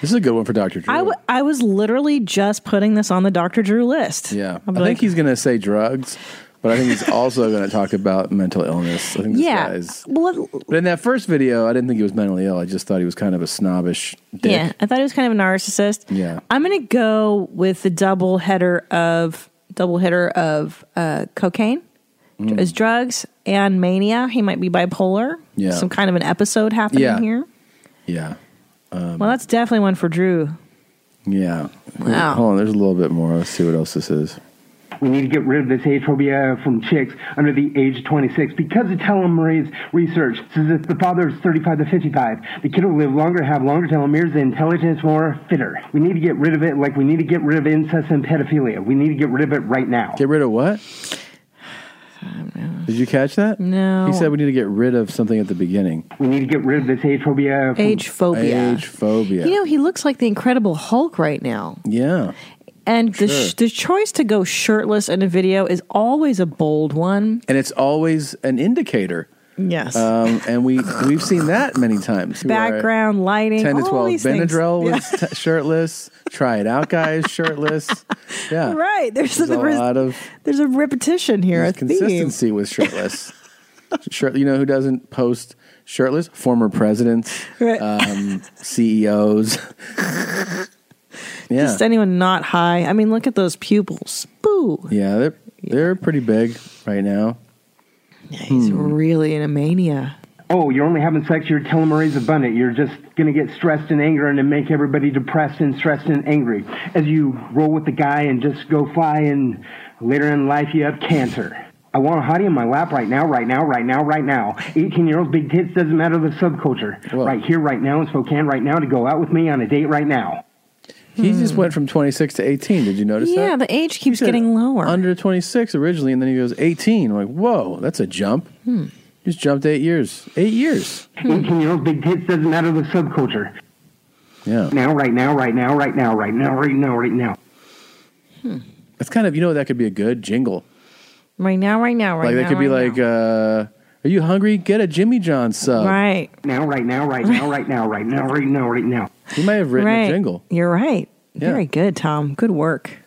Speaker 2: this is a good one for Doctor Drew.
Speaker 1: I, w- I was literally just putting this on the Dr. Drew list.
Speaker 2: yeah, I
Speaker 1: I'm
Speaker 2: think
Speaker 1: like-
Speaker 2: he's going to say drugs, but I think he's also going to talk about mental illness. I think this
Speaker 1: Yeah.
Speaker 2: guy is.
Speaker 1: Well,
Speaker 2: But in that first video, I didn't think he was mentally ill. I just thought he was kind of a snobbish dick.
Speaker 1: yeah, I thought he was kind of a narcissist.
Speaker 2: Yeah.
Speaker 1: I'm going to go with the double header of double header of uh, cocaine
Speaker 2: Mm.
Speaker 1: as drugs and mania. He might be bipolar.
Speaker 2: Yeah.
Speaker 1: Some kind of an episode happening
Speaker 2: Yeah.
Speaker 1: here.
Speaker 2: Yeah. Um,
Speaker 1: Well, that's definitely one for Drew.
Speaker 2: yeah.
Speaker 1: Wow.
Speaker 2: Hold on, there's a little bit more. Let's see what else this is.
Speaker 13: We need to get rid of this hate phobia from chicks under the age of 26 because of telomerase research says that the father is 35 to 55. The kid will live longer, have longer telomeres, and intelligence more fitter. We need to get rid of it like we need to get rid of incest and pedophilia. We need to get rid of it right now.
Speaker 2: Get rid of what? Did you catch that?
Speaker 1: No.
Speaker 2: He said we need to get rid of something at the beginning.
Speaker 13: We need to get rid of this hate phobia. from-
Speaker 1: Age phobia.
Speaker 2: Age phobia.
Speaker 1: You know, he looks like the Incredible Hulk right now.
Speaker 2: yeah.
Speaker 1: And the,
Speaker 2: Sure.
Speaker 1: sh- the choice to go shirtless in a video is always a bold one.
Speaker 2: And it's always an indicator.
Speaker 1: Yes.
Speaker 2: Um, and we we've seen that many times. Where
Speaker 1: Background lighting,
Speaker 2: Ten to
Speaker 1: all
Speaker 2: twelve.
Speaker 1: these things.
Speaker 2: Benadryl
Speaker 1: Yeah.
Speaker 2: was t- shirtless. Try it out, guys. Shirtless. Yeah.
Speaker 1: Right. There's,
Speaker 2: There's, a
Speaker 1: the res-
Speaker 2: lot of
Speaker 1: there's a repetition here. A
Speaker 2: there's
Speaker 1: theme.
Speaker 2: consistency with shirtless. Shirt. You know who doesn't post shirtless? Former presidents,
Speaker 1: Right.
Speaker 2: um, CEOs. yeah.
Speaker 1: Just anyone not high. I mean, look at those pupils. Boo.
Speaker 2: yeah. They're they're pretty big right now.
Speaker 1: He's
Speaker 2: Hmm.
Speaker 1: really in a mania.
Speaker 13: Oh, you're only having sex, your telomerase abundant. You're just going to get stressed and anger and then make everybody depressed and stressed and angry. As you roll with the guy and just go fly and later in life you have cancer. I want a hottie in my lap right now, right now, right now, right now. 18 year olds, big tits, doesn't matter the subculture. Right here, right now in Spokane, right now to go out with me on a date right now.
Speaker 2: He just went from 26 to 18. Did you notice that?
Speaker 1: Hmm. Yeah, the age keeps
Speaker 2: said
Speaker 1: getting lower.
Speaker 2: Under 26 originally, and then he goes 18. I'm like, whoa, that's a jump.
Speaker 13: Hmm.
Speaker 2: Just jumped eight years. Eight years.
Speaker 13: 18 year olds, big tits, doesn't matter the subculture.
Speaker 2: Yeah.
Speaker 13: Now, right now, right now, right now, right now, right now, right now.
Speaker 2: That's kind of, you know, that could be a good jingle.
Speaker 1: Right now, right now, right
Speaker 2: like,
Speaker 1: now.
Speaker 2: that could be
Speaker 1: right
Speaker 2: like, uh, are you hungry? Get a Jimmy John
Speaker 1: now.
Speaker 2: sub.
Speaker 1: right.
Speaker 13: Now, right now, right now, right now, right now, right now, right now.
Speaker 2: He might have written
Speaker 1: right.
Speaker 2: a jingle.
Speaker 1: You're right.
Speaker 2: Yeah.
Speaker 1: Very good, Tom. Good work.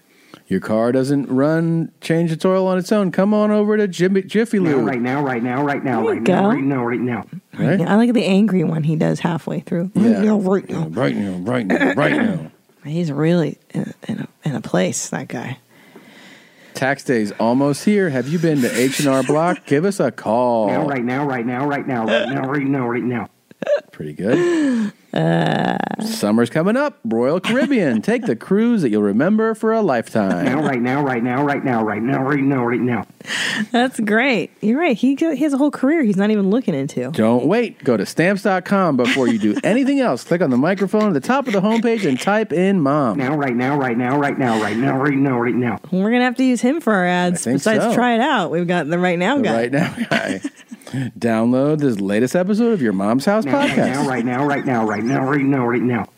Speaker 2: Your car doesn't run, change its oil on its own. Come on over to Jimmy, Jiffy
Speaker 13: Now,
Speaker 2: Lube.
Speaker 13: right now, right now, right now,
Speaker 1: There you
Speaker 13: right now,
Speaker 1: go.
Speaker 13: right now, right now.
Speaker 2: Right?
Speaker 1: Yeah, I like the angry one he does halfway through. Right
Speaker 2: Yeah.
Speaker 1: now, right now.
Speaker 2: Right now, right now, right now.
Speaker 1: He's really in, in, a, in a place, that guy.
Speaker 2: Tax day's almost here. Have you been to H&R Block? Give us a call.
Speaker 13: Now, right now, right now, right now, right now, right now, right now.
Speaker 2: Pretty good. Summer's coming up. Royal Caribbean. Take the cruise that you'll remember for a
Speaker 13: Now,
Speaker 2: lifetime.
Speaker 13: right now, right now, right now, right now, right now, right now.
Speaker 1: That's great. You're right. He, go- he has a whole career he's not even looking into.
Speaker 2: Don't wait. Go to stamps.com before you do anything else. Click on the microphone at the top of the homepage and type in mom.
Speaker 13: Now, right now, right now, right now, right now, right now, right now.
Speaker 1: We're going to have to use him for our ads.
Speaker 2: think
Speaker 1: Besides,
Speaker 2: so.
Speaker 1: try it out. We've got the right now
Speaker 2: The
Speaker 1: guy.
Speaker 2: Right now, guy. Download this latest episode of your mom's house
Speaker 13: Now, right
Speaker 2: podcast.
Speaker 13: now, right now, right now, right now, right now, right now.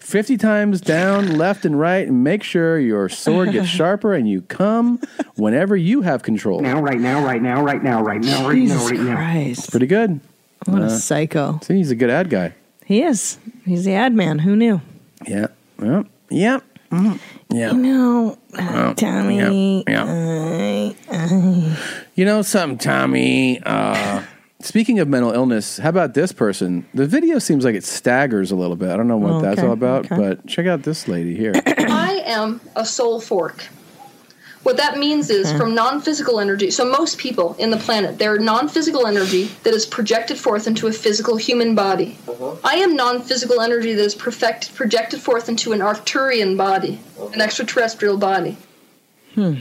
Speaker 2: 50 times down, left and right, and make sure your sword gets sharper and you come whenever you have control.
Speaker 13: Now, right now, right now, right now, right now, right now,
Speaker 1: Jesus
Speaker 13: right now.
Speaker 1: Christ.
Speaker 2: Pretty good.
Speaker 1: What
Speaker 2: Uh,
Speaker 1: a psycho.
Speaker 2: See, he's a good ad guy.
Speaker 1: He is. He's the ad man. Who knew?
Speaker 2: Yeah. Yeah. Yeah. Mm. Yeah.
Speaker 1: You know, uh,
Speaker 2: Yeah,
Speaker 1: Tommy.
Speaker 2: yeah,
Speaker 1: I- I-
Speaker 2: You know something, Tommy? Uh, speaking of mental illness, how about this person? The video seems like it staggers a little bit. I don't know what
Speaker 1: Oh,
Speaker 2: that's
Speaker 1: okay,
Speaker 2: all about,
Speaker 1: okay.
Speaker 2: but check out this lady here.
Speaker 14: I am a soul fork. What that means is from non physical energy. So, most people in the planet, they're non physical energy that is projected forth into a physical human body. I am non physical energy that is perfect, projected forth into an Arcturian body, an extraterrestrial body.
Speaker 1: Hmm.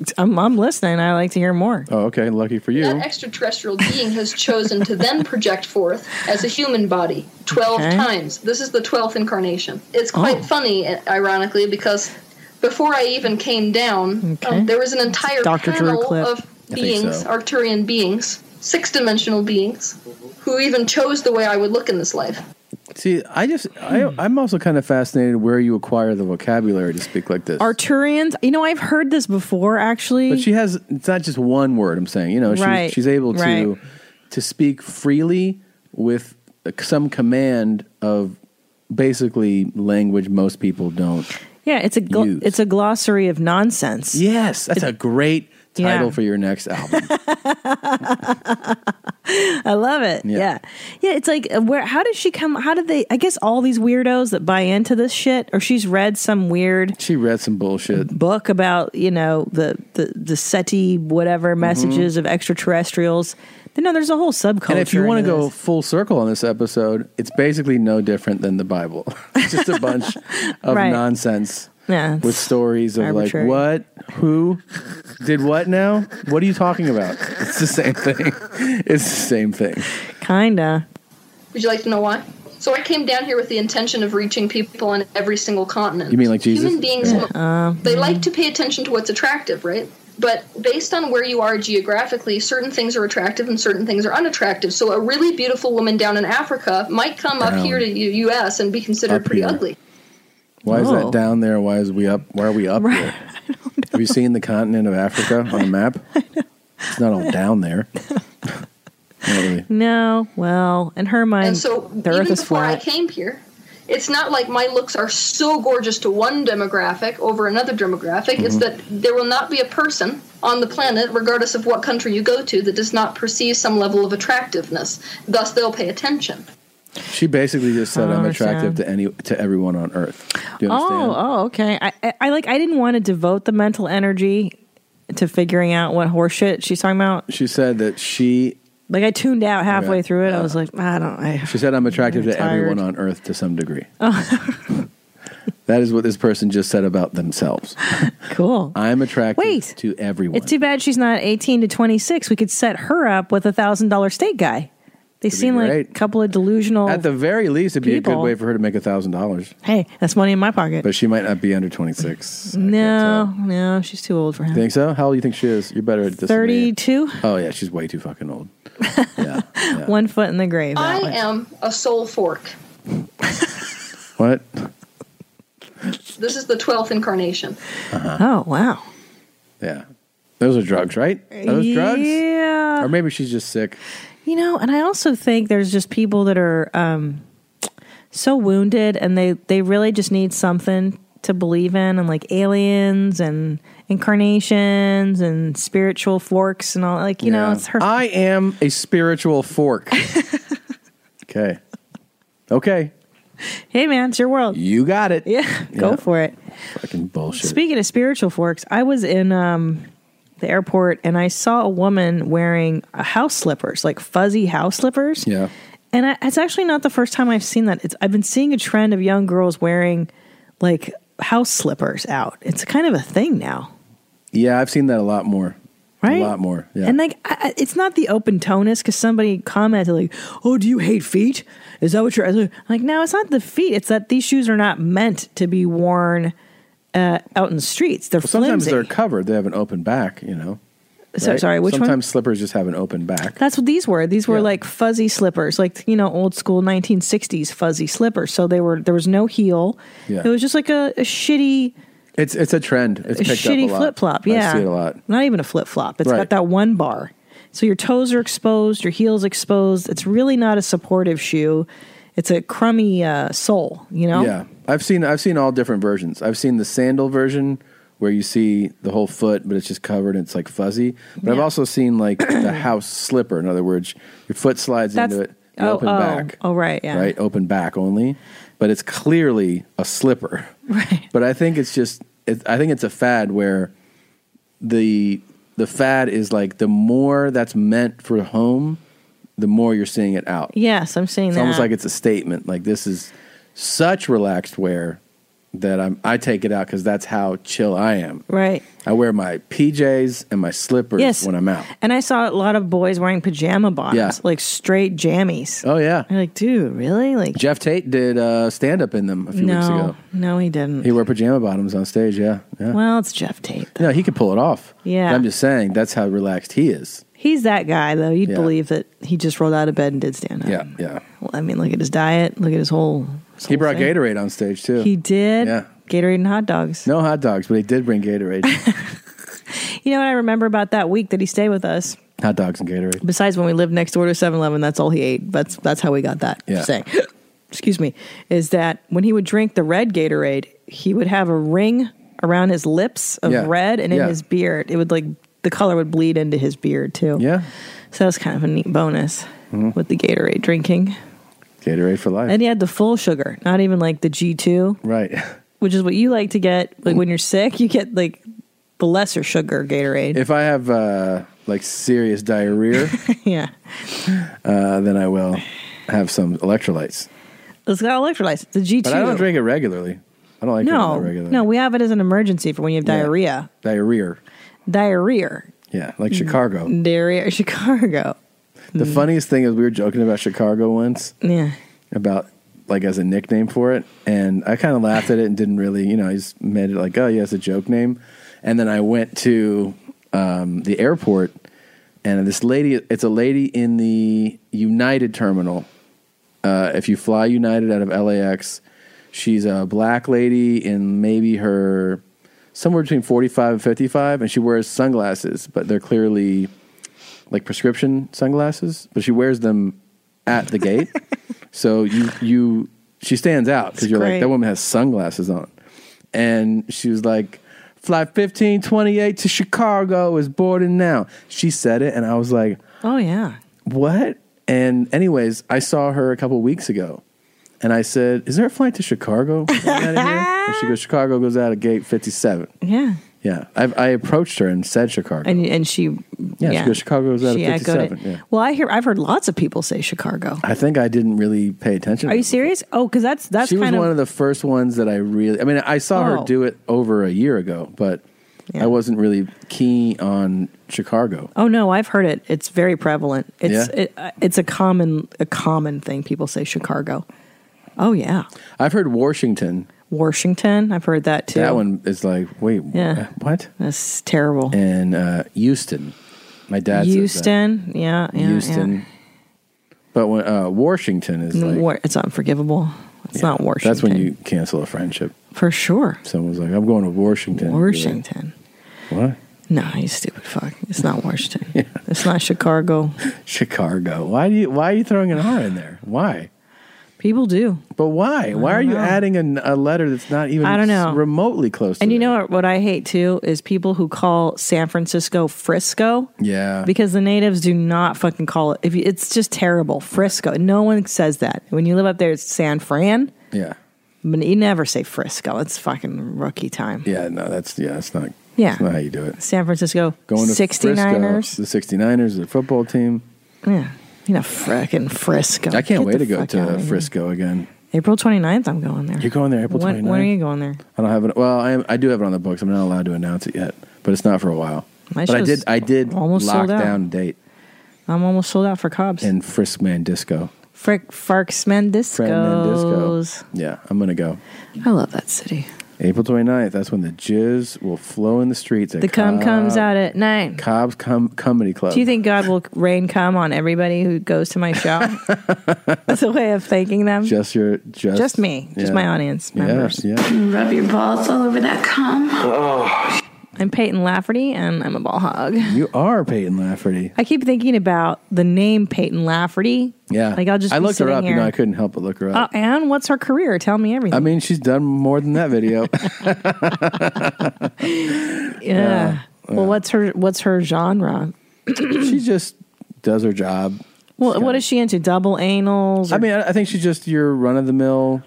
Speaker 1: It's- I'm, I'm listening. I like to hear more.
Speaker 2: Oh, okay. Lucky for you.
Speaker 13: That extraterrestrial being has chosen to then project forth as a human body 12
Speaker 2: Okay.
Speaker 13: times. This is the 12th incarnation. It's quite
Speaker 1: Oh.
Speaker 13: funny, uh, ironically, because before I even came down,
Speaker 1: Okay.
Speaker 13: um, there was an entire
Speaker 1: Dr. Drew
Speaker 13: panel
Speaker 1: Cliff.
Speaker 13: of
Speaker 1: I think
Speaker 13: beings,
Speaker 1: so.
Speaker 13: Arcturian beings, six dimensional beings, who even chose the way I would look in this life.
Speaker 2: See, I just, I, I'm also kind of fascinated where you acquire the vocabulary to speak like this.
Speaker 1: Arturians. You know, I've heard this before, actually.
Speaker 2: But she has. It's not just one word. I'm saying. You know, she's,
Speaker 1: Right,
Speaker 2: she's able to
Speaker 1: right.
Speaker 2: to speak freely with uh, some command of basically language most people don't.
Speaker 1: yeah, it's a gl- it's a glossary of nonsense.
Speaker 2: Yes, that's a great
Speaker 1: Yeah.
Speaker 2: title for your next album.
Speaker 1: I love it.
Speaker 2: Yeah.
Speaker 1: Yeah. yeah. It's like, uh, where, how did she come? How did they, I guess all these weirdos that buy into this shit, or she's read some weird.
Speaker 2: She read some bullshit.
Speaker 1: Book about, you know, the, the, the SETI,
Speaker 2: Mm-hmm.
Speaker 1: whatever messages of extraterrestrials. Then, no, there's a whole subculture.
Speaker 2: and if you want to
Speaker 1: into
Speaker 2: go
Speaker 1: this.
Speaker 2: full circle on this episode, it's basically no different than the Bible. it's just a bunch of
Speaker 1: Right.
Speaker 2: nonsense.
Speaker 1: yeah,
Speaker 2: With stories of
Speaker 1: arbitrary.
Speaker 2: like what, who, did what now? What are you talking about? It's the same thing. It's the same thing.
Speaker 1: kinda.
Speaker 13: Would you like to know why? So I came down here with the intention of reaching people on every single continent.
Speaker 2: You mean like Jesus?
Speaker 13: Human beings,
Speaker 2: Yeah.
Speaker 13: they like to pay attention to what's attractive, right? But based on where you are geographically, certain things are attractive and certain things are unattractive. So a really beautiful woman down in Africa might come
Speaker 2: Down.
Speaker 13: up here to the U.S. and be considered
Speaker 2: Up
Speaker 13: pretty
Speaker 2: here.
Speaker 13: ugly.
Speaker 2: Why is
Speaker 13: Oh.
Speaker 2: that down there? Why is we up? Why are we up there? Have you seen the continent of Africa on a map? It's not all down there. Not really.
Speaker 1: No, well, in her mind,
Speaker 13: And so
Speaker 1: the earth
Speaker 13: even
Speaker 1: is
Speaker 13: before I
Speaker 1: flat.
Speaker 13: came here, it's not like my looks are so gorgeous to one demographic over another demographic. It's
Speaker 1: Mhm.
Speaker 2: Mm-hmm.
Speaker 13: that there will not be a person on the planet, regardless of what country you go to, that does not perceive some level of attractiveness. Thus, they'll pay attention.
Speaker 2: She basically just said,
Speaker 1: I
Speaker 2: "I'm
Speaker 1: don't
Speaker 2: attractive to any to everyone on Earth." Do you understand?
Speaker 1: Oh, oh, okay. I, I, I like. I didn't want to devote the mental energy to figuring out what horseshit she's talking about.
Speaker 2: She said that she
Speaker 1: Like I tuned out halfway
Speaker 2: Okay.
Speaker 1: through it. I was like, I don't. I,
Speaker 2: she said, "I'm attractive
Speaker 1: I'm
Speaker 2: to everyone
Speaker 1: tired. Oh.
Speaker 2: on Earth to some degree." That is what this person just said about themselves.
Speaker 1: cool.
Speaker 2: I'm attractive
Speaker 1: Wait.
Speaker 2: to everyone.
Speaker 1: It's too bad she's not 18 to 26. We could set her up with a thousand dollar state guy. They
Speaker 2: be
Speaker 1: seem like a
Speaker 2: great.
Speaker 1: couple of delusional.
Speaker 2: At the very least, it'd be a
Speaker 1: people.
Speaker 2: good way for her to make a thousand dollars.
Speaker 1: hey, that's money in my pocket.
Speaker 2: But she might not be under 26.
Speaker 1: no, no, she's too old for
Speaker 2: You
Speaker 1: him.
Speaker 2: think so? How old do you think she is? You're better at this. than me.
Speaker 1: 32,
Speaker 2: Oh yeah, she's way too fucking old.
Speaker 1: one foot in the grave.
Speaker 13: I am a soul fork.
Speaker 2: What?
Speaker 13: This is the 12th incarnation.
Speaker 2: Uh-huh.
Speaker 1: Oh wow.
Speaker 2: Yeah, those are drugs, right? Are those drugs?
Speaker 1: Yeah.
Speaker 2: Or maybe she's just sick.
Speaker 1: You know, and I also think there's just people that are um, so wounded and they, they really just need something to believe in and like aliens and incarnations and spiritual forks and all like you know
Speaker 2: Yeah.
Speaker 1: it's her
Speaker 2: I am a spiritual fork. okay. Okay.
Speaker 1: hey man it's your world
Speaker 2: you got it
Speaker 1: yeah go
Speaker 2: Yeah.
Speaker 1: for it
Speaker 2: Fucking bullshit.
Speaker 1: Speaking of spiritual forks, I was in um, the airport and I saw a woman wearing uh, house slippers, like fuzzy house slippers.
Speaker 2: Yeah.
Speaker 1: And I, it's actually not the first time I've seen that. It's I've been seeing a trend of young girls wearing like house slippers out. It's kind of a thing now,
Speaker 2: yeah, I've seen that a lot more.
Speaker 1: right?
Speaker 2: A lot more. Yeah.
Speaker 1: And like, I, I- it's not the open tonus because somebody commented like, "Oh, do you hate feet? Is that what you're?" I'm like, no, it's not the feet. It's that these shoes are not meant to be worn uh, out in the streets. They're
Speaker 2: Well, sometimes
Speaker 1: flimsy.
Speaker 2: they're covered. They have an open back. You know.
Speaker 1: So- sorry, which one?
Speaker 2: sometimes slippers just have an open back.
Speaker 1: That's what these were. These were like fuzzy slippers, like you know, old school 1960s fuzzy slippers. So they were there was no heel.
Speaker 2: Yeah.
Speaker 1: It was just like a, a shitty,
Speaker 2: It's it's a trend. It's
Speaker 1: a
Speaker 2: picked up
Speaker 1: shitty
Speaker 2: a lot.
Speaker 1: flip flop. Yeah,
Speaker 2: I see it a lot.
Speaker 1: Not even a flip flop. It's got
Speaker 2: Right.
Speaker 1: that one bar. So your toes are exposed, your heels exposed. It's really not a supportive shoe. It's a crummy uh, sole. You know.
Speaker 2: Yeah, I've seen I've seen all different versions. I've seen the sandal version where you see the whole foot, but it's just covered and it's like fuzzy. But I've
Speaker 1: Yeah.
Speaker 2: also seen like the house slipper. In other words, your foot slides
Speaker 1: That's-
Speaker 2: into it, the
Speaker 1: Oh,
Speaker 2: open
Speaker 1: oh,
Speaker 2: back,
Speaker 1: oh, right, yeah.
Speaker 2: right, open back only. But it's clearly a slipper. Right. But I think it's just it, I think it's a fad where the the fad is like the more that's meant for home, the more you're seeing it out.
Speaker 1: Yes, I'm seeing
Speaker 2: It's
Speaker 1: that.
Speaker 2: almost like it's a statement. Like this is such relaxed wear that I'm, I take it out because that's how chill I am.
Speaker 1: Right.
Speaker 2: I wear my PJs and my slippers
Speaker 1: Yes.
Speaker 2: when I'm out.
Speaker 1: And I saw a lot of boys wearing pajama bottoms,
Speaker 2: Yeah.
Speaker 1: like straight jammies.
Speaker 2: Oh yeah.
Speaker 1: You're like, dude, really? Like
Speaker 2: Jeff Tate did uh, stand up in them a few
Speaker 1: no,
Speaker 2: weeks ago.
Speaker 1: no, he didn't.
Speaker 2: He wore pajama bottoms on stage. Yeah. yeah.
Speaker 1: Well, it's Jeff Tate.
Speaker 2: No, he could pull it off.
Speaker 1: Yeah.
Speaker 2: But I'm just saying that's how relaxed he is.
Speaker 1: He's that guy, though. You'd
Speaker 2: Yeah.
Speaker 1: believe that he just rolled out of bed and did stand up.
Speaker 2: Yeah. Yeah.
Speaker 1: Well, I mean, look at his diet. Look at his whole. his
Speaker 2: He
Speaker 1: whole
Speaker 2: brought
Speaker 1: thing.
Speaker 2: Gatorade on stage too.
Speaker 1: He did.
Speaker 2: Yeah.
Speaker 1: Gatorade and hot dogs.
Speaker 2: No hot dogs, but he did bring Gatorade.
Speaker 1: You know what I remember about that week that he stayed with us?
Speaker 2: hot dogs and Gatorade.
Speaker 1: Besides, when we lived next door to 7 Eleven, that's all he ate. That's, that's how we got that
Speaker 2: Yeah.
Speaker 1: saying. Excuse me. Is that when he would drink the red Gatorade, he would have a ring around his lips of
Speaker 2: Yeah.
Speaker 1: red and in
Speaker 2: Yeah.
Speaker 1: his beard. It would like the color would bleed into his beard too.
Speaker 2: Yeah.
Speaker 1: So that's kind of a neat bonus
Speaker 2: Hmm.
Speaker 1: with the Gatorade drinking.
Speaker 2: Gatorade for life.
Speaker 1: And he had the full sugar, not even like the G2,
Speaker 2: right.
Speaker 1: which is what you like to get. Like when you're sick, you get like the lesser sugar Gatorade.
Speaker 2: If I have uh, like serious diarrhea,
Speaker 1: yeah.
Speaker 2: uh, then I will have some electrolytes.
Speaker 1: It's got electrolytes. It's a G2.
Speaker 2: But I don't drink it regularly. I don't like
Speaker 1: no,
Speaker 2: drinking it regularly.
Speaker 1: no, we have it as an emergency for when you have
Speaker 2: Yeah.
Speaker 1: diarrhea.
Speaker 2: Diarrhea.
Speaker 1: Diarrhea.
Speaker 2: Yeah, like
Speaker 1: Mm-hmm.
Speaker 2: Chicago.
Speaker 1: Diarrhea. Chicago.
Speaker 2: The
Speaker 1: Mm-hmm.
Speaker 2: funniest thing is we were joking about Chicago once,
Speaker 1: Yeah.
Speaker 2: about like as a nickname for it, and I kind of laughed at it and didn't really, you know, I just made it like, oh yeah, it's a joke name, and then I went to um, the airport, and this lady, it's a lady in the United terminal. Uh, if you fly United out of LAX, she's a black lady in maybe her somewhere between forty five and fifty five, and she wears sunglasses, but they're clearly like prescription sunglasses, but she wears them at the gate. so you you she stands out because
Speaker 15: It's
Speaker 2: you're
Speaker 15: great.
Speaker 2: like that woman has sunglasses on, and she was like. Flight 1528 to Chicago is boarding now. She said it, and I was like,
Speaker 1: Oh, yeah.
Speaker 2: what? And anyways, I saw her a couple weeks ago, and I said, "Is there a flight to Chicago?" going out of here?" and she goes, "Chicago goes out of gate fifty-seven.
Speaker 1: Yeah.
Speaker 2: Yeah, I, I approached her and said Chicago.
Speaker 1: And, and she.
Speaker 2: yeah, she goes, "Chicago goes out
Speaker 1: She
Speaker 2: of
Speaker 1: echoed it.
Speaker 2: fifty-seven. Yeah.
Speaker 1: Well, I hear, I've heard lots of people say Chicago.
Speaker 2: I think I didn't really pay attention.
Speaker 1: Are you serious? Oh, because that's, that's
Speaker 2: she was
Speaker 1: kind
Speaker 2: one
Speaker 1: of.
Speaker 2: of the first ones that I really. I mean, I saw
Speaker 1: Oh.
Speaker 2: her do it over a year ago, but I wasn't really keen on Chicago.
Speaker 1: Oh no, I've heard it. It's very prevalent. It's
Speaker 2: Yeah?
Speaker 1: it, uh, it's a common a common thing people say Chicago. Oh yeah,
Speaker 2: I've heard Washington.
Speaker 1: Washington. I've heard that too.
Speaker 2: That one is like, wait,
Speaker 1: Yeah.
Speaker 2: what?
Speaker 1: That's terrible.
Speaker 2: And uh, Houston, my uh, dad. says that.
Speaker 1: Houston. Yeah, yeah,
Speaker 2: Houston.
Speaker 1: yeah.
Speaker 2: But when uh, Washington is
Speaker 1: No,
Speaker 2: like,
Speaker 1: Wa- it's unforgivable. It's not Washington.
Speaker 2: that's when you cancel a friendship.
Speaker 1: For sure.
Speaker 2: Someone's like, I'm going to Washington. You're like,
Speaker 1: Washington.
Speaker 2: what?
Speaker 1: No, you stupid fuck. It's not Washington. It's not Chicago.
Speaker 2: Chicago. Why do you? Why are you throwing an R in there? Why?
Speaker 1: People do.
Speaker 2: But why? Why are
Speaker 1: don't
Speaker 2: you
Speaker 1: know.
Speaker 2: adding an- a, letter that's not even
Speaker 1: I don't know.
Speaker 2: s- remotely close to
Speaker 1: And you know what, what I hate too is people who call San Francisco Frisco.
Speaker 2: Yeah.
Speaker 1: Because the natives do not fucking call it. If you, it's just terrible, Frisco. No one says that. When you live up there, it's San Fran,
Speaker 2: Yeah.
Speaker 1: but you never say Frisco. It's fucking rookie time.
Speaker 2: Yeah. No, that's yeah, that's not
Speaker 1: Yeah.
Speaker 2: that's not how you do it.
Speaker 1: San Francisco
Speaker 2: Going to
Speaker 1: 69ers.
Speaker 2: Frisco, the 69ers, the football team.
Speaker 1: Yeah, you know, frickin' Frisco.
Speaker 2: I can't
Speaker 1: Get
Speaker 2: wait
Speaker 1: the
Speaker 2: to go
Speaker 1: fuck outta
Speaker 2: to
Speaker 1: here.
Speaker 2: Frisco again.
Speaker 1: April 29th, I'm going there.
Speaker 2: You're going there April
Speaker 1: When, when are
Speaker 2: 29th?
Speaker 1: you going there?
Speaker 2: I don't have it. Well, I am, I do have it on the books. I'm not allowed to announce it yet, but it's not for a while.
Speaker 1: My
Speaker 2: but I
Speaker 1: show's
Speaker 2: did. I did
Speaker 1: almost
Speaker 2: lock
Speaker 1: sold out.
Speaker 2: down a date
Speaker 1: I'm almost sold out for Cobb's.
Speaker 2: in Friskman Disco.
Speaker 1: Frick Farks
Speaker 2: Friskman
Speaker 1: Mendisco.
Speaker 2: Disco. Yeah, I'm gonna go.
Speaker 1: I love that city.
Speaker 2: April 29th. That's when the jizz will flow in the streets. At
Speaker 1: The cum comes out at nine.
Speaker 2: Cobb's Cum Comedy Club.
Speaker 1: Do you think God will rain cum on everybody who goes to my show? That's a way of thanking them.
Speaker 2: just your just
Speaker 1: Just me, just my audience members.
Speaker 2: Yeah, yeah.
Speaker 1: Rub your balls all over that cum.
Speaker 2: Oh,
Speaker 1: I'm Peyton Lafferty, and I'm a ball hog.
Speaker 2: you are Peyton Lafferty.
Speaker 1: I keep thinking about the name Peyton Lafferty.
Speaker 2: Yeah,
Speaker 1: Like, I'll just
Speaker 2: I
Speaker 1: be
Speaker 2: looked her
Speaker 1: sitting
Speaker 2: up. You
Speaker 1: here.
Speaker 2: know, I couldn't help but look her
Speaker 1: Oh,
Speaker 2: up.
Speaker 1: and what's her career? Tell me everything.
Speaker 2: I mean, she's done more than that video.
Speaker 1: yeah. Well, what's her what's her genre?
Speaker 2: she just does her job.
Speaker 1: Well, what is she into? Double anals?
Speaker 2: I mean, I I think she's just your run of the mill.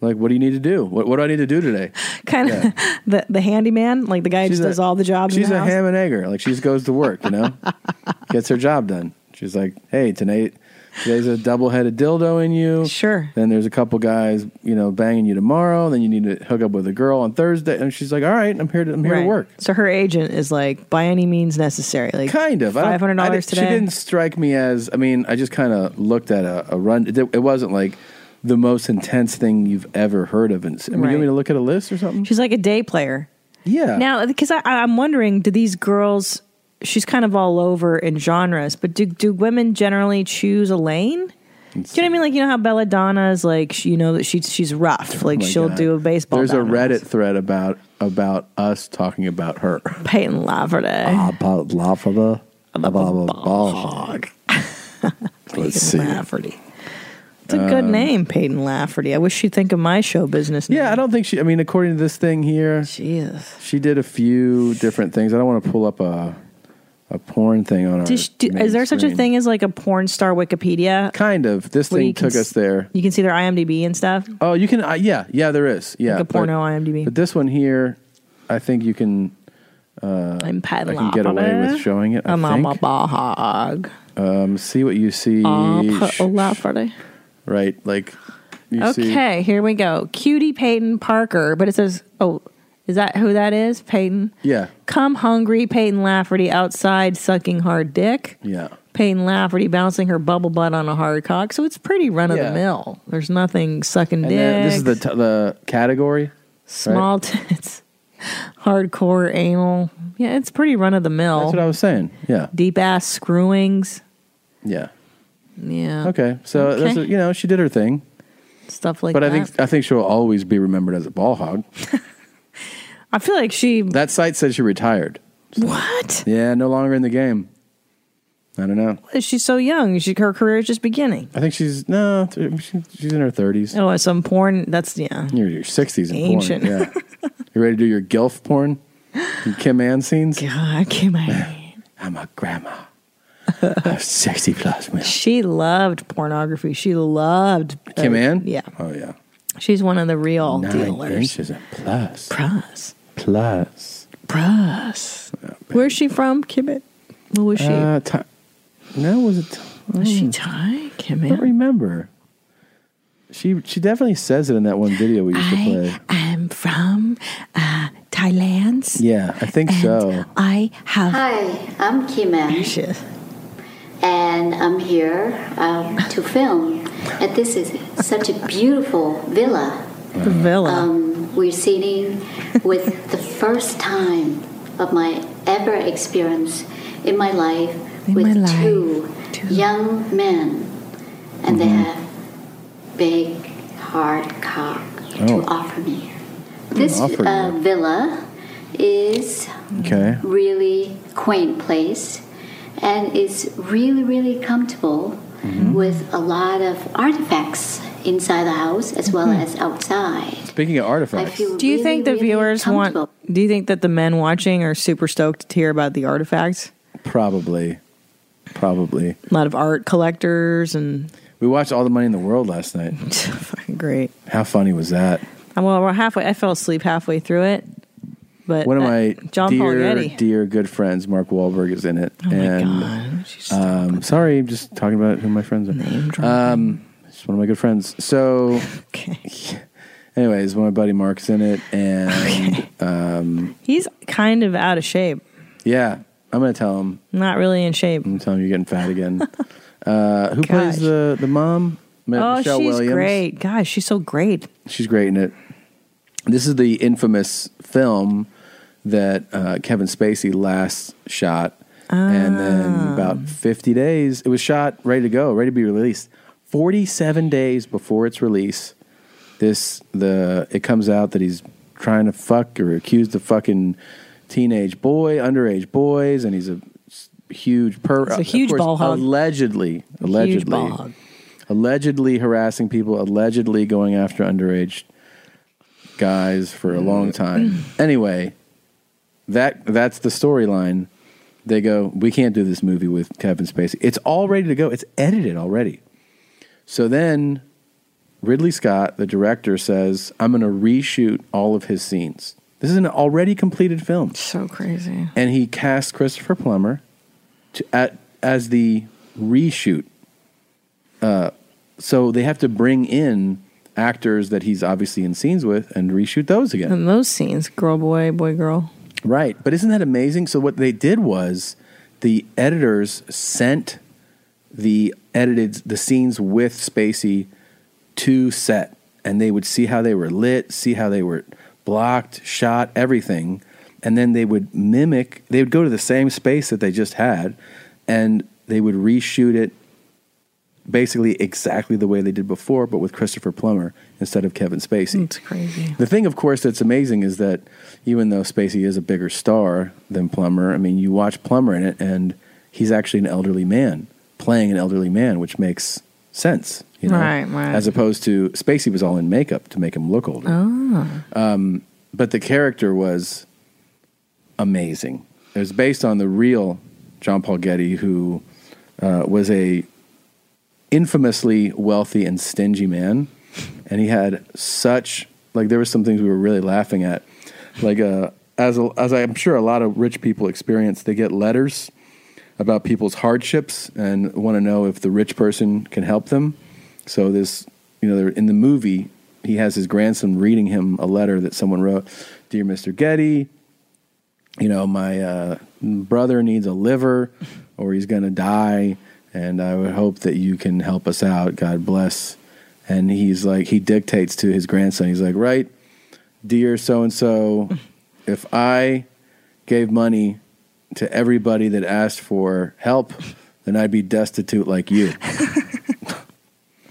Speaker 2: Like, what do you need to do? What, what do I need to do today?
Speaker 1: kind of the the handyman, like the guy who just does all the jobs.
Speaker 2: She's
Speaker 1: in the
Speaker 2: a
Speaker 1: house?
Speaker 2: ham and egger. Like, she just goes to work. You know, gets her job done. She's like, hey, tonight There's a double-headed dildo in you.
Speaker 1: Sure.
Speaker 2: Then there's a couple guys, you know, banging you tomorrow. Then you need to hook up with a girl on Thursday, and she's like, "All right, I'm here to I'm here
Speaker 1: Right.
Speaker 2: to work."
Speaker 1: So her agent is like, by any means necessary, like
Speaker 2: Kind of. I don't-
Speaker 1: five hundred
Speaker 2: I
Speaker 1: dollars
Speaker 2: didn't-
Speaker 1: today.
Speaker 2: She didn't strike me as. I mean, I just kind of looked at a, a run. It, di- it wasn't like the most intense thing you've ever heard of. And I mean, you
Speaker 1: Right.
Speaker 2: want me to look at a list or something?
Speaker 1: She's like a day player.
Speaker 2: Yeah.
Speaker 1: Now, because I, I- I'm wondering, do these girls? She's kind of all over in genres, but do do women generally choose a lane? Do you know what I mean? Like you know how Belladonna is like she, you know that she's she's rough, like
Speaker 2: Oh my
Speaker 1: she'll
Speaker 2: God.
Speaker 1: do a baseball.
Speaker 2: There's a
Speaker 1: bat.
Speaker 2: Reddit thread about about us talking about her.
Speaker 1: Peyton Laverty.
Speaker 2: About Lafada. About Bog. Let's see.
Speaker 1: Lafferty. It's a good
Speaker 2: Um,
Speaker 1: name, Peyton Lafferty. I wish she'd think of my show business. Name.
Speaker 2: Yeah, I don't think she. I mean, according to this thing here,
Speaker 1: Jesus,
Speaker 2: she did a few different things. I don't want to pull up a a porn thing on our.
Speaker 1: Does she- do-
Speaker 2: main
Speaker 1: is there such a
Speaker 2: screen.
Speaker 1: thing as like a porn star Wikipedia?
Speaker 2: Kind of. This
Speaker 1: Where
Speaker 2: thing
Speaker 1: you can
Speaker 2: took us
Speaker 1: s-
Speaker 2: there.
Speaker 1: You can see their IMDb and stuff.
Speaker 2: Oh, you can. Uh, yeah, yeah, there is. Yeah,
Speaker 1: Like a porno IMDb.
Speaker 2: But this one here, I think you can. Uh,
Speaker 1: I'm
Speaker 2: I can get away with showing it. I
Speaker 1: I'm on
Speaker 2: think.
Speaker 1: my bahog.
Speaker 2: Um, see what you see.
Speaker 1: Uh, Peyton Lafferty.
Speaker 2: right, like you see.
Speaker 1: Okay, here we go. Cutie Peyton Parker, but it says, oh, is that who that is? Peyton.
Speaker 2: Yeah,
Speaker 1: Come hungry, Peyton Lafferty outside sucking hard dick.
Speaker 2: yeah.
Speaker 1: Peyton Lafferty bouncing her bubble butt on a hard cock. So it's pretty run of the
Speaker 2: Yeah.
Speaker 1: mill. There's nothing sucking
Speaker 2: And
Speaker 1: dick.
Speaker 2: then this is the t- the category.
Speaker 1: small
Speaker 2: right?
Speaker 1: tits, hardcore anal. Yeah, it's pretty run of the mill.
Speaker 2: That's what I was saying. Yeah,
Speaker 1: Deep ass screwings.
Speaker 2: yeah.
Speaker 1: Yeah.
Speaker 2: Okay, so
Speaker 1: Okay.
Speaker 2: That's a, you know she did her thing,
Speaker 1: Stuff like
Speaker 2: but
Speaker 1: that.
Speaker 2: I think I think she'll always be remembered as a ball hog.
Speaker 1: I feel like she.
Speaker 2: That site said she retired.
Speaker 1: What?
Speaker 2: Yeah, no longer in the game. I don't know.
Speaker 1: She's so young. She, her career is just beginning.
Speaker 2: I think she's no, th- she- she's in her thirties.
Speaker 1: Oh, some porn. That's yeah.
Speaker 2: You're your sixties in
Speaker 1: Ancient.
Speaker 2: porn. Yeah, you ready to do your gilf porn? Your Kim Ann scenes.
Speaker 1: God, Kim
Speaker 2: I'm a grandma. I'm sixty plus. Man.
Speaker 1: She loved pornography. She loved
Speaker 2: Kim Ann.
Speaker 1: Yeah,
Speaker 2: Oh yeah.
Speaker 1: she's one of the real
Speaker 2: Nine
Speaker 1: dealers.
Speaker 2: inches and plus.
Speaker 1: Plus.
Speaker 2: Plus.
Speaker 1: Bruss. Where's she from, Kibbit? What was she?
Speaker 2: Uh, hmm. Tha- no, was it?
Speaker 1: was she Thai? Kim
Speaker 2: I don't
Speaker 1: Ann?
Speaker 2: remember. She she definitely says it in that one video we used to play.
Speaker 1: I'm from uh, Thailand.
Speaker 2: Yeah, I think so.
Speaker 1: I have.
Speaker 15: Hi, I'm Kim Ann, and I'm here um, to film. And this is such a beautiful villa.
Speaker 1: The villa.
Speaker 15: Um, we're sitting with the first time of my ever experience in my life with two, young men, and they have big, hard cock
Speaker 2: Oh.
Speaker 15: to offer me. This
Speaker 2: Offer you.
Speaker 1: um,
Speaker 15: uh, villa is
Speaker 2: Okay.
Speaker 15: really quaint place and it's really really comfortable with a lot of artifacts inside the house as well as outside
Speaker 2: Speaking of artifacts,
Speaker 1: Do you think the viewers want? Do you think that the men watching are super stoked to hear about the artifacts?
Speaker 2: probably, probably.
Speaker 1: A lot of art collectors and
Speaker 2: We watched All the Money in the World last night.
Speaker 1: fucking great.
Speaker 2: How funny was that?
Speaker 1: And well, we're halfway. I fell asleep halfway through it. But
Speaker 2: One of
Speaker 1: uh,
Speaker 2: my
Speaker 1: John Paul
Speaker 2: dear,
Speaker 1: Getty.
Speaker 2: dear good friends, Mark Wahlberg, is in it. Oh and, Um, sorry, I'm just talking about who my friends are. Name um, It's one of my good friends. So, anyways, one of my buddy Mark's in it, and um,
Speaker 1: He's kind of out of shape.
Speaker 2: yeah, I'm gonna tell him.
Speaker 1: Not really in shape.
Speaker 2: I'm telling you, you're getting fat again. uh, who
Speaker 1: Gosh.
Speaker 2: plays the the mom? Ma-
Speaker 1: oh,
Speaker 2: Michelle
Speaker 1: she's
Speaker 2: Williams.
Speaker 1: great. Gosh, she's so great.
Speaker 2: She's great in it. This is the infamous film that uh, Kevin Spacey last shot. And
Speaker 1: Ah.
Speaker 2: then about 50 days, it was shot, ready to go, ready to be released. 47 days before its release, this the it comes out that he's trying to fuck or accused the fucking teenage boy, underage boys, and he's a s- huge per
Speaker 1: He's a
Speaker 2: of
Speaker 1: huge
Speaker 2: course,
Speaker 1: ball hog.
Speaker 2: allegedly, allegedly,
Speaker 1: ball hog.
Speaker 2: allegedly harassing people, allegedly going after underage guys for a long time. anyway, that that's the storyline. They go, we can't do this movie with Kevin Spacey. It's all ready to go. It's edited already. So then Ridley Scott, the director, says, I'm going to reshoot all of his scenes. This is an already completed film.
Speaker 1: So crazy.
Speaker 2: And he cast Christopher Plummer to, at, as the reshoot uh, so they have to bring in actors that he's obviously in scenes with and reshoot those again.
Speaker 1: And those scenes, girl, boy, boy, girl.
Speaker 2: Right. But isn't that amazing? So what they did was the editors sent the edited the scenes with Spacey to set and they would see how they were lit, see how they were blocked, shot, everything. And then they would mimic, they would go to the same space that they just had and they would reshoot it basically exactly the way they did before, but with Christopher Plummer instead of Kevin Spacey.
Speaker 1: It's crazy.
Speaker 2: The thing, of course, that's amazing is that even though Spacey is a bigger star than Plummer, I mean, you watch Plummer in it, and he's actually an elderly man playing an elderly man, which makes sense, you know,
Speaker 1: Right, right.
Speaker 2: as opposed to Spacey was all in makeup to make him look older.
Speaker 1: Oh.
Speaker 2: Um, but the character was amazing. It was based on the real John Paul Getty, who uh, was a infamously wealthy and stingy man, and he had such like there were some things we were really laughing at, like uh, as a, as I'm sure a lot of rich people experience, they get letters about people's hardships and want to know if the rich person can help them. So this, you know, they're- in the movie, he has his grandson reading him a letter that someone wrote, "Dear Mr. Getty, you know, my uh, brother needs a liver or he's going to die. And I would hope that you can help us out. God bless. And he's like, he dictates to his grandson, he's like, right, dear so and so, if I gave money to everybody that asked for help, then I'd be destitute like you.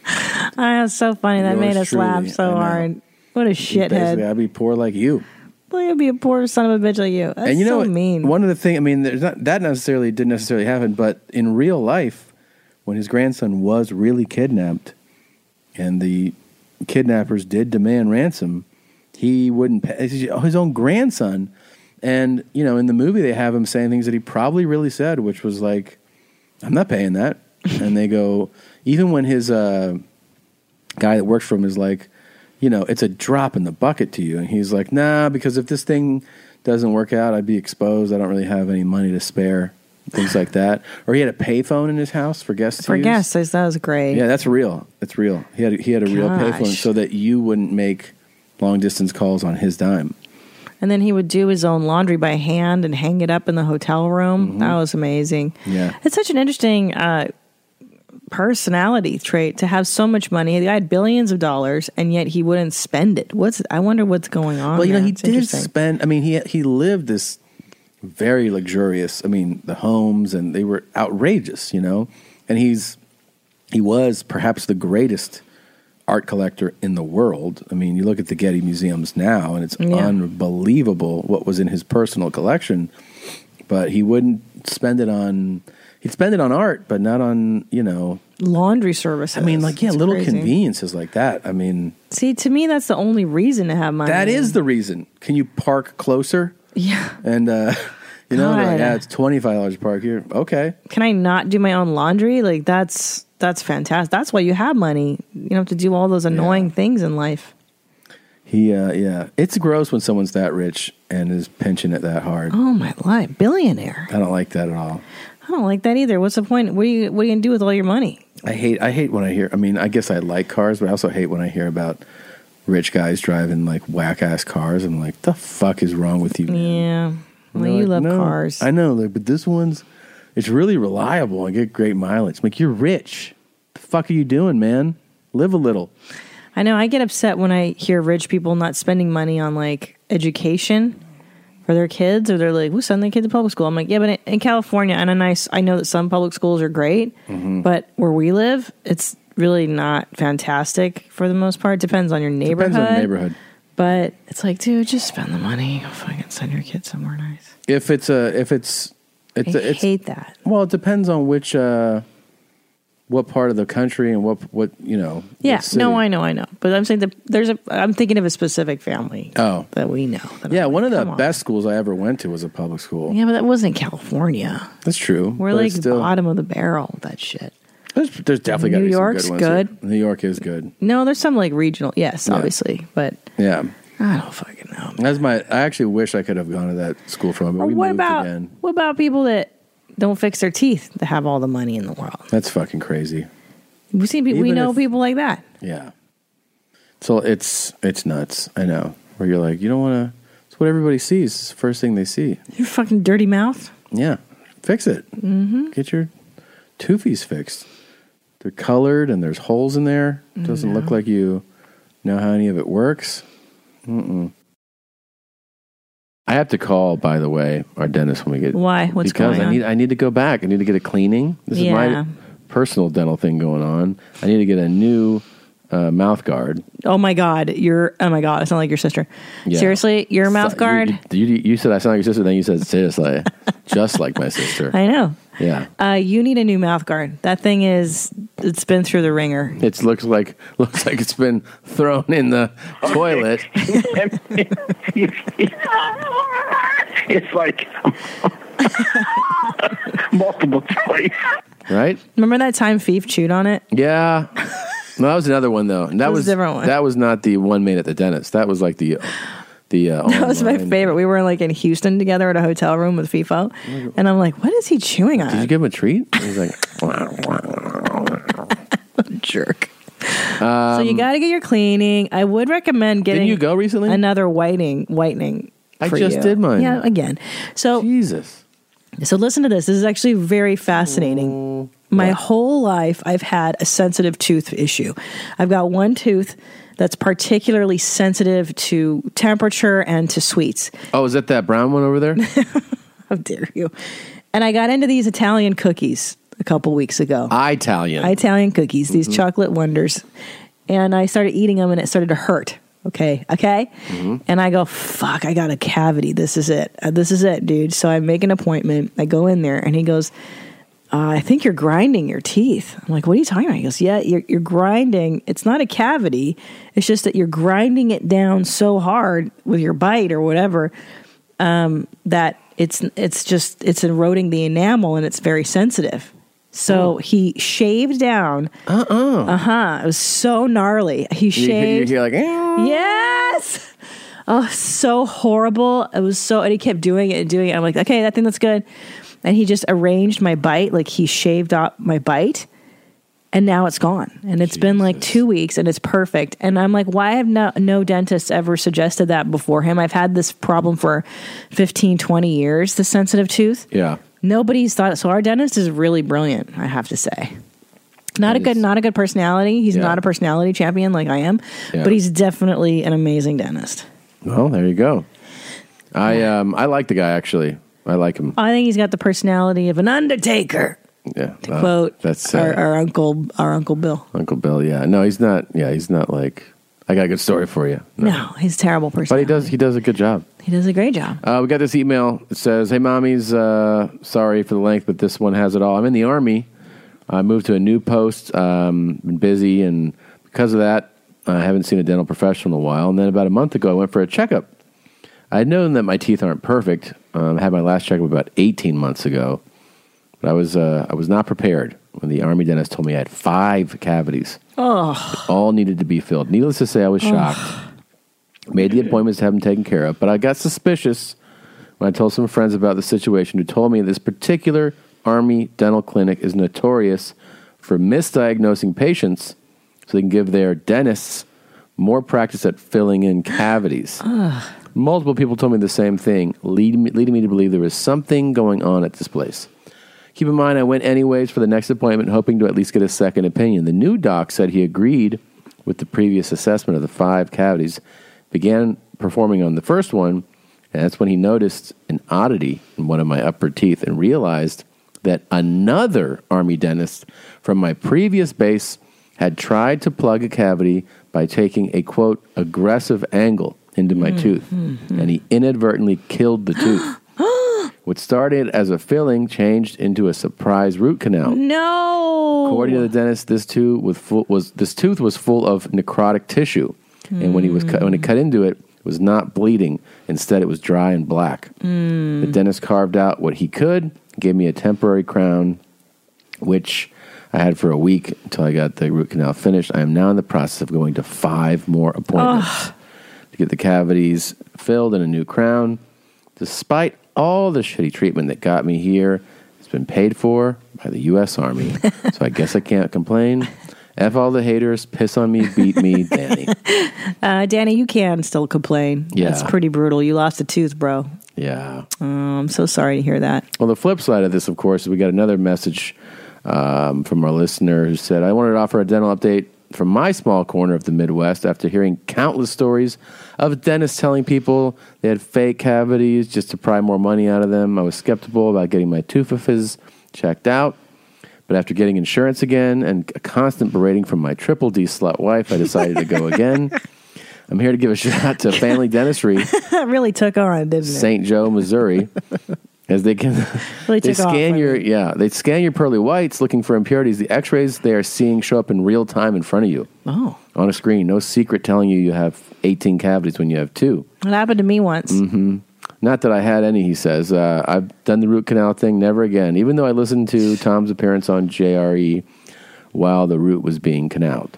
Speaker 1: Ah, that's so funny. That
Speaker 2: Yours
Speaker 1: made us
Speaker 2: truly,
Speaker 1: laugh
Speaker 2: I
Speaker 1: so
Speaker 2: know.
Speaker 1: hard. What a
Speaker 2: Basically,
Speaker 1: shithead.
Speaker 2: I'd be poor like you.
Speaker 1: Well, you'd be a poor son of a bitch like you. That's
Speaker 2: and you know
Speaker 1: so
Speaker 2: what?
Speaker 1: mean.
Speaker 2: One of the things, I mean, there's not that necessarily didn't necessarily happen, but in real life, when his grandson was really kidnapped, and the kidnappers did demand ransom, he wouldn't pay it's his own grandson. And you know, in the movie, they have him saying things that he probably really said, which was like, "I'm not paying that." and they go, even when his uh, guy that works for him is like, you know, it's a drop in the bucket to you. And he's like, nah, because if this thing doesn't work out, I'd be exposed. I don't really have any money to spare, things like that. Or he had a payphone in his house for guests. to
Speaker 1: For
Speaker 2: use.
Speaker 1: guests, I- that was great.
Speaker 2: Yeah, that's real. That's real. He had he had a real
Speaker 1: Gosh.
Speaker 2: payphone so that you wouldn't make long distance calls on his dime.
Speaker 1: And then he would do his own laundry by hand and hang it up in the hotel room. That was amazing.
Speaker 2: Mm-hmm. Yeah.
Speaker 1: It's such an interesting uh, personality trait to have so much money. The guy had billions of dollars, and yet he wouldn't spend it. What's I wonder what's going on.
Speaker 2: well, you know,
Speaker 1: there.
Speaker 2: he
Speaker 1: It's
Speaker 2: did
Speaker 1: interesting.
Speaker 2: spend. I mean, he he lived this very luxurious. I mean, the homes and they were outrageous. You know, and he's he was perhaps the greatest art collector in the world. I mean, you look at the Getty museums now, and it's unbelievable what was in his personal collection. But he wouldn't spend it on. He'd spend it on art, but not on you know
Speaker 1: laundry services.
Speaker 2: I mean, like yeah,
Speaker 1: It's
Speaker 2: little
Speaker 1: crazy.
Speaker 2: conveniences like that. I mean,
Speaker 1: See, to me, that's the only reason to have money.
Speaker 2: that is the reason. Can you park closer?
Speaker 1: Yeah.
Speaker 2: And uh, you know, they're
Speaker 1: God.
Speaker 2: like, yeah, it's twenty five dollars to park here. Okay.
Speaker 1: Can I not do my own laundry? Like that's that's fantastic. That's why you have money. You don't have to do all those annoying things in life.
Speaker 2: He uh, yeah, it's gross when someone's that rich and is pinching it that hard.
Speaker 1: Oh my life, billionaire.
Speaker 2: I don't like that at all.
Speaker 1: I don't like that either. What's the point? What are you what are you gonna do with all your money?
Speaker 2: I hate I hate when I hear. I mean, I guess I like cars, but I also hate when I hear about rich guys driving like whack ass cars. I'm like, the fuck is wrong with you?
Speaker 1: Yeah.
Speaker 2: And
Speaker 1: Well,
Speaker 2: they're
Speaker 1: you
Speaker 2: like,
Speaker 1: love
Speaker 2: "No,
Speaker 1: cars.
Speaker 2: I know, like, but this one's it's really reliable. I get great mileage. I'm like you're rich. The fuck are you doing, man? Live a little.
Speaker 1: I know I get upset when I hear rich people not spending money on like education for their kids, or they're like, "We send their kids to public school." I'm like, "Yeah, but in California, and a nice, I know that some public schools are great,
Speaker 2: Mm-hmm.
Speaker 1: but where we live, it's really not fantastic for the most part. Depends on your neighborhood.
Speaker 2: Depends on the neighborhood.
Speaker 1: But it's like, dude, just spend the money. Go fucking send your kids somewhere nice.
Speaker 2: If it's a if it's it's
Speaker 1: I
Speaker 2: it's
Speaker 1: hate that.
Speaker 2: Well, it depends on which uh what part of the country and what what you know.
Speaker 1: Yeah,
Speaker 2: what city.
Speaker 1: no, I know, I know. But I'm saying that there's a. I'm thinking of a specific family.
Speaker 2: Oh,
Speaker 1: that we know.
Speaker 2: yeah, one of the
Speaker 1: on.
Speaker 2: best schools I ever went to was a public school.
Speaker 1: Yeah, but that wasn't California.
Speaker 2: That's true.
Speaker 1: We're
Speaker 2: but
Speaker 1: like
Speaker 2: it's still,
Speaker 1: bottom of the barrel with that shit.
Speaker 2: There's, there's definitely got to
Speaker 1: New
Speaker 2: be some
Speaker 1: York's
Speaker 2: good ones.
Speaker 1: good.
Speaker 2: New York is good.
Speaker 1: No, there's some like regional. Yes,
Speaker 2: Yeah.
Speaker 1: obviously, but
Speaker 2: Yeah.
Speaker 1: I don't fucking know.
Speaker 2: That's my. I actually wish I could have gone to that school from, but
Speaker 1: Or
Speaker 2: we
Speaker 1: what
Speaker 2: moved
Speaker 1: about
Speaker 2: again.
Speaker 1: what about people that don't fix their teeth that have all the money in the world?
Speaker 2: That's fucking crazy.
Speaker 1: We see, pe- we
Speaker 2: Even
Speaker 1: know
Speaker 2: if-
Speaker 1: people like that.
Speaker 2: Yeah. So it's it's nuts. I know. Where you're like, you don't want to. It's what everybody sees. It's the first thing they see.
Speaker 1: Your fucking dirty mouth.
Speaker 2: Yeah. Fix it.
Speaker 1: Mm-hmm.
Speaker 2: Get your toofies fixed. They're colored and there's holes in there. It
Speaker 1: Mm,
Speaker 2: doesn't look like you know how any of it works. Mm-mm. I have to call, by the way, our dentist when we get.
Speaker 1: Why? What's
Speaker 2: because
Speaker 1: going
Speaker 2: I
Speaker 1: on?
Speaker 2: need I need to go back. I need to get a cleaning. This is
Speaker 1: Yeah.
Speaker 2: my personal dental thing going on. I need to get a new uh, mouth guard.
Speaker 1: Oh my god, you're. Oh my god, I sound like your sister.
Speaker 2: Yeah.
Speaker 1: Seriously, your mouth
Speaker 2: So-
Speaker 1: guard.
Speaker 2: You, you, you said I sound like your sister, then you said seriously, just like my sister.
Speaker 1: I know.
Speaker 2: Yeah,
Speaker 1: Uh, you need a new mouth guard. That thing is. It's been through the ringer.
Speaker 2: it looks like looks like it's been thrown in the toilet.
Speaker 16: it's like multiple times.
Speaker 2: right?
Speaker 1: Remember that time Fief chewed on it?
Speaker 2: Yeah. No, that was another one though. And that
Speaker 1: That was
Speaker 2: was
Speaker 1: a different one.
Speaker 2: That was not the one made at the dentist. That was like the the uh,
Speaker 1: That was my
Speaker 2: online-
Speaker 1: favorite. We were like in Houston together at a hotel room with FIFO, and I'm like, "What is he chewing on?"
Speaker 2: Did you give him a treat? He's like
Speaker 1: jerk. so you got to get your cleaning. I would recommend getting.
Speaker 2: Um, you go recently?
Speaker 1: Another whitening, whitening.
Speaker 2: I
Speaker 1: for
Speaker 2: just
Speaker 1: you.
Speaker 2: did mine.
Speaker 1: Yeah, again. So
Speaker 2: Jesus.
Speaker 1: So listen to this. This is actually very fascinating. My whole life, I've had a sensitive tooth issue. I've got one tooth that's particularly sensitive to temperature and to sweets.
Speaker 2: Oh, is that that brown one over there?
Speaker 1: How dare you? And I got into these Italian cookies a couple weeks ago.
Speaker 2: Ah. Italian.
Speaker 1: Italian cookies, these chocolate wonders. And I started eating them and it started to hurt. Okay. Okay. And I go, fuck, I got a cavity. This is it. Uh, This is it, dude. So I make an appointment. I go in there and he goes, uh, I think you're grinding your teeth. I'm like, what are you talking about? He goes, yeah, you're, you're grinding. It's not a cavity. It's just that you're grinding it down so hard with your bite or whatever um, that it's it's just it's eroding the enamel and it's very sensitive.
Speaker 2: Oh.
Speaker 1: So he shaved down. Uh uh Uh huh. It was so gnarly. He
Speaker 2: You- you-
Speaker 1: shaved.
Speaker 2: You're like, eh.
Speaker 1: Yes. Oh, so horrible. It was so, and he kept doing it and doing it. I'm like, okay, I think that's good. And he just arranged my bite, like he shaved off my bite, and now it's gone. And it's been like two weeks, and it's perfect. And I'm like, why have no, no dentist ever suggested that before him? I've had this problem for 15, 20 years, the sensitive tooth.
Speaker 2: yeah.
Speaker 1: Nobody's thought. So our dentist is really brilliant, I have to say. Not a good, not a good personality. He's
Speaker 2: Yeah.
Speaker 1: not a personality champion like I am,
Speaker 2: Yeah.
Speaker 1: but he's definitely an amazing dentist.
Speaker 2: Well, there you go. I um I like the guy actually. I like him.
Speaker 1: I think he's got the personality of an undertaker.
Speaker 2: Yeah.
Speaker 1: To
Speaker 2: uh,
Speaker 1: quote
Speaker 2: that's uh,
Speaker 1: our, our uncle, our uncle Bill.
Speaker 2: Uncle Bill. Yeah. No, he's not. Yeah, he's not like. I got a good story for you.
Speaker 1: No, he's a terrible person.
Speaker 2: But he does. He does a good job.
Speaker 1: He does a great job.
Speaker 2: Uh, we got this email. It says, "Hey, mommies, uh, sorry for the length, but this one has it all. I'm in the army. I moved to a new post. Um, been busy, and because of that, I haven't seen a dental professional in a while. And then about a month ago, I went for a checkup. I had known that my teeth aren't perfect. Um, I had my last checkup about 18 months ago, but I was uh, I was not prepared when the army dentist told me I had five cavities.
Speaker 1: Oh,
Speaker 2: It all needed to be filled. Needless to say, I was
Speaker 1: Ugh.
Speaker 2: shocked. Made the appointments to have them taken care of, but I got suspicious when I told some friends about the situation who told me this particular Army dental clinic is notorious for misdiagnosing patients so they can give their dentists more practice at filling in cavities.
Speaker 1: Ugh.
Speaker 2: Multiple people told me the same thing, lead me, leading me to believe there was something going on at this place. Keep in mind, I went anyways for the next appointment, hoping to at least get a second opinion. The new doc said he agreed with the previous assessment of the five cavities, began performing on the first one, and that's when he noticed an oddity in one of my upper teeth and realized that another army dentist from my previous base had tried to plug a cavity by taking a quote aggressive angle into my tooth, and he inadvertently killed the tooth. What started as a filling changed into a surprise root canal.
Speaker 1: No.
Speaker 2: According to the dentist, this tooth was full, was this tooth was full of necrotic tissue, and when he was cut, when he cut into it, it was not bleeding. Instead, it was dry and black.
Speaker 1: Mm.
Speaker 2: The dentist carved out what he could, gave me a temporary crown, which I had for a week until I got the root canal finished. I am now in the process of going to five more appointments to get the cavities filled and a new crown. Despite all the shitty treatment that got me here, it's been paid for by the U.S. Army, so I guess I can't complain. F all the haters, piss on me, beat me, Danny.
Speaker 1: Uh, Danny, you can still complain.
Speaker 2: Yeah.
Speaker 1: It's pretty brutal. You lost a tooth, bro.
Speaker 2: Yeah.
Speaker 1: Oh, I'm so sorry to hear that.
Speaker 2: On the flip side of this, of course, we got another message um, from our listener who said, I wanted to offer a dental update from my small corner of the Midwest after hearing countless stories of dentists telling people they had fake cavities just to pry more money out of them. I was skeptical about getting my tooth checked out. But after getting insurance again and a constant berating from my triple D slut wife, I decided to go again. I'm here to give a shout out to Family Dentistry,
Speaker 1: That really took on, didn't it?
Speaker 2: St. Joe, Missouri, as they can
Speaker 1: Really
Speaker 2: they
Speaker 1: took off,
Speaker 2: scan your yeah they scan your pearly whites looking for impurities. The X-rays they are seeing show up in real time in front of you
Speaker 1: Oh.
Speaker 2: on a screen. No secret telling you you have 18 cavities when you have two.
Speaker 1: It happened to me once.
Speaker 2: hmm Not that I had any, he says. Uh, I've done the root canal thing, never again. Even though I listened to Tom's appearance on JRE while the root was being canaled.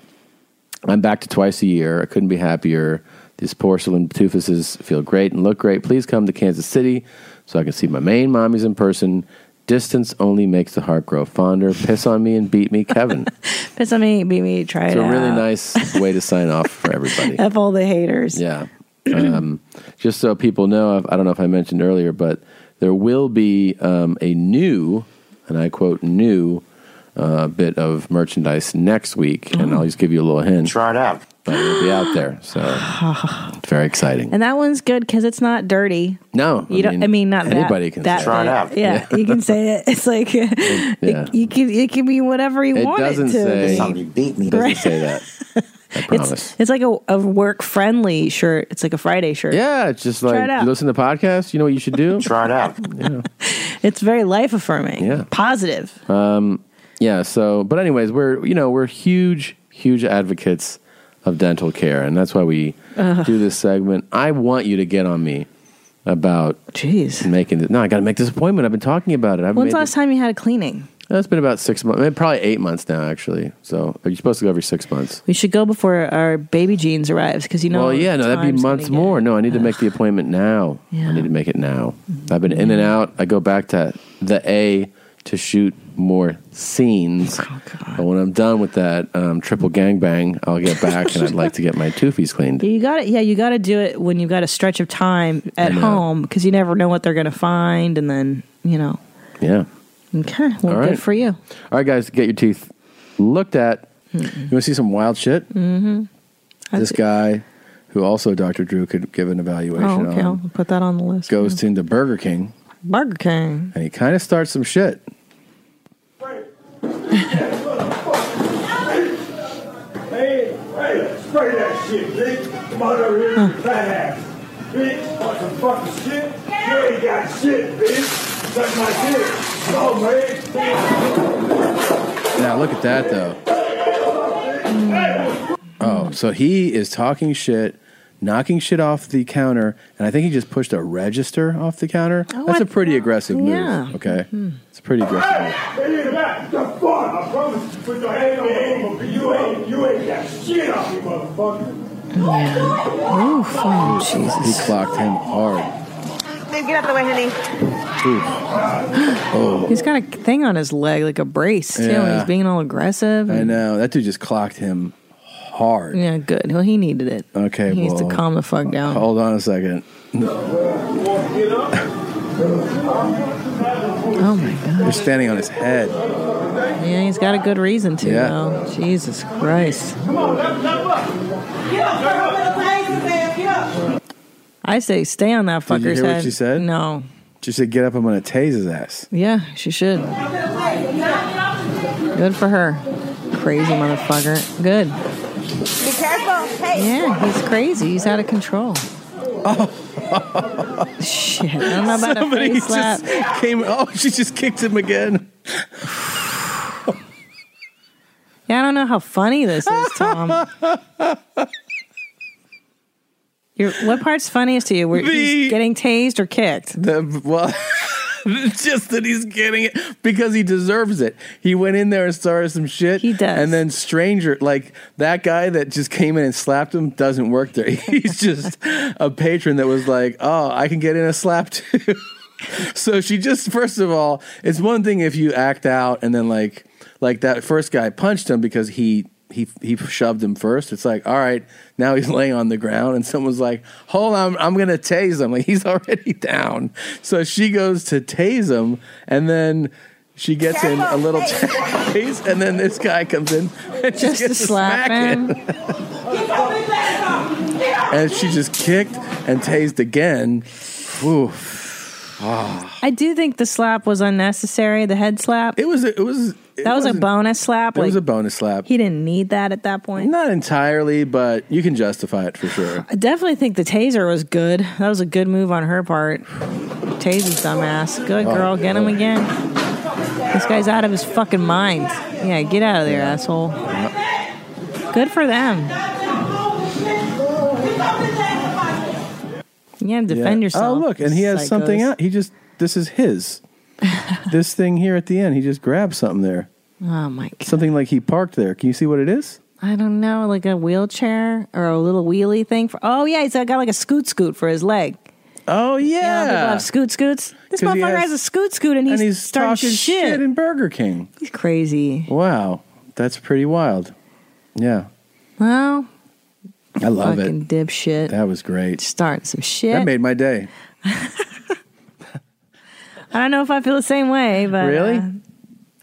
Speaker 2: I'm back to twice a year. I couldn't be happier. These porcelain toofuses feel great and look great. Please come to Kansas City so I can see my main mommies in person. Distance only makes the heart grow fonder. Piss on me and beat me, Kevin.
Speaker 1: Piss on me, beat me, try
Speaker 2: it's
Speaker 1: it
Speaker 2: a really
Speaker 1: out.
Speaker 2: nice way to sign off for everybody.
Speaker 1: F all the haters.
Speaker 2: Yeah. Um, just so people know, I've- I don't know if I mentioned earlier, but there will be um, a new, and I quote, new uh, bit of merchandise next week. And I'll just give you a little hint. Try it out. But it'll be out there. So it's very exciting.
Speaker 1: And that one's good because it's not dirty.
Speaker 2: No.
Speaker 1: You don't. I mean, not that-
Speaker 2: anybody can
Speaker 1: that
Speaker 2: say
Speaker 1: big. Yeah, you can say it. It's like
Speaker 2: Yeah.
Speaker 1: you can. It can be whatever you
Speaker 2: It
Speaker 1: want it
Speaker 2: doesn't
Speaker 1: to.
Speaker 2: say.
Speaker 1: be.
Speaker 2: beat me. doesn't
Speaker 1: Right.
Speaker 2: say that. I promise.
Speaker 1: It's like a, a work friendly shirt. It's like a Friday shirt.
Speaker 2: yeah, it's just
Speaker 1: Try
Speaker 2: like
Speaker 1: it out.
Speaker 2: you listen to podcasts. You know what you should do? Try it out. Yeah.
Speaker 1: It's very life affirming. Yeah. Positive.
Speaker 2: Um, yeah. So, but anyways, we're you know we're huge, huge advocates of dental care, and that's why we
Speaker 1: Ugh.
Speaker 2: do this segment. I want you to get on me about
Speaker 1: jeez
Speaker 2: making it. No, I got to make this appointment. I've been talking about it. I've
Speaker 1: When's the last time you had a cleaning?
Speaker 2: It's been about six months, probably eight months now, actually. So you're supposed to go every six months.
Speaker 1: We should go before our baby jeans arrives because you know.
Speaker 2: well, yeah, no, that'd be
Speaker 1: time's
Speaker 2: months
Speaker 1: gonna
Speaker 2: more. No, I need to make the appointment now. I need to make it now.
Speaker 1: Mm-hmm.
Speaker 2: I've been in and out. I go back to the A to shoot more scenes.
Speaker 1: Oh,
Speaker 2: But when I'm done with that um, triple gangbang, I'll get back and I'd like to get my toofies
Speaker 1: get-
Speaker 2: cleaned.
Speaker 1: You got it. Yeah, you got to do it when you've got a stretch of time at
Speaker 2: I know.
Speaker 1: home because you never know what they're going to find, and then you know.
Speaker 2: Yeah.
Speaker 1: Okay, well,
Speaker 2: All right.
Speaker 1: good for you.
Speaker 2: All right, guys, get your teeth looked at. You want to see some wild shit?
Speaker 1: Mm-hmm.
Speaker 17: This guy, who also Dr. Drew could give an evaluation
Speaker 1: Oh, okay, I'll
Speaker 17: on,
Speaker 1: put that on the list.
Speaker 17: goes into Burger King
Speaker 1: Burger King.
Speaker 17: and he kind of starts some shit.
Speaker 9: Hey, hey, spray that shit, bitch. Come on over here, fat ass. Bitch, want some fucking shit? You ain't got shit, bitch. Suck my dick. Come on, man.
Speaker 17: Now look at that though. Oh, so he is talking shit, knocking shit off the counter, and I think he just pushed a register off the counter.
Speaker 1: Oh,
Speaker 17: That's a pretty aggressive move.
Speaker 9: Yeah.
Speaker 17: Okay,
Speaker 1: Hmm.
Speaker 17: it's a pretty aggressive. move.
Speaker 9: Hey, the back. The fuck? I promise. you, Put your hand on me, motherfucker. You ain't, you ain't got shit on me, motherfucker.
Speaker 1: Oh, fuck, Jesus.
Speaker 17: He clocked him hard.
Speaker 18: Babe, get out the way, honey.
Speaker 17: Ooh. Oh,
Speaker 1: He's got a thing on his leg, like a brace too. And
Speaker 17: Yeah.
Speaker 1: he's being all aggressive.
Speaker 17: I
Speaker 1: and-
Speaker 17: know that dude just clocked him hard.
Speaker 1: Yeah, good. Well, he needed it.
Speaker 17: Okay,
Speaker 1: He needs to
Speaker 17: well,
Speaker 1: calm the fuck down.
Speaker 17: Hold on a second.
Speaker 1: Oh my god.
Speaker 17: They're standing on his head.
Speaker 1: Yeah, he's got a good reason to.
Speaker 17: Yeah.
Speaker 1: Though. Jesus Christ.
Speaker 9: Come on, left, left, up. Get up, girl. Get up. Get up.
Speaker 1: I say stay on that
Speaker 17: Did
Speaker 1: fucker's
Speaker 17: you hear
Speaker 1: head.
Speaker 17: what she said?
Speaker 1: No.
Speaker 17: She said, "Get up! I'm gonna tase his ass."
Speaker 1: Yeah, she should. Good for her. Crazy motherfucker. Good.
Speaker 18: Be careful. Hey.
Speaker 1: Yeah, he's crazy. He's out of control. Shit. I don't know about a
Speaker 17: Somebody
Speaker 1: face slap.
Speaker 17: just came. Oh, she just kicked him again.
Speaker 1: Yeah, I don't know how funny this is, Tom. You're, what part's funniest to you? Where he's getting tased or kicked?
Speaker 17: The, well, just that he's getting it because he deserves it. He went in there and started some shit. He does. And then stranger, like that guy that just came in and slapped him, doesn't work there. He's just a patron that was like, oh, I can get in a slap too. so she just, first of all, it's one thing if you act out and then like, like that first guy punched him because he
Speaker 2: he he shoved him first. It's like, all right, now he's laying on the ground, and someone's like, hold on, I'm gonna tase him. Like he's already down. So she goes to tase him, and then she gets in a little tase, and then this guy comes in and
Speaker 1: Just
Speaker 2: just
Speaker 1: to
Speaker 2: gets a
Speaker 1: slap
Speaker 2: smack in. and she just kicked and tased again. Whew. Ah.
Speaker 1: I do think the slap was unnecessary. The head slap.
Speaker 2: It was. It was.
Speaker 1: that was a
Speaker 2: wasn't-
Speaker 1: bonus slap.
Speaker 2: It was a
Speaker 1: like,
Speaker 2: bonus slap.
Speaker 1: he didn't need that at that point.
Speaker 2: Not entirely, but you can justify it for sure.
Speaker 1: I definitely think the taser was good. That was a good move on her part. Taser's dumbass. Good
Speaker 2: Oh.
Speaker 1: girl. Get him again. This guy's out of his fucking mind. Yeah, get out of there, asshole. Good for them. You have to defend
Speaker 2: Yeah.
Speaker 1: yourself.
Speaker 2: Oh, look, and he has
Speaker 1: psychos.
Speaker 2: something out. He just this is his. this thing here at the end, he just grabbed something there.
Speaker 1: Oh my!
Speaker 2: Something like he parked there. Can you see what it is?
Speaker 1: I don't know, like a wheelchair or a little wheelie thing for. Oh yeah, he's got like a scoot scoot for his leg.
Speaker 2: Oh yeah,
Speaker 1: people have scoot scoots. This
Speaker 2: 'Cause he
Speaker 1: motherfucker
Speaker 2: has-
Speaker 1: has, a scoot scoot, and he's,
Speaker 2: and he's
Speaker 1: starting
Speaker 2: talking shit in Burger King.
Speaker 1: He's crazy.
Speaker 2: Wow, that's pretty wild. Yeah,
Speaker 1: Well,
Speaker 2: I love
Speaker 1: fucking
Speaker 2: it.
Speaker 1: dipshit.
Speaker 2: That was great.
Speaker 1: Starting some shit.
Speaker 2: That made my day.
Speaker 1: I don't know if I feel the same way, but
Speaker 2: Really? Oh.
Speaker 1: uh,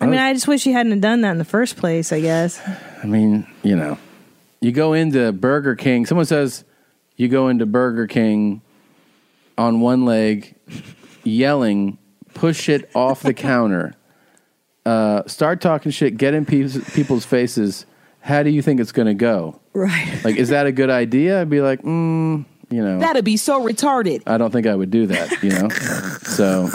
Speaker 1: I mean, I just wish he hadn't have done that in the first place. I guess.
Speaker 2: I mean, you know, you go into Burger King. Someone says you go into Burger King on one leg, yelling, push it off the counter, uh, start talking shit, get in peop people's faces. How do you think it's going to go?
Speaker 1: Right.
Speaker 2: Like, is that a good idea? I'd be like, mm, you know,
Speaker 19: That'd be so retarded.
Speaker 2: I don't think I would do that, you know? so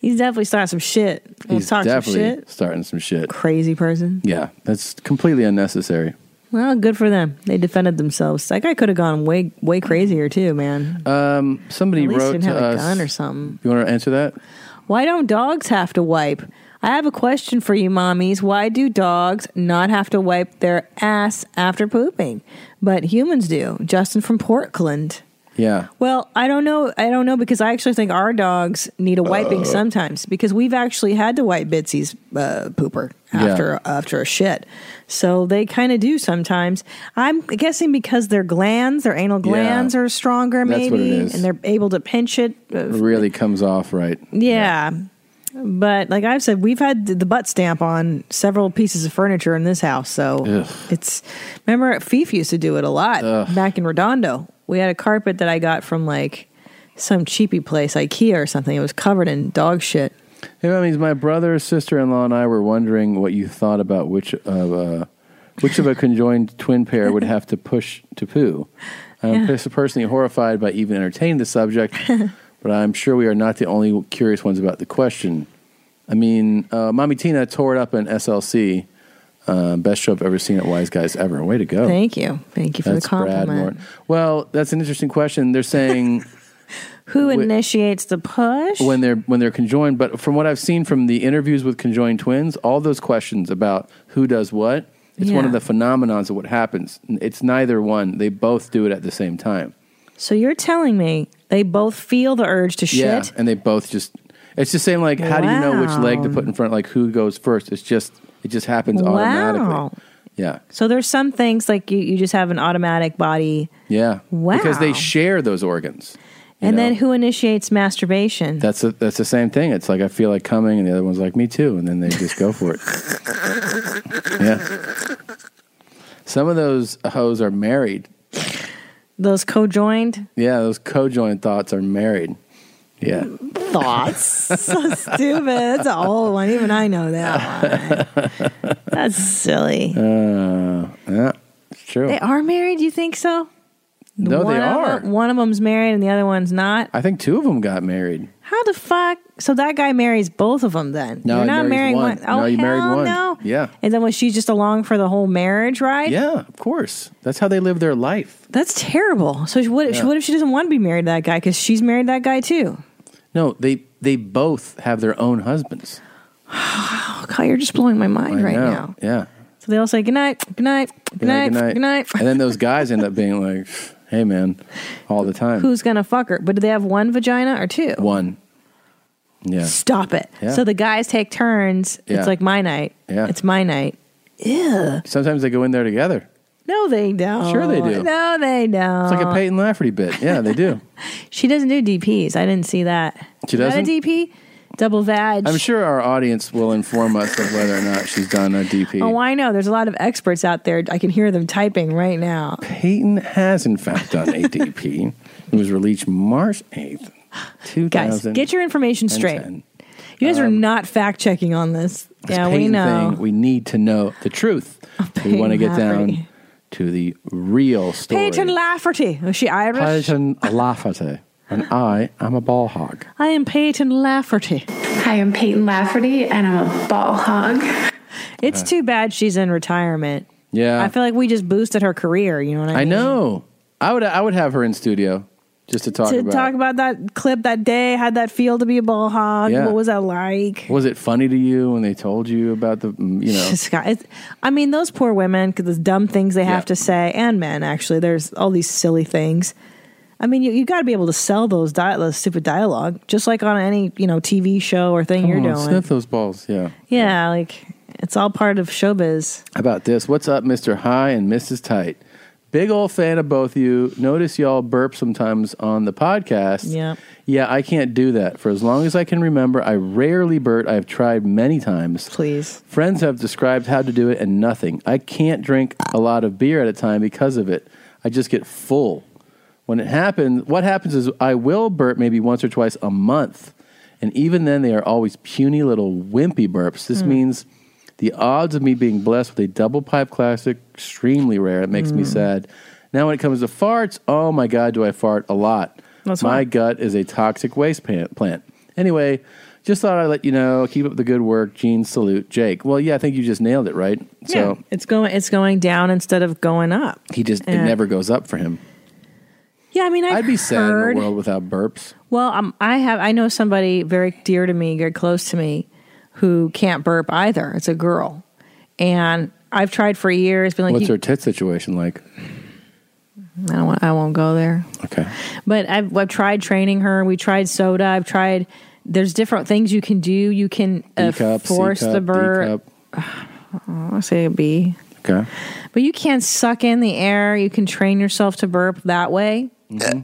Speaker 1: He's definitely starting some shit. We'll
Speaker 2: he's
Speaker 1: talk some
Speaker 2: definitely
Speaker 1: shit.
Speaker 2: starting some shit.
Speaker 1: Crazy person.
Speaker 2: Yeah, that's completely unnecessary.
Speaker 1: Well, good for them. They defended themselves. That guy could have gone way way crazier too, man.
Speaker 2: Um, somebody
Speaker 1: At least he
Speaker 2: wrote
Speaker 1: didn't
Speaker 2: to
Speaker 1: have a
Speaker 2: us.
Speaker 1: gun or something.
Speaker 2: You want to answer that?
Speaker 1: Why don't dogs have to wipe? I have a question for you, mommies. Why do dogs not have to wipe their ass after pooping, but humans do? Justin from Portland.
Speaker 2: Yeah.
Speaker 1: Well, I don't know. I don't know because I actually think our dogs need a wiping
Speaker 2: Uh.
Speaker 1: sometimes because we've actually had to wipe Bitsy's uh, pooper after after a shit. So they kind of do sometimes. I'm guessing because their glands, their anal
Speaker 2: Yeah.
Speaker 1: glands, are stronger
Speaker 2: That's
Speaker 1: maybe,
Speaker 2: what it is.
Speaker 1: and they're able to pinch it. uh,
Speaker 2: It really comes off right.
Speaker 1: yeah. But like I've said, we've had the butt stamp on several pieces of furniture in this house. So
Speaker 2: Ugh.
Speaker 1: it's remember Fifi used to do it a lot back in Redondo. We had a carpet that I got from like some cheapy place, IKEA or something. It was covered in dog shit.
Speaker 2: Hey, that means my brother, sister-in-law, and I were wondering what you thought about which of uh, which of a conjoined twin pair would have to push to poo. I'm
Speaker 1: Yeah.
Speaker 2: pers- personally horrified by even entertaining the subject, but I'm sure we are not the only curious ones about the question. I mean, uh, Mommy Tina tore it up in SLC. Uh, best show I've ever seen at Wise Guys ever. Way to go!
Speaker 1: Thank you. Thank you for
Speaker 2: Oh. That's
Speaker 1: the
Speaker 2: Brad
Speaker 1: compliment.
Speaker 2: Morton. Well, that's an interesting question. They're saying
Speaker 1: Who initiates the push?
Speaker 2: when they're when they're conjoined. But from what I've seen from the interviews with conjoined twins, all those questions about who does what, it's one of
Speaker 1: Yeah.
Speaker 2: the phenomenons of what happens. It's neither one; they both do it at the same time.
Speaker 1: So you're telling me they both feel the urge to shit?
Speaker 2: Yeah, and they both just. It's just saying like, how do you know which leg to
Speaker 1: Wow.
Speaker 2: put in front? Like, who goes first? It's just it just happens
Speaker 1: Wow.
Speaker 2: automatically. Yeah,
Speaker 1: So there's some things like you, you just have an automatic body.
Speaker 2: yeah.
Speaker 1: Wow.
Speaker 2: Because they share those organs. you
Speaker 1: And
Speaker 2: know?
Speaker 1: then who initiates masturbation?
Speaker 2: That's a, that's the same thing. It's like I feel like coming, and the other one's like me too, and then they just go for it. yeah. Some of those hoes are married.
Speaker 1: Those co-joined
Speaker 2: Yeah, those co-joined thoughts are married. Yeah.
Speaker 1: thoughts. so stupid. That's an old one. Even I know that one. That's silly.
Speaker 2: Uh, yeah, it's true.
Speaker 1: They are married. You think so?
Speaker 2: No,
Speaker 1: one
Speaker 2: they
Speaker 1: of
Speaker 2: are.
Speaker 1: them- one of them's married and the other one's not.
Speaker 2: I think two of them got married.
Speaker 1: How the fuck? So that guy marries both of them then?
Speaker 2: No,
Speaker 1: You're
Speaker 2: he
Speaker 1: not
Speaker 2: marries
Speaker 1: marrying
Speaker 2: one.
Speaker 1: Oh,
Speaker 2: No, you
Speaker 1: hell
Speaker 2: married one.
Speaker 1: no.
Speaker 2: Yeah.
Speaker 1: And then was she just along for the whole marriage, right?
Speaker 2: Yeah, of course. That's how they live their life.
Speaker 1: That's terrible. So she- what? If,
Speaker 2: Yeah.
Speaker 1: What if she doesn't want to be married to that guy because she's married to that guy too?
Speaker 2: No, they they both have their own husbands.
Speaker 1: Oh God, you're just blowing my mind
Speaker 2: I
Speaker 1: right
Speaker 2: know.
Speaker 1: now.
Speaker 2: Yeah.
Speaker 1: So they all say good night, good night, good night, good night.
Speaker 2: And then those guys end up being like, "Hey, man," all the time.
Speaker 1: Who's gonna fuck her? But do they have one vagina or two?
Speaker 2: one? Yeah.
Speaker 1: Stop it.
Speaker 2: Yeah.
Speaker 1: So the guys take turns.
Speaker 2: Yeah.
Speaker 1: It's like my night.
Speaker 2: Yeah.
Speaker 1: It's my night. Ew.
Speaker 2: Sometimes they go in there together.
Speaker 1: No, they don't.
Speaker 2: Sure they do.
Speaker 1: No, they don't.
Speaker 2: It's like a Peyton Lafferty bit. Yeah, they do.
Speaker 1: She doesn't do DPs. I didn't see that.
Speaker 2: She
Speaker 1: Is that
Speaker 2: doesn't?
Speaker 1: a DP? Double vag.
Speaker 2: I'm sure our audience will inform us of whether or not she's done a DP.
Speaker 1: Oh, I know. There's a lot of experts out there. I can hear them typing right now.
Speaker 2: Peyton has, in fact, done a DP. It was released March 8th, 2000.
Speaker 1: Guys, get your information straight. You guys are not fact checking on this.
Speaker 2: Um, This
Speaker 1: Yeah, we
Speaker 2: Peyton
Speaker 1: know. Oh,
Speaker 2: Thing, we need to know the truth. We
Speaker 1: Peyton
Speaker 2: want to get
Speaker 1: Lafferty.
Speaker 2: down to the real story.
Speaker 1: Peyton Lafferty. Is she Irish?
Speaker 2: Peyton Lafferty. And I am a ball hog.
Speaker 1: I am Peyton Lafferty.
Speaker 20: Hi, I'm Peyton Lafferty, and I'm a ball hog.
Speaker 1: It's
Speaker 2: Uh.
Speaker 1: too bad she's in retirement.
Speaker 2: Yeah.
Speaker 1: I feel like we just boosted her career. You know what I mean?
Speaker 2: I know. I would I would have her in studio just to talk
Speaker 1: to
Speaker 2: about
Speaker 1: talk about that clip that day, how'd that feel to be a ball hog?
Speaker 2: Yeah.
Speaker 1: What was that like?
Speaker 2: was it funny to you when they told you about the you know
Speaker 1: Just got- it's- I mean, those poor women, because those dumb things they have
Speaker 2: Yeah.
Speaker 1: to say, and men, actually, there's all these silly things. I mean, you, you got to be able to sell those, di- those stupid dialogue, just like on any, you know, TV show or thing
Speaker 2: Come
Speaker 1: you're
Speaker 2: on,
Speaker 1: doing.
Speaker 2: sniff those balls yeah
Speaker 1: Yeah, like it's all part of showbiz.
Speaker 2: How about this what's up Mr. High and Mrs. Tight big old fan of both you notice y'all burp sometimes on the podcast
Speaker 1: Yeah.
Speaker 2: yeah I can't do that for as long as I can remember I rarely burp I've tried many times
Speaker 1: please
Speaker 2: friends have described how to do it and nothing I can't drink a lot of beer at a time because of it I just get full When it happens, what happens is I will burp maybe once or twice a month. And even then, they are always puny little wimpy burps. This
Speaker 17: Hmm.
Speaker 2: means the odds of me being blessed with a double pipe classic, extremely rare. It makes me
Speaker 17: Hmm.
Speaker 2: sad. Now, when it comes to farts, oh my God, do I fart a lot.
Speaker 17: That's
Speaker 2: my
Speaker 17: why.
Speaker 2: gut is a toxic waste pan- plant. Anyway, just thought I'd let you know. Keep up the good work. Gene, salute. Jake. Well, yeah, I think you just nailed it, right?
Speaker 1: yeah,
Speaker 2: So
Speaker 1: it's going it's going down instead of going up.
Speaker 2: he just,
Speaker 1: Yeah.
Speaker 2: it never goes up for him.
Speaker 1: Yeah, I mean, I've
Speaker 2: I'd be sad in
Speaker 1: heard,
Speaker 2: a world without burps.
Speaker 1: Well, um, I have I know somebody very dear to me, very close to me, who can't burp either. It's a girl, and I've tried for years. Been like,
Speaker 2: What's
Speaker 1: you-
Speaker 2: her tit situation like?
Speaker 1: I don't want, I won't go there.
Speaker 2: Okay.
Speaker 1: But I've, I've tried training her. We tried soda. I've tried. There's different things you can do. You can uh,
Speaker 2: D E cup,
Speaker 1: force
Speaker 2: C cup,
Speaker 1: the
Speaker 2: D
Speaker 1: burp.
Speaker 2: cup.
Speaker 1: I say a B.
Speaker 2: Okay.
Speaker 1: But you can suck in the air. You can train yourself to burp that way. Uh,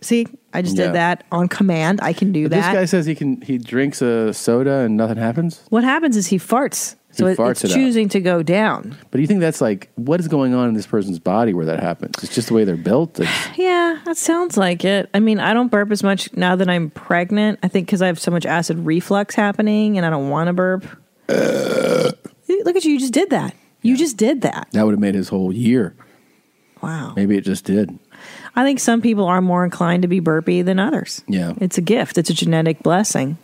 Speaker 1: See, I just
Speaker 2: Mm-hmm. Yeah.
Speaker 1: did that on command. I can do
Speaker 2: But
Speaker 1: that.
Speaker 2: This guy says he can. He drinks a soda and nothing happens.
Speaker 1: what happens is he farts. So
Speaker 2: He
Speaker 1: it-
Speaker 2: farts
Speaker 1: it's
Speaker 2: it out.
Speaker 1: choosing to go down.
Speaker 2: But do you think that's like what is going on in this person's body where that happens? It's just the way they're built. It's,
Speaker 1: Yeah, that sounds like it. I mean, I don't burp as much now that I'm pregnant. I think because I have so much acid reflux happening and I don't want to burp.
Speaker 2: Uh.
Speaker 1: Look at you. You just did that. You just did that.
Speaker 2: that would have made his whole year.
Speaker 1: Wow.
Speaker 2: Maybe it just did.
Speaker 1: I think some people are more inclined to be burpy than others.
Speaker 2: Yeah.
Speaker 1: It's a gift, it's a genetic blessing.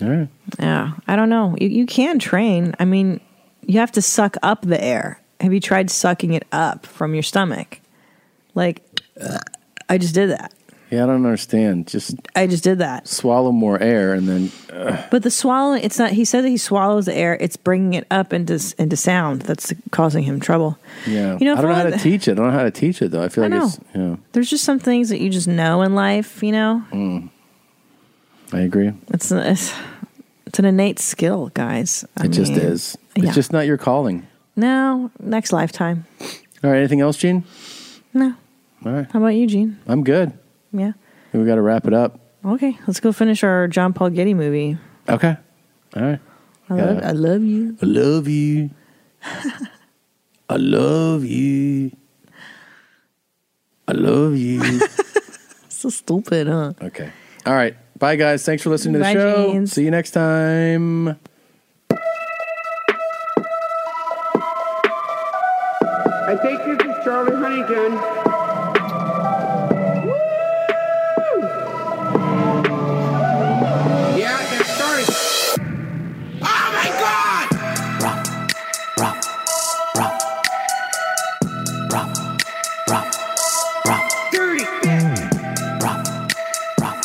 Speaker 2: All right.
Speaker 1: Yeah. I don't know. You, you can train. I mean, you have to suck up the air. Have you tried sucking it up from your stomach? Like, I just did that.
Speaker 2: Yeah, I don't understand. Just
Speaker 1: I just did that.
Speaker 2: Swallow more air and then. Uh,
Speaker 1: But the swallow, it's not, he said that he swallows the air, it's bringing it up into, into sound that's causing him trouble.
Speaker 2: yeah.
Speaker 1: You know,
Speaker 2: I don't
Speaker 1: for
Speaker 2: know how
Speaker 1: one-
Speaker 2: to teach it. I don't know how to teach it though. I feel
Speaker 1: I
Speaker 2: like it's. Yeah.
Speaker 1: There's just some things that you just know in life, you know?
Speaker 2: Mm. I agree.
Speaker 1: It's, it's, it's an innate skill, guys. I
Speaker 2: it just
Speaker 1: mean,
Speaker 2: is.
Speaker 1: yeah.
Speaker 2: It's just not your calling.
Speaker 1: No, next lifetime.
Speaker 2: All right. Anything else, Gene?
Speaker 1: No.
Speaker 2: All right.
Speaker 1: How about you, Gene?
Speaker 2: I'm good.
Speaker 1: Yeah.
Speaker 2: We got to wrap it up.
Speaker 1: Okay, let's go finish our John Paul Getty movie.
Speaker 2: Okay. All right.
Speaker 1: I love,
Speaker 2: Yeah.
Speaker 1: I love you.
Speaker 2: I love you. I love you. I love you.
Speaker 1: so stupid, huh?
Speaker 2: Okay. All right. Bye, guys. Thanks for listening to the
Speaker 1: Bye,
Speaker 2: show.
Speaker 1: Jeans.
Speaker 2: See you next time.
Speaker 9: I think this is Charlie Huntington. Woo! Yeah, that's Charlie. Oh my God! Dirty bitch. Fuck! Fuck!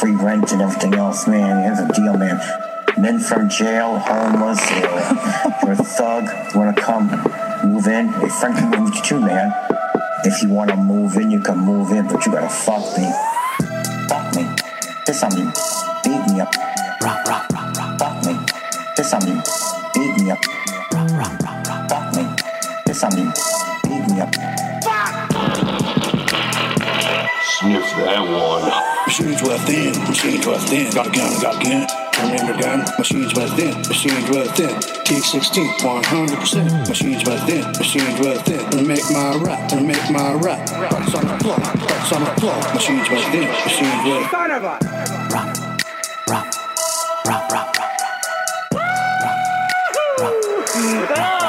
Speaker 21: free rent and everything else, man. Here's a deal, man. Men from jail, homeless, you know, you're a thug, you want to come move in. Hey, Frank can move you too, man. If you want to move in, you can move in, but you gotta fuck me. Fuck me. Piss on me. Beat me up. Rock, rock, rock, rock. Fuck me. Piss on me. Beat me up. Rock, rock, rock, rock. Fuck me. Piss on me. Beat me up.
Speaker 22: Sniff that one.
Speaker 8: Machines were thin, machines were thin. Got a gun, got a gun. Remember gun, machines were thin, machines were thin. T16, 100%. Machines were thin, machines were thin. And make my rap, and make my rap. Butts on the floor, butts on the floor. Machines were thin, machines were thin.
Speaker 7: Son of a.
Speaker 21: Rock, rock, rock, rock, rock.
Speaker 7: Ah!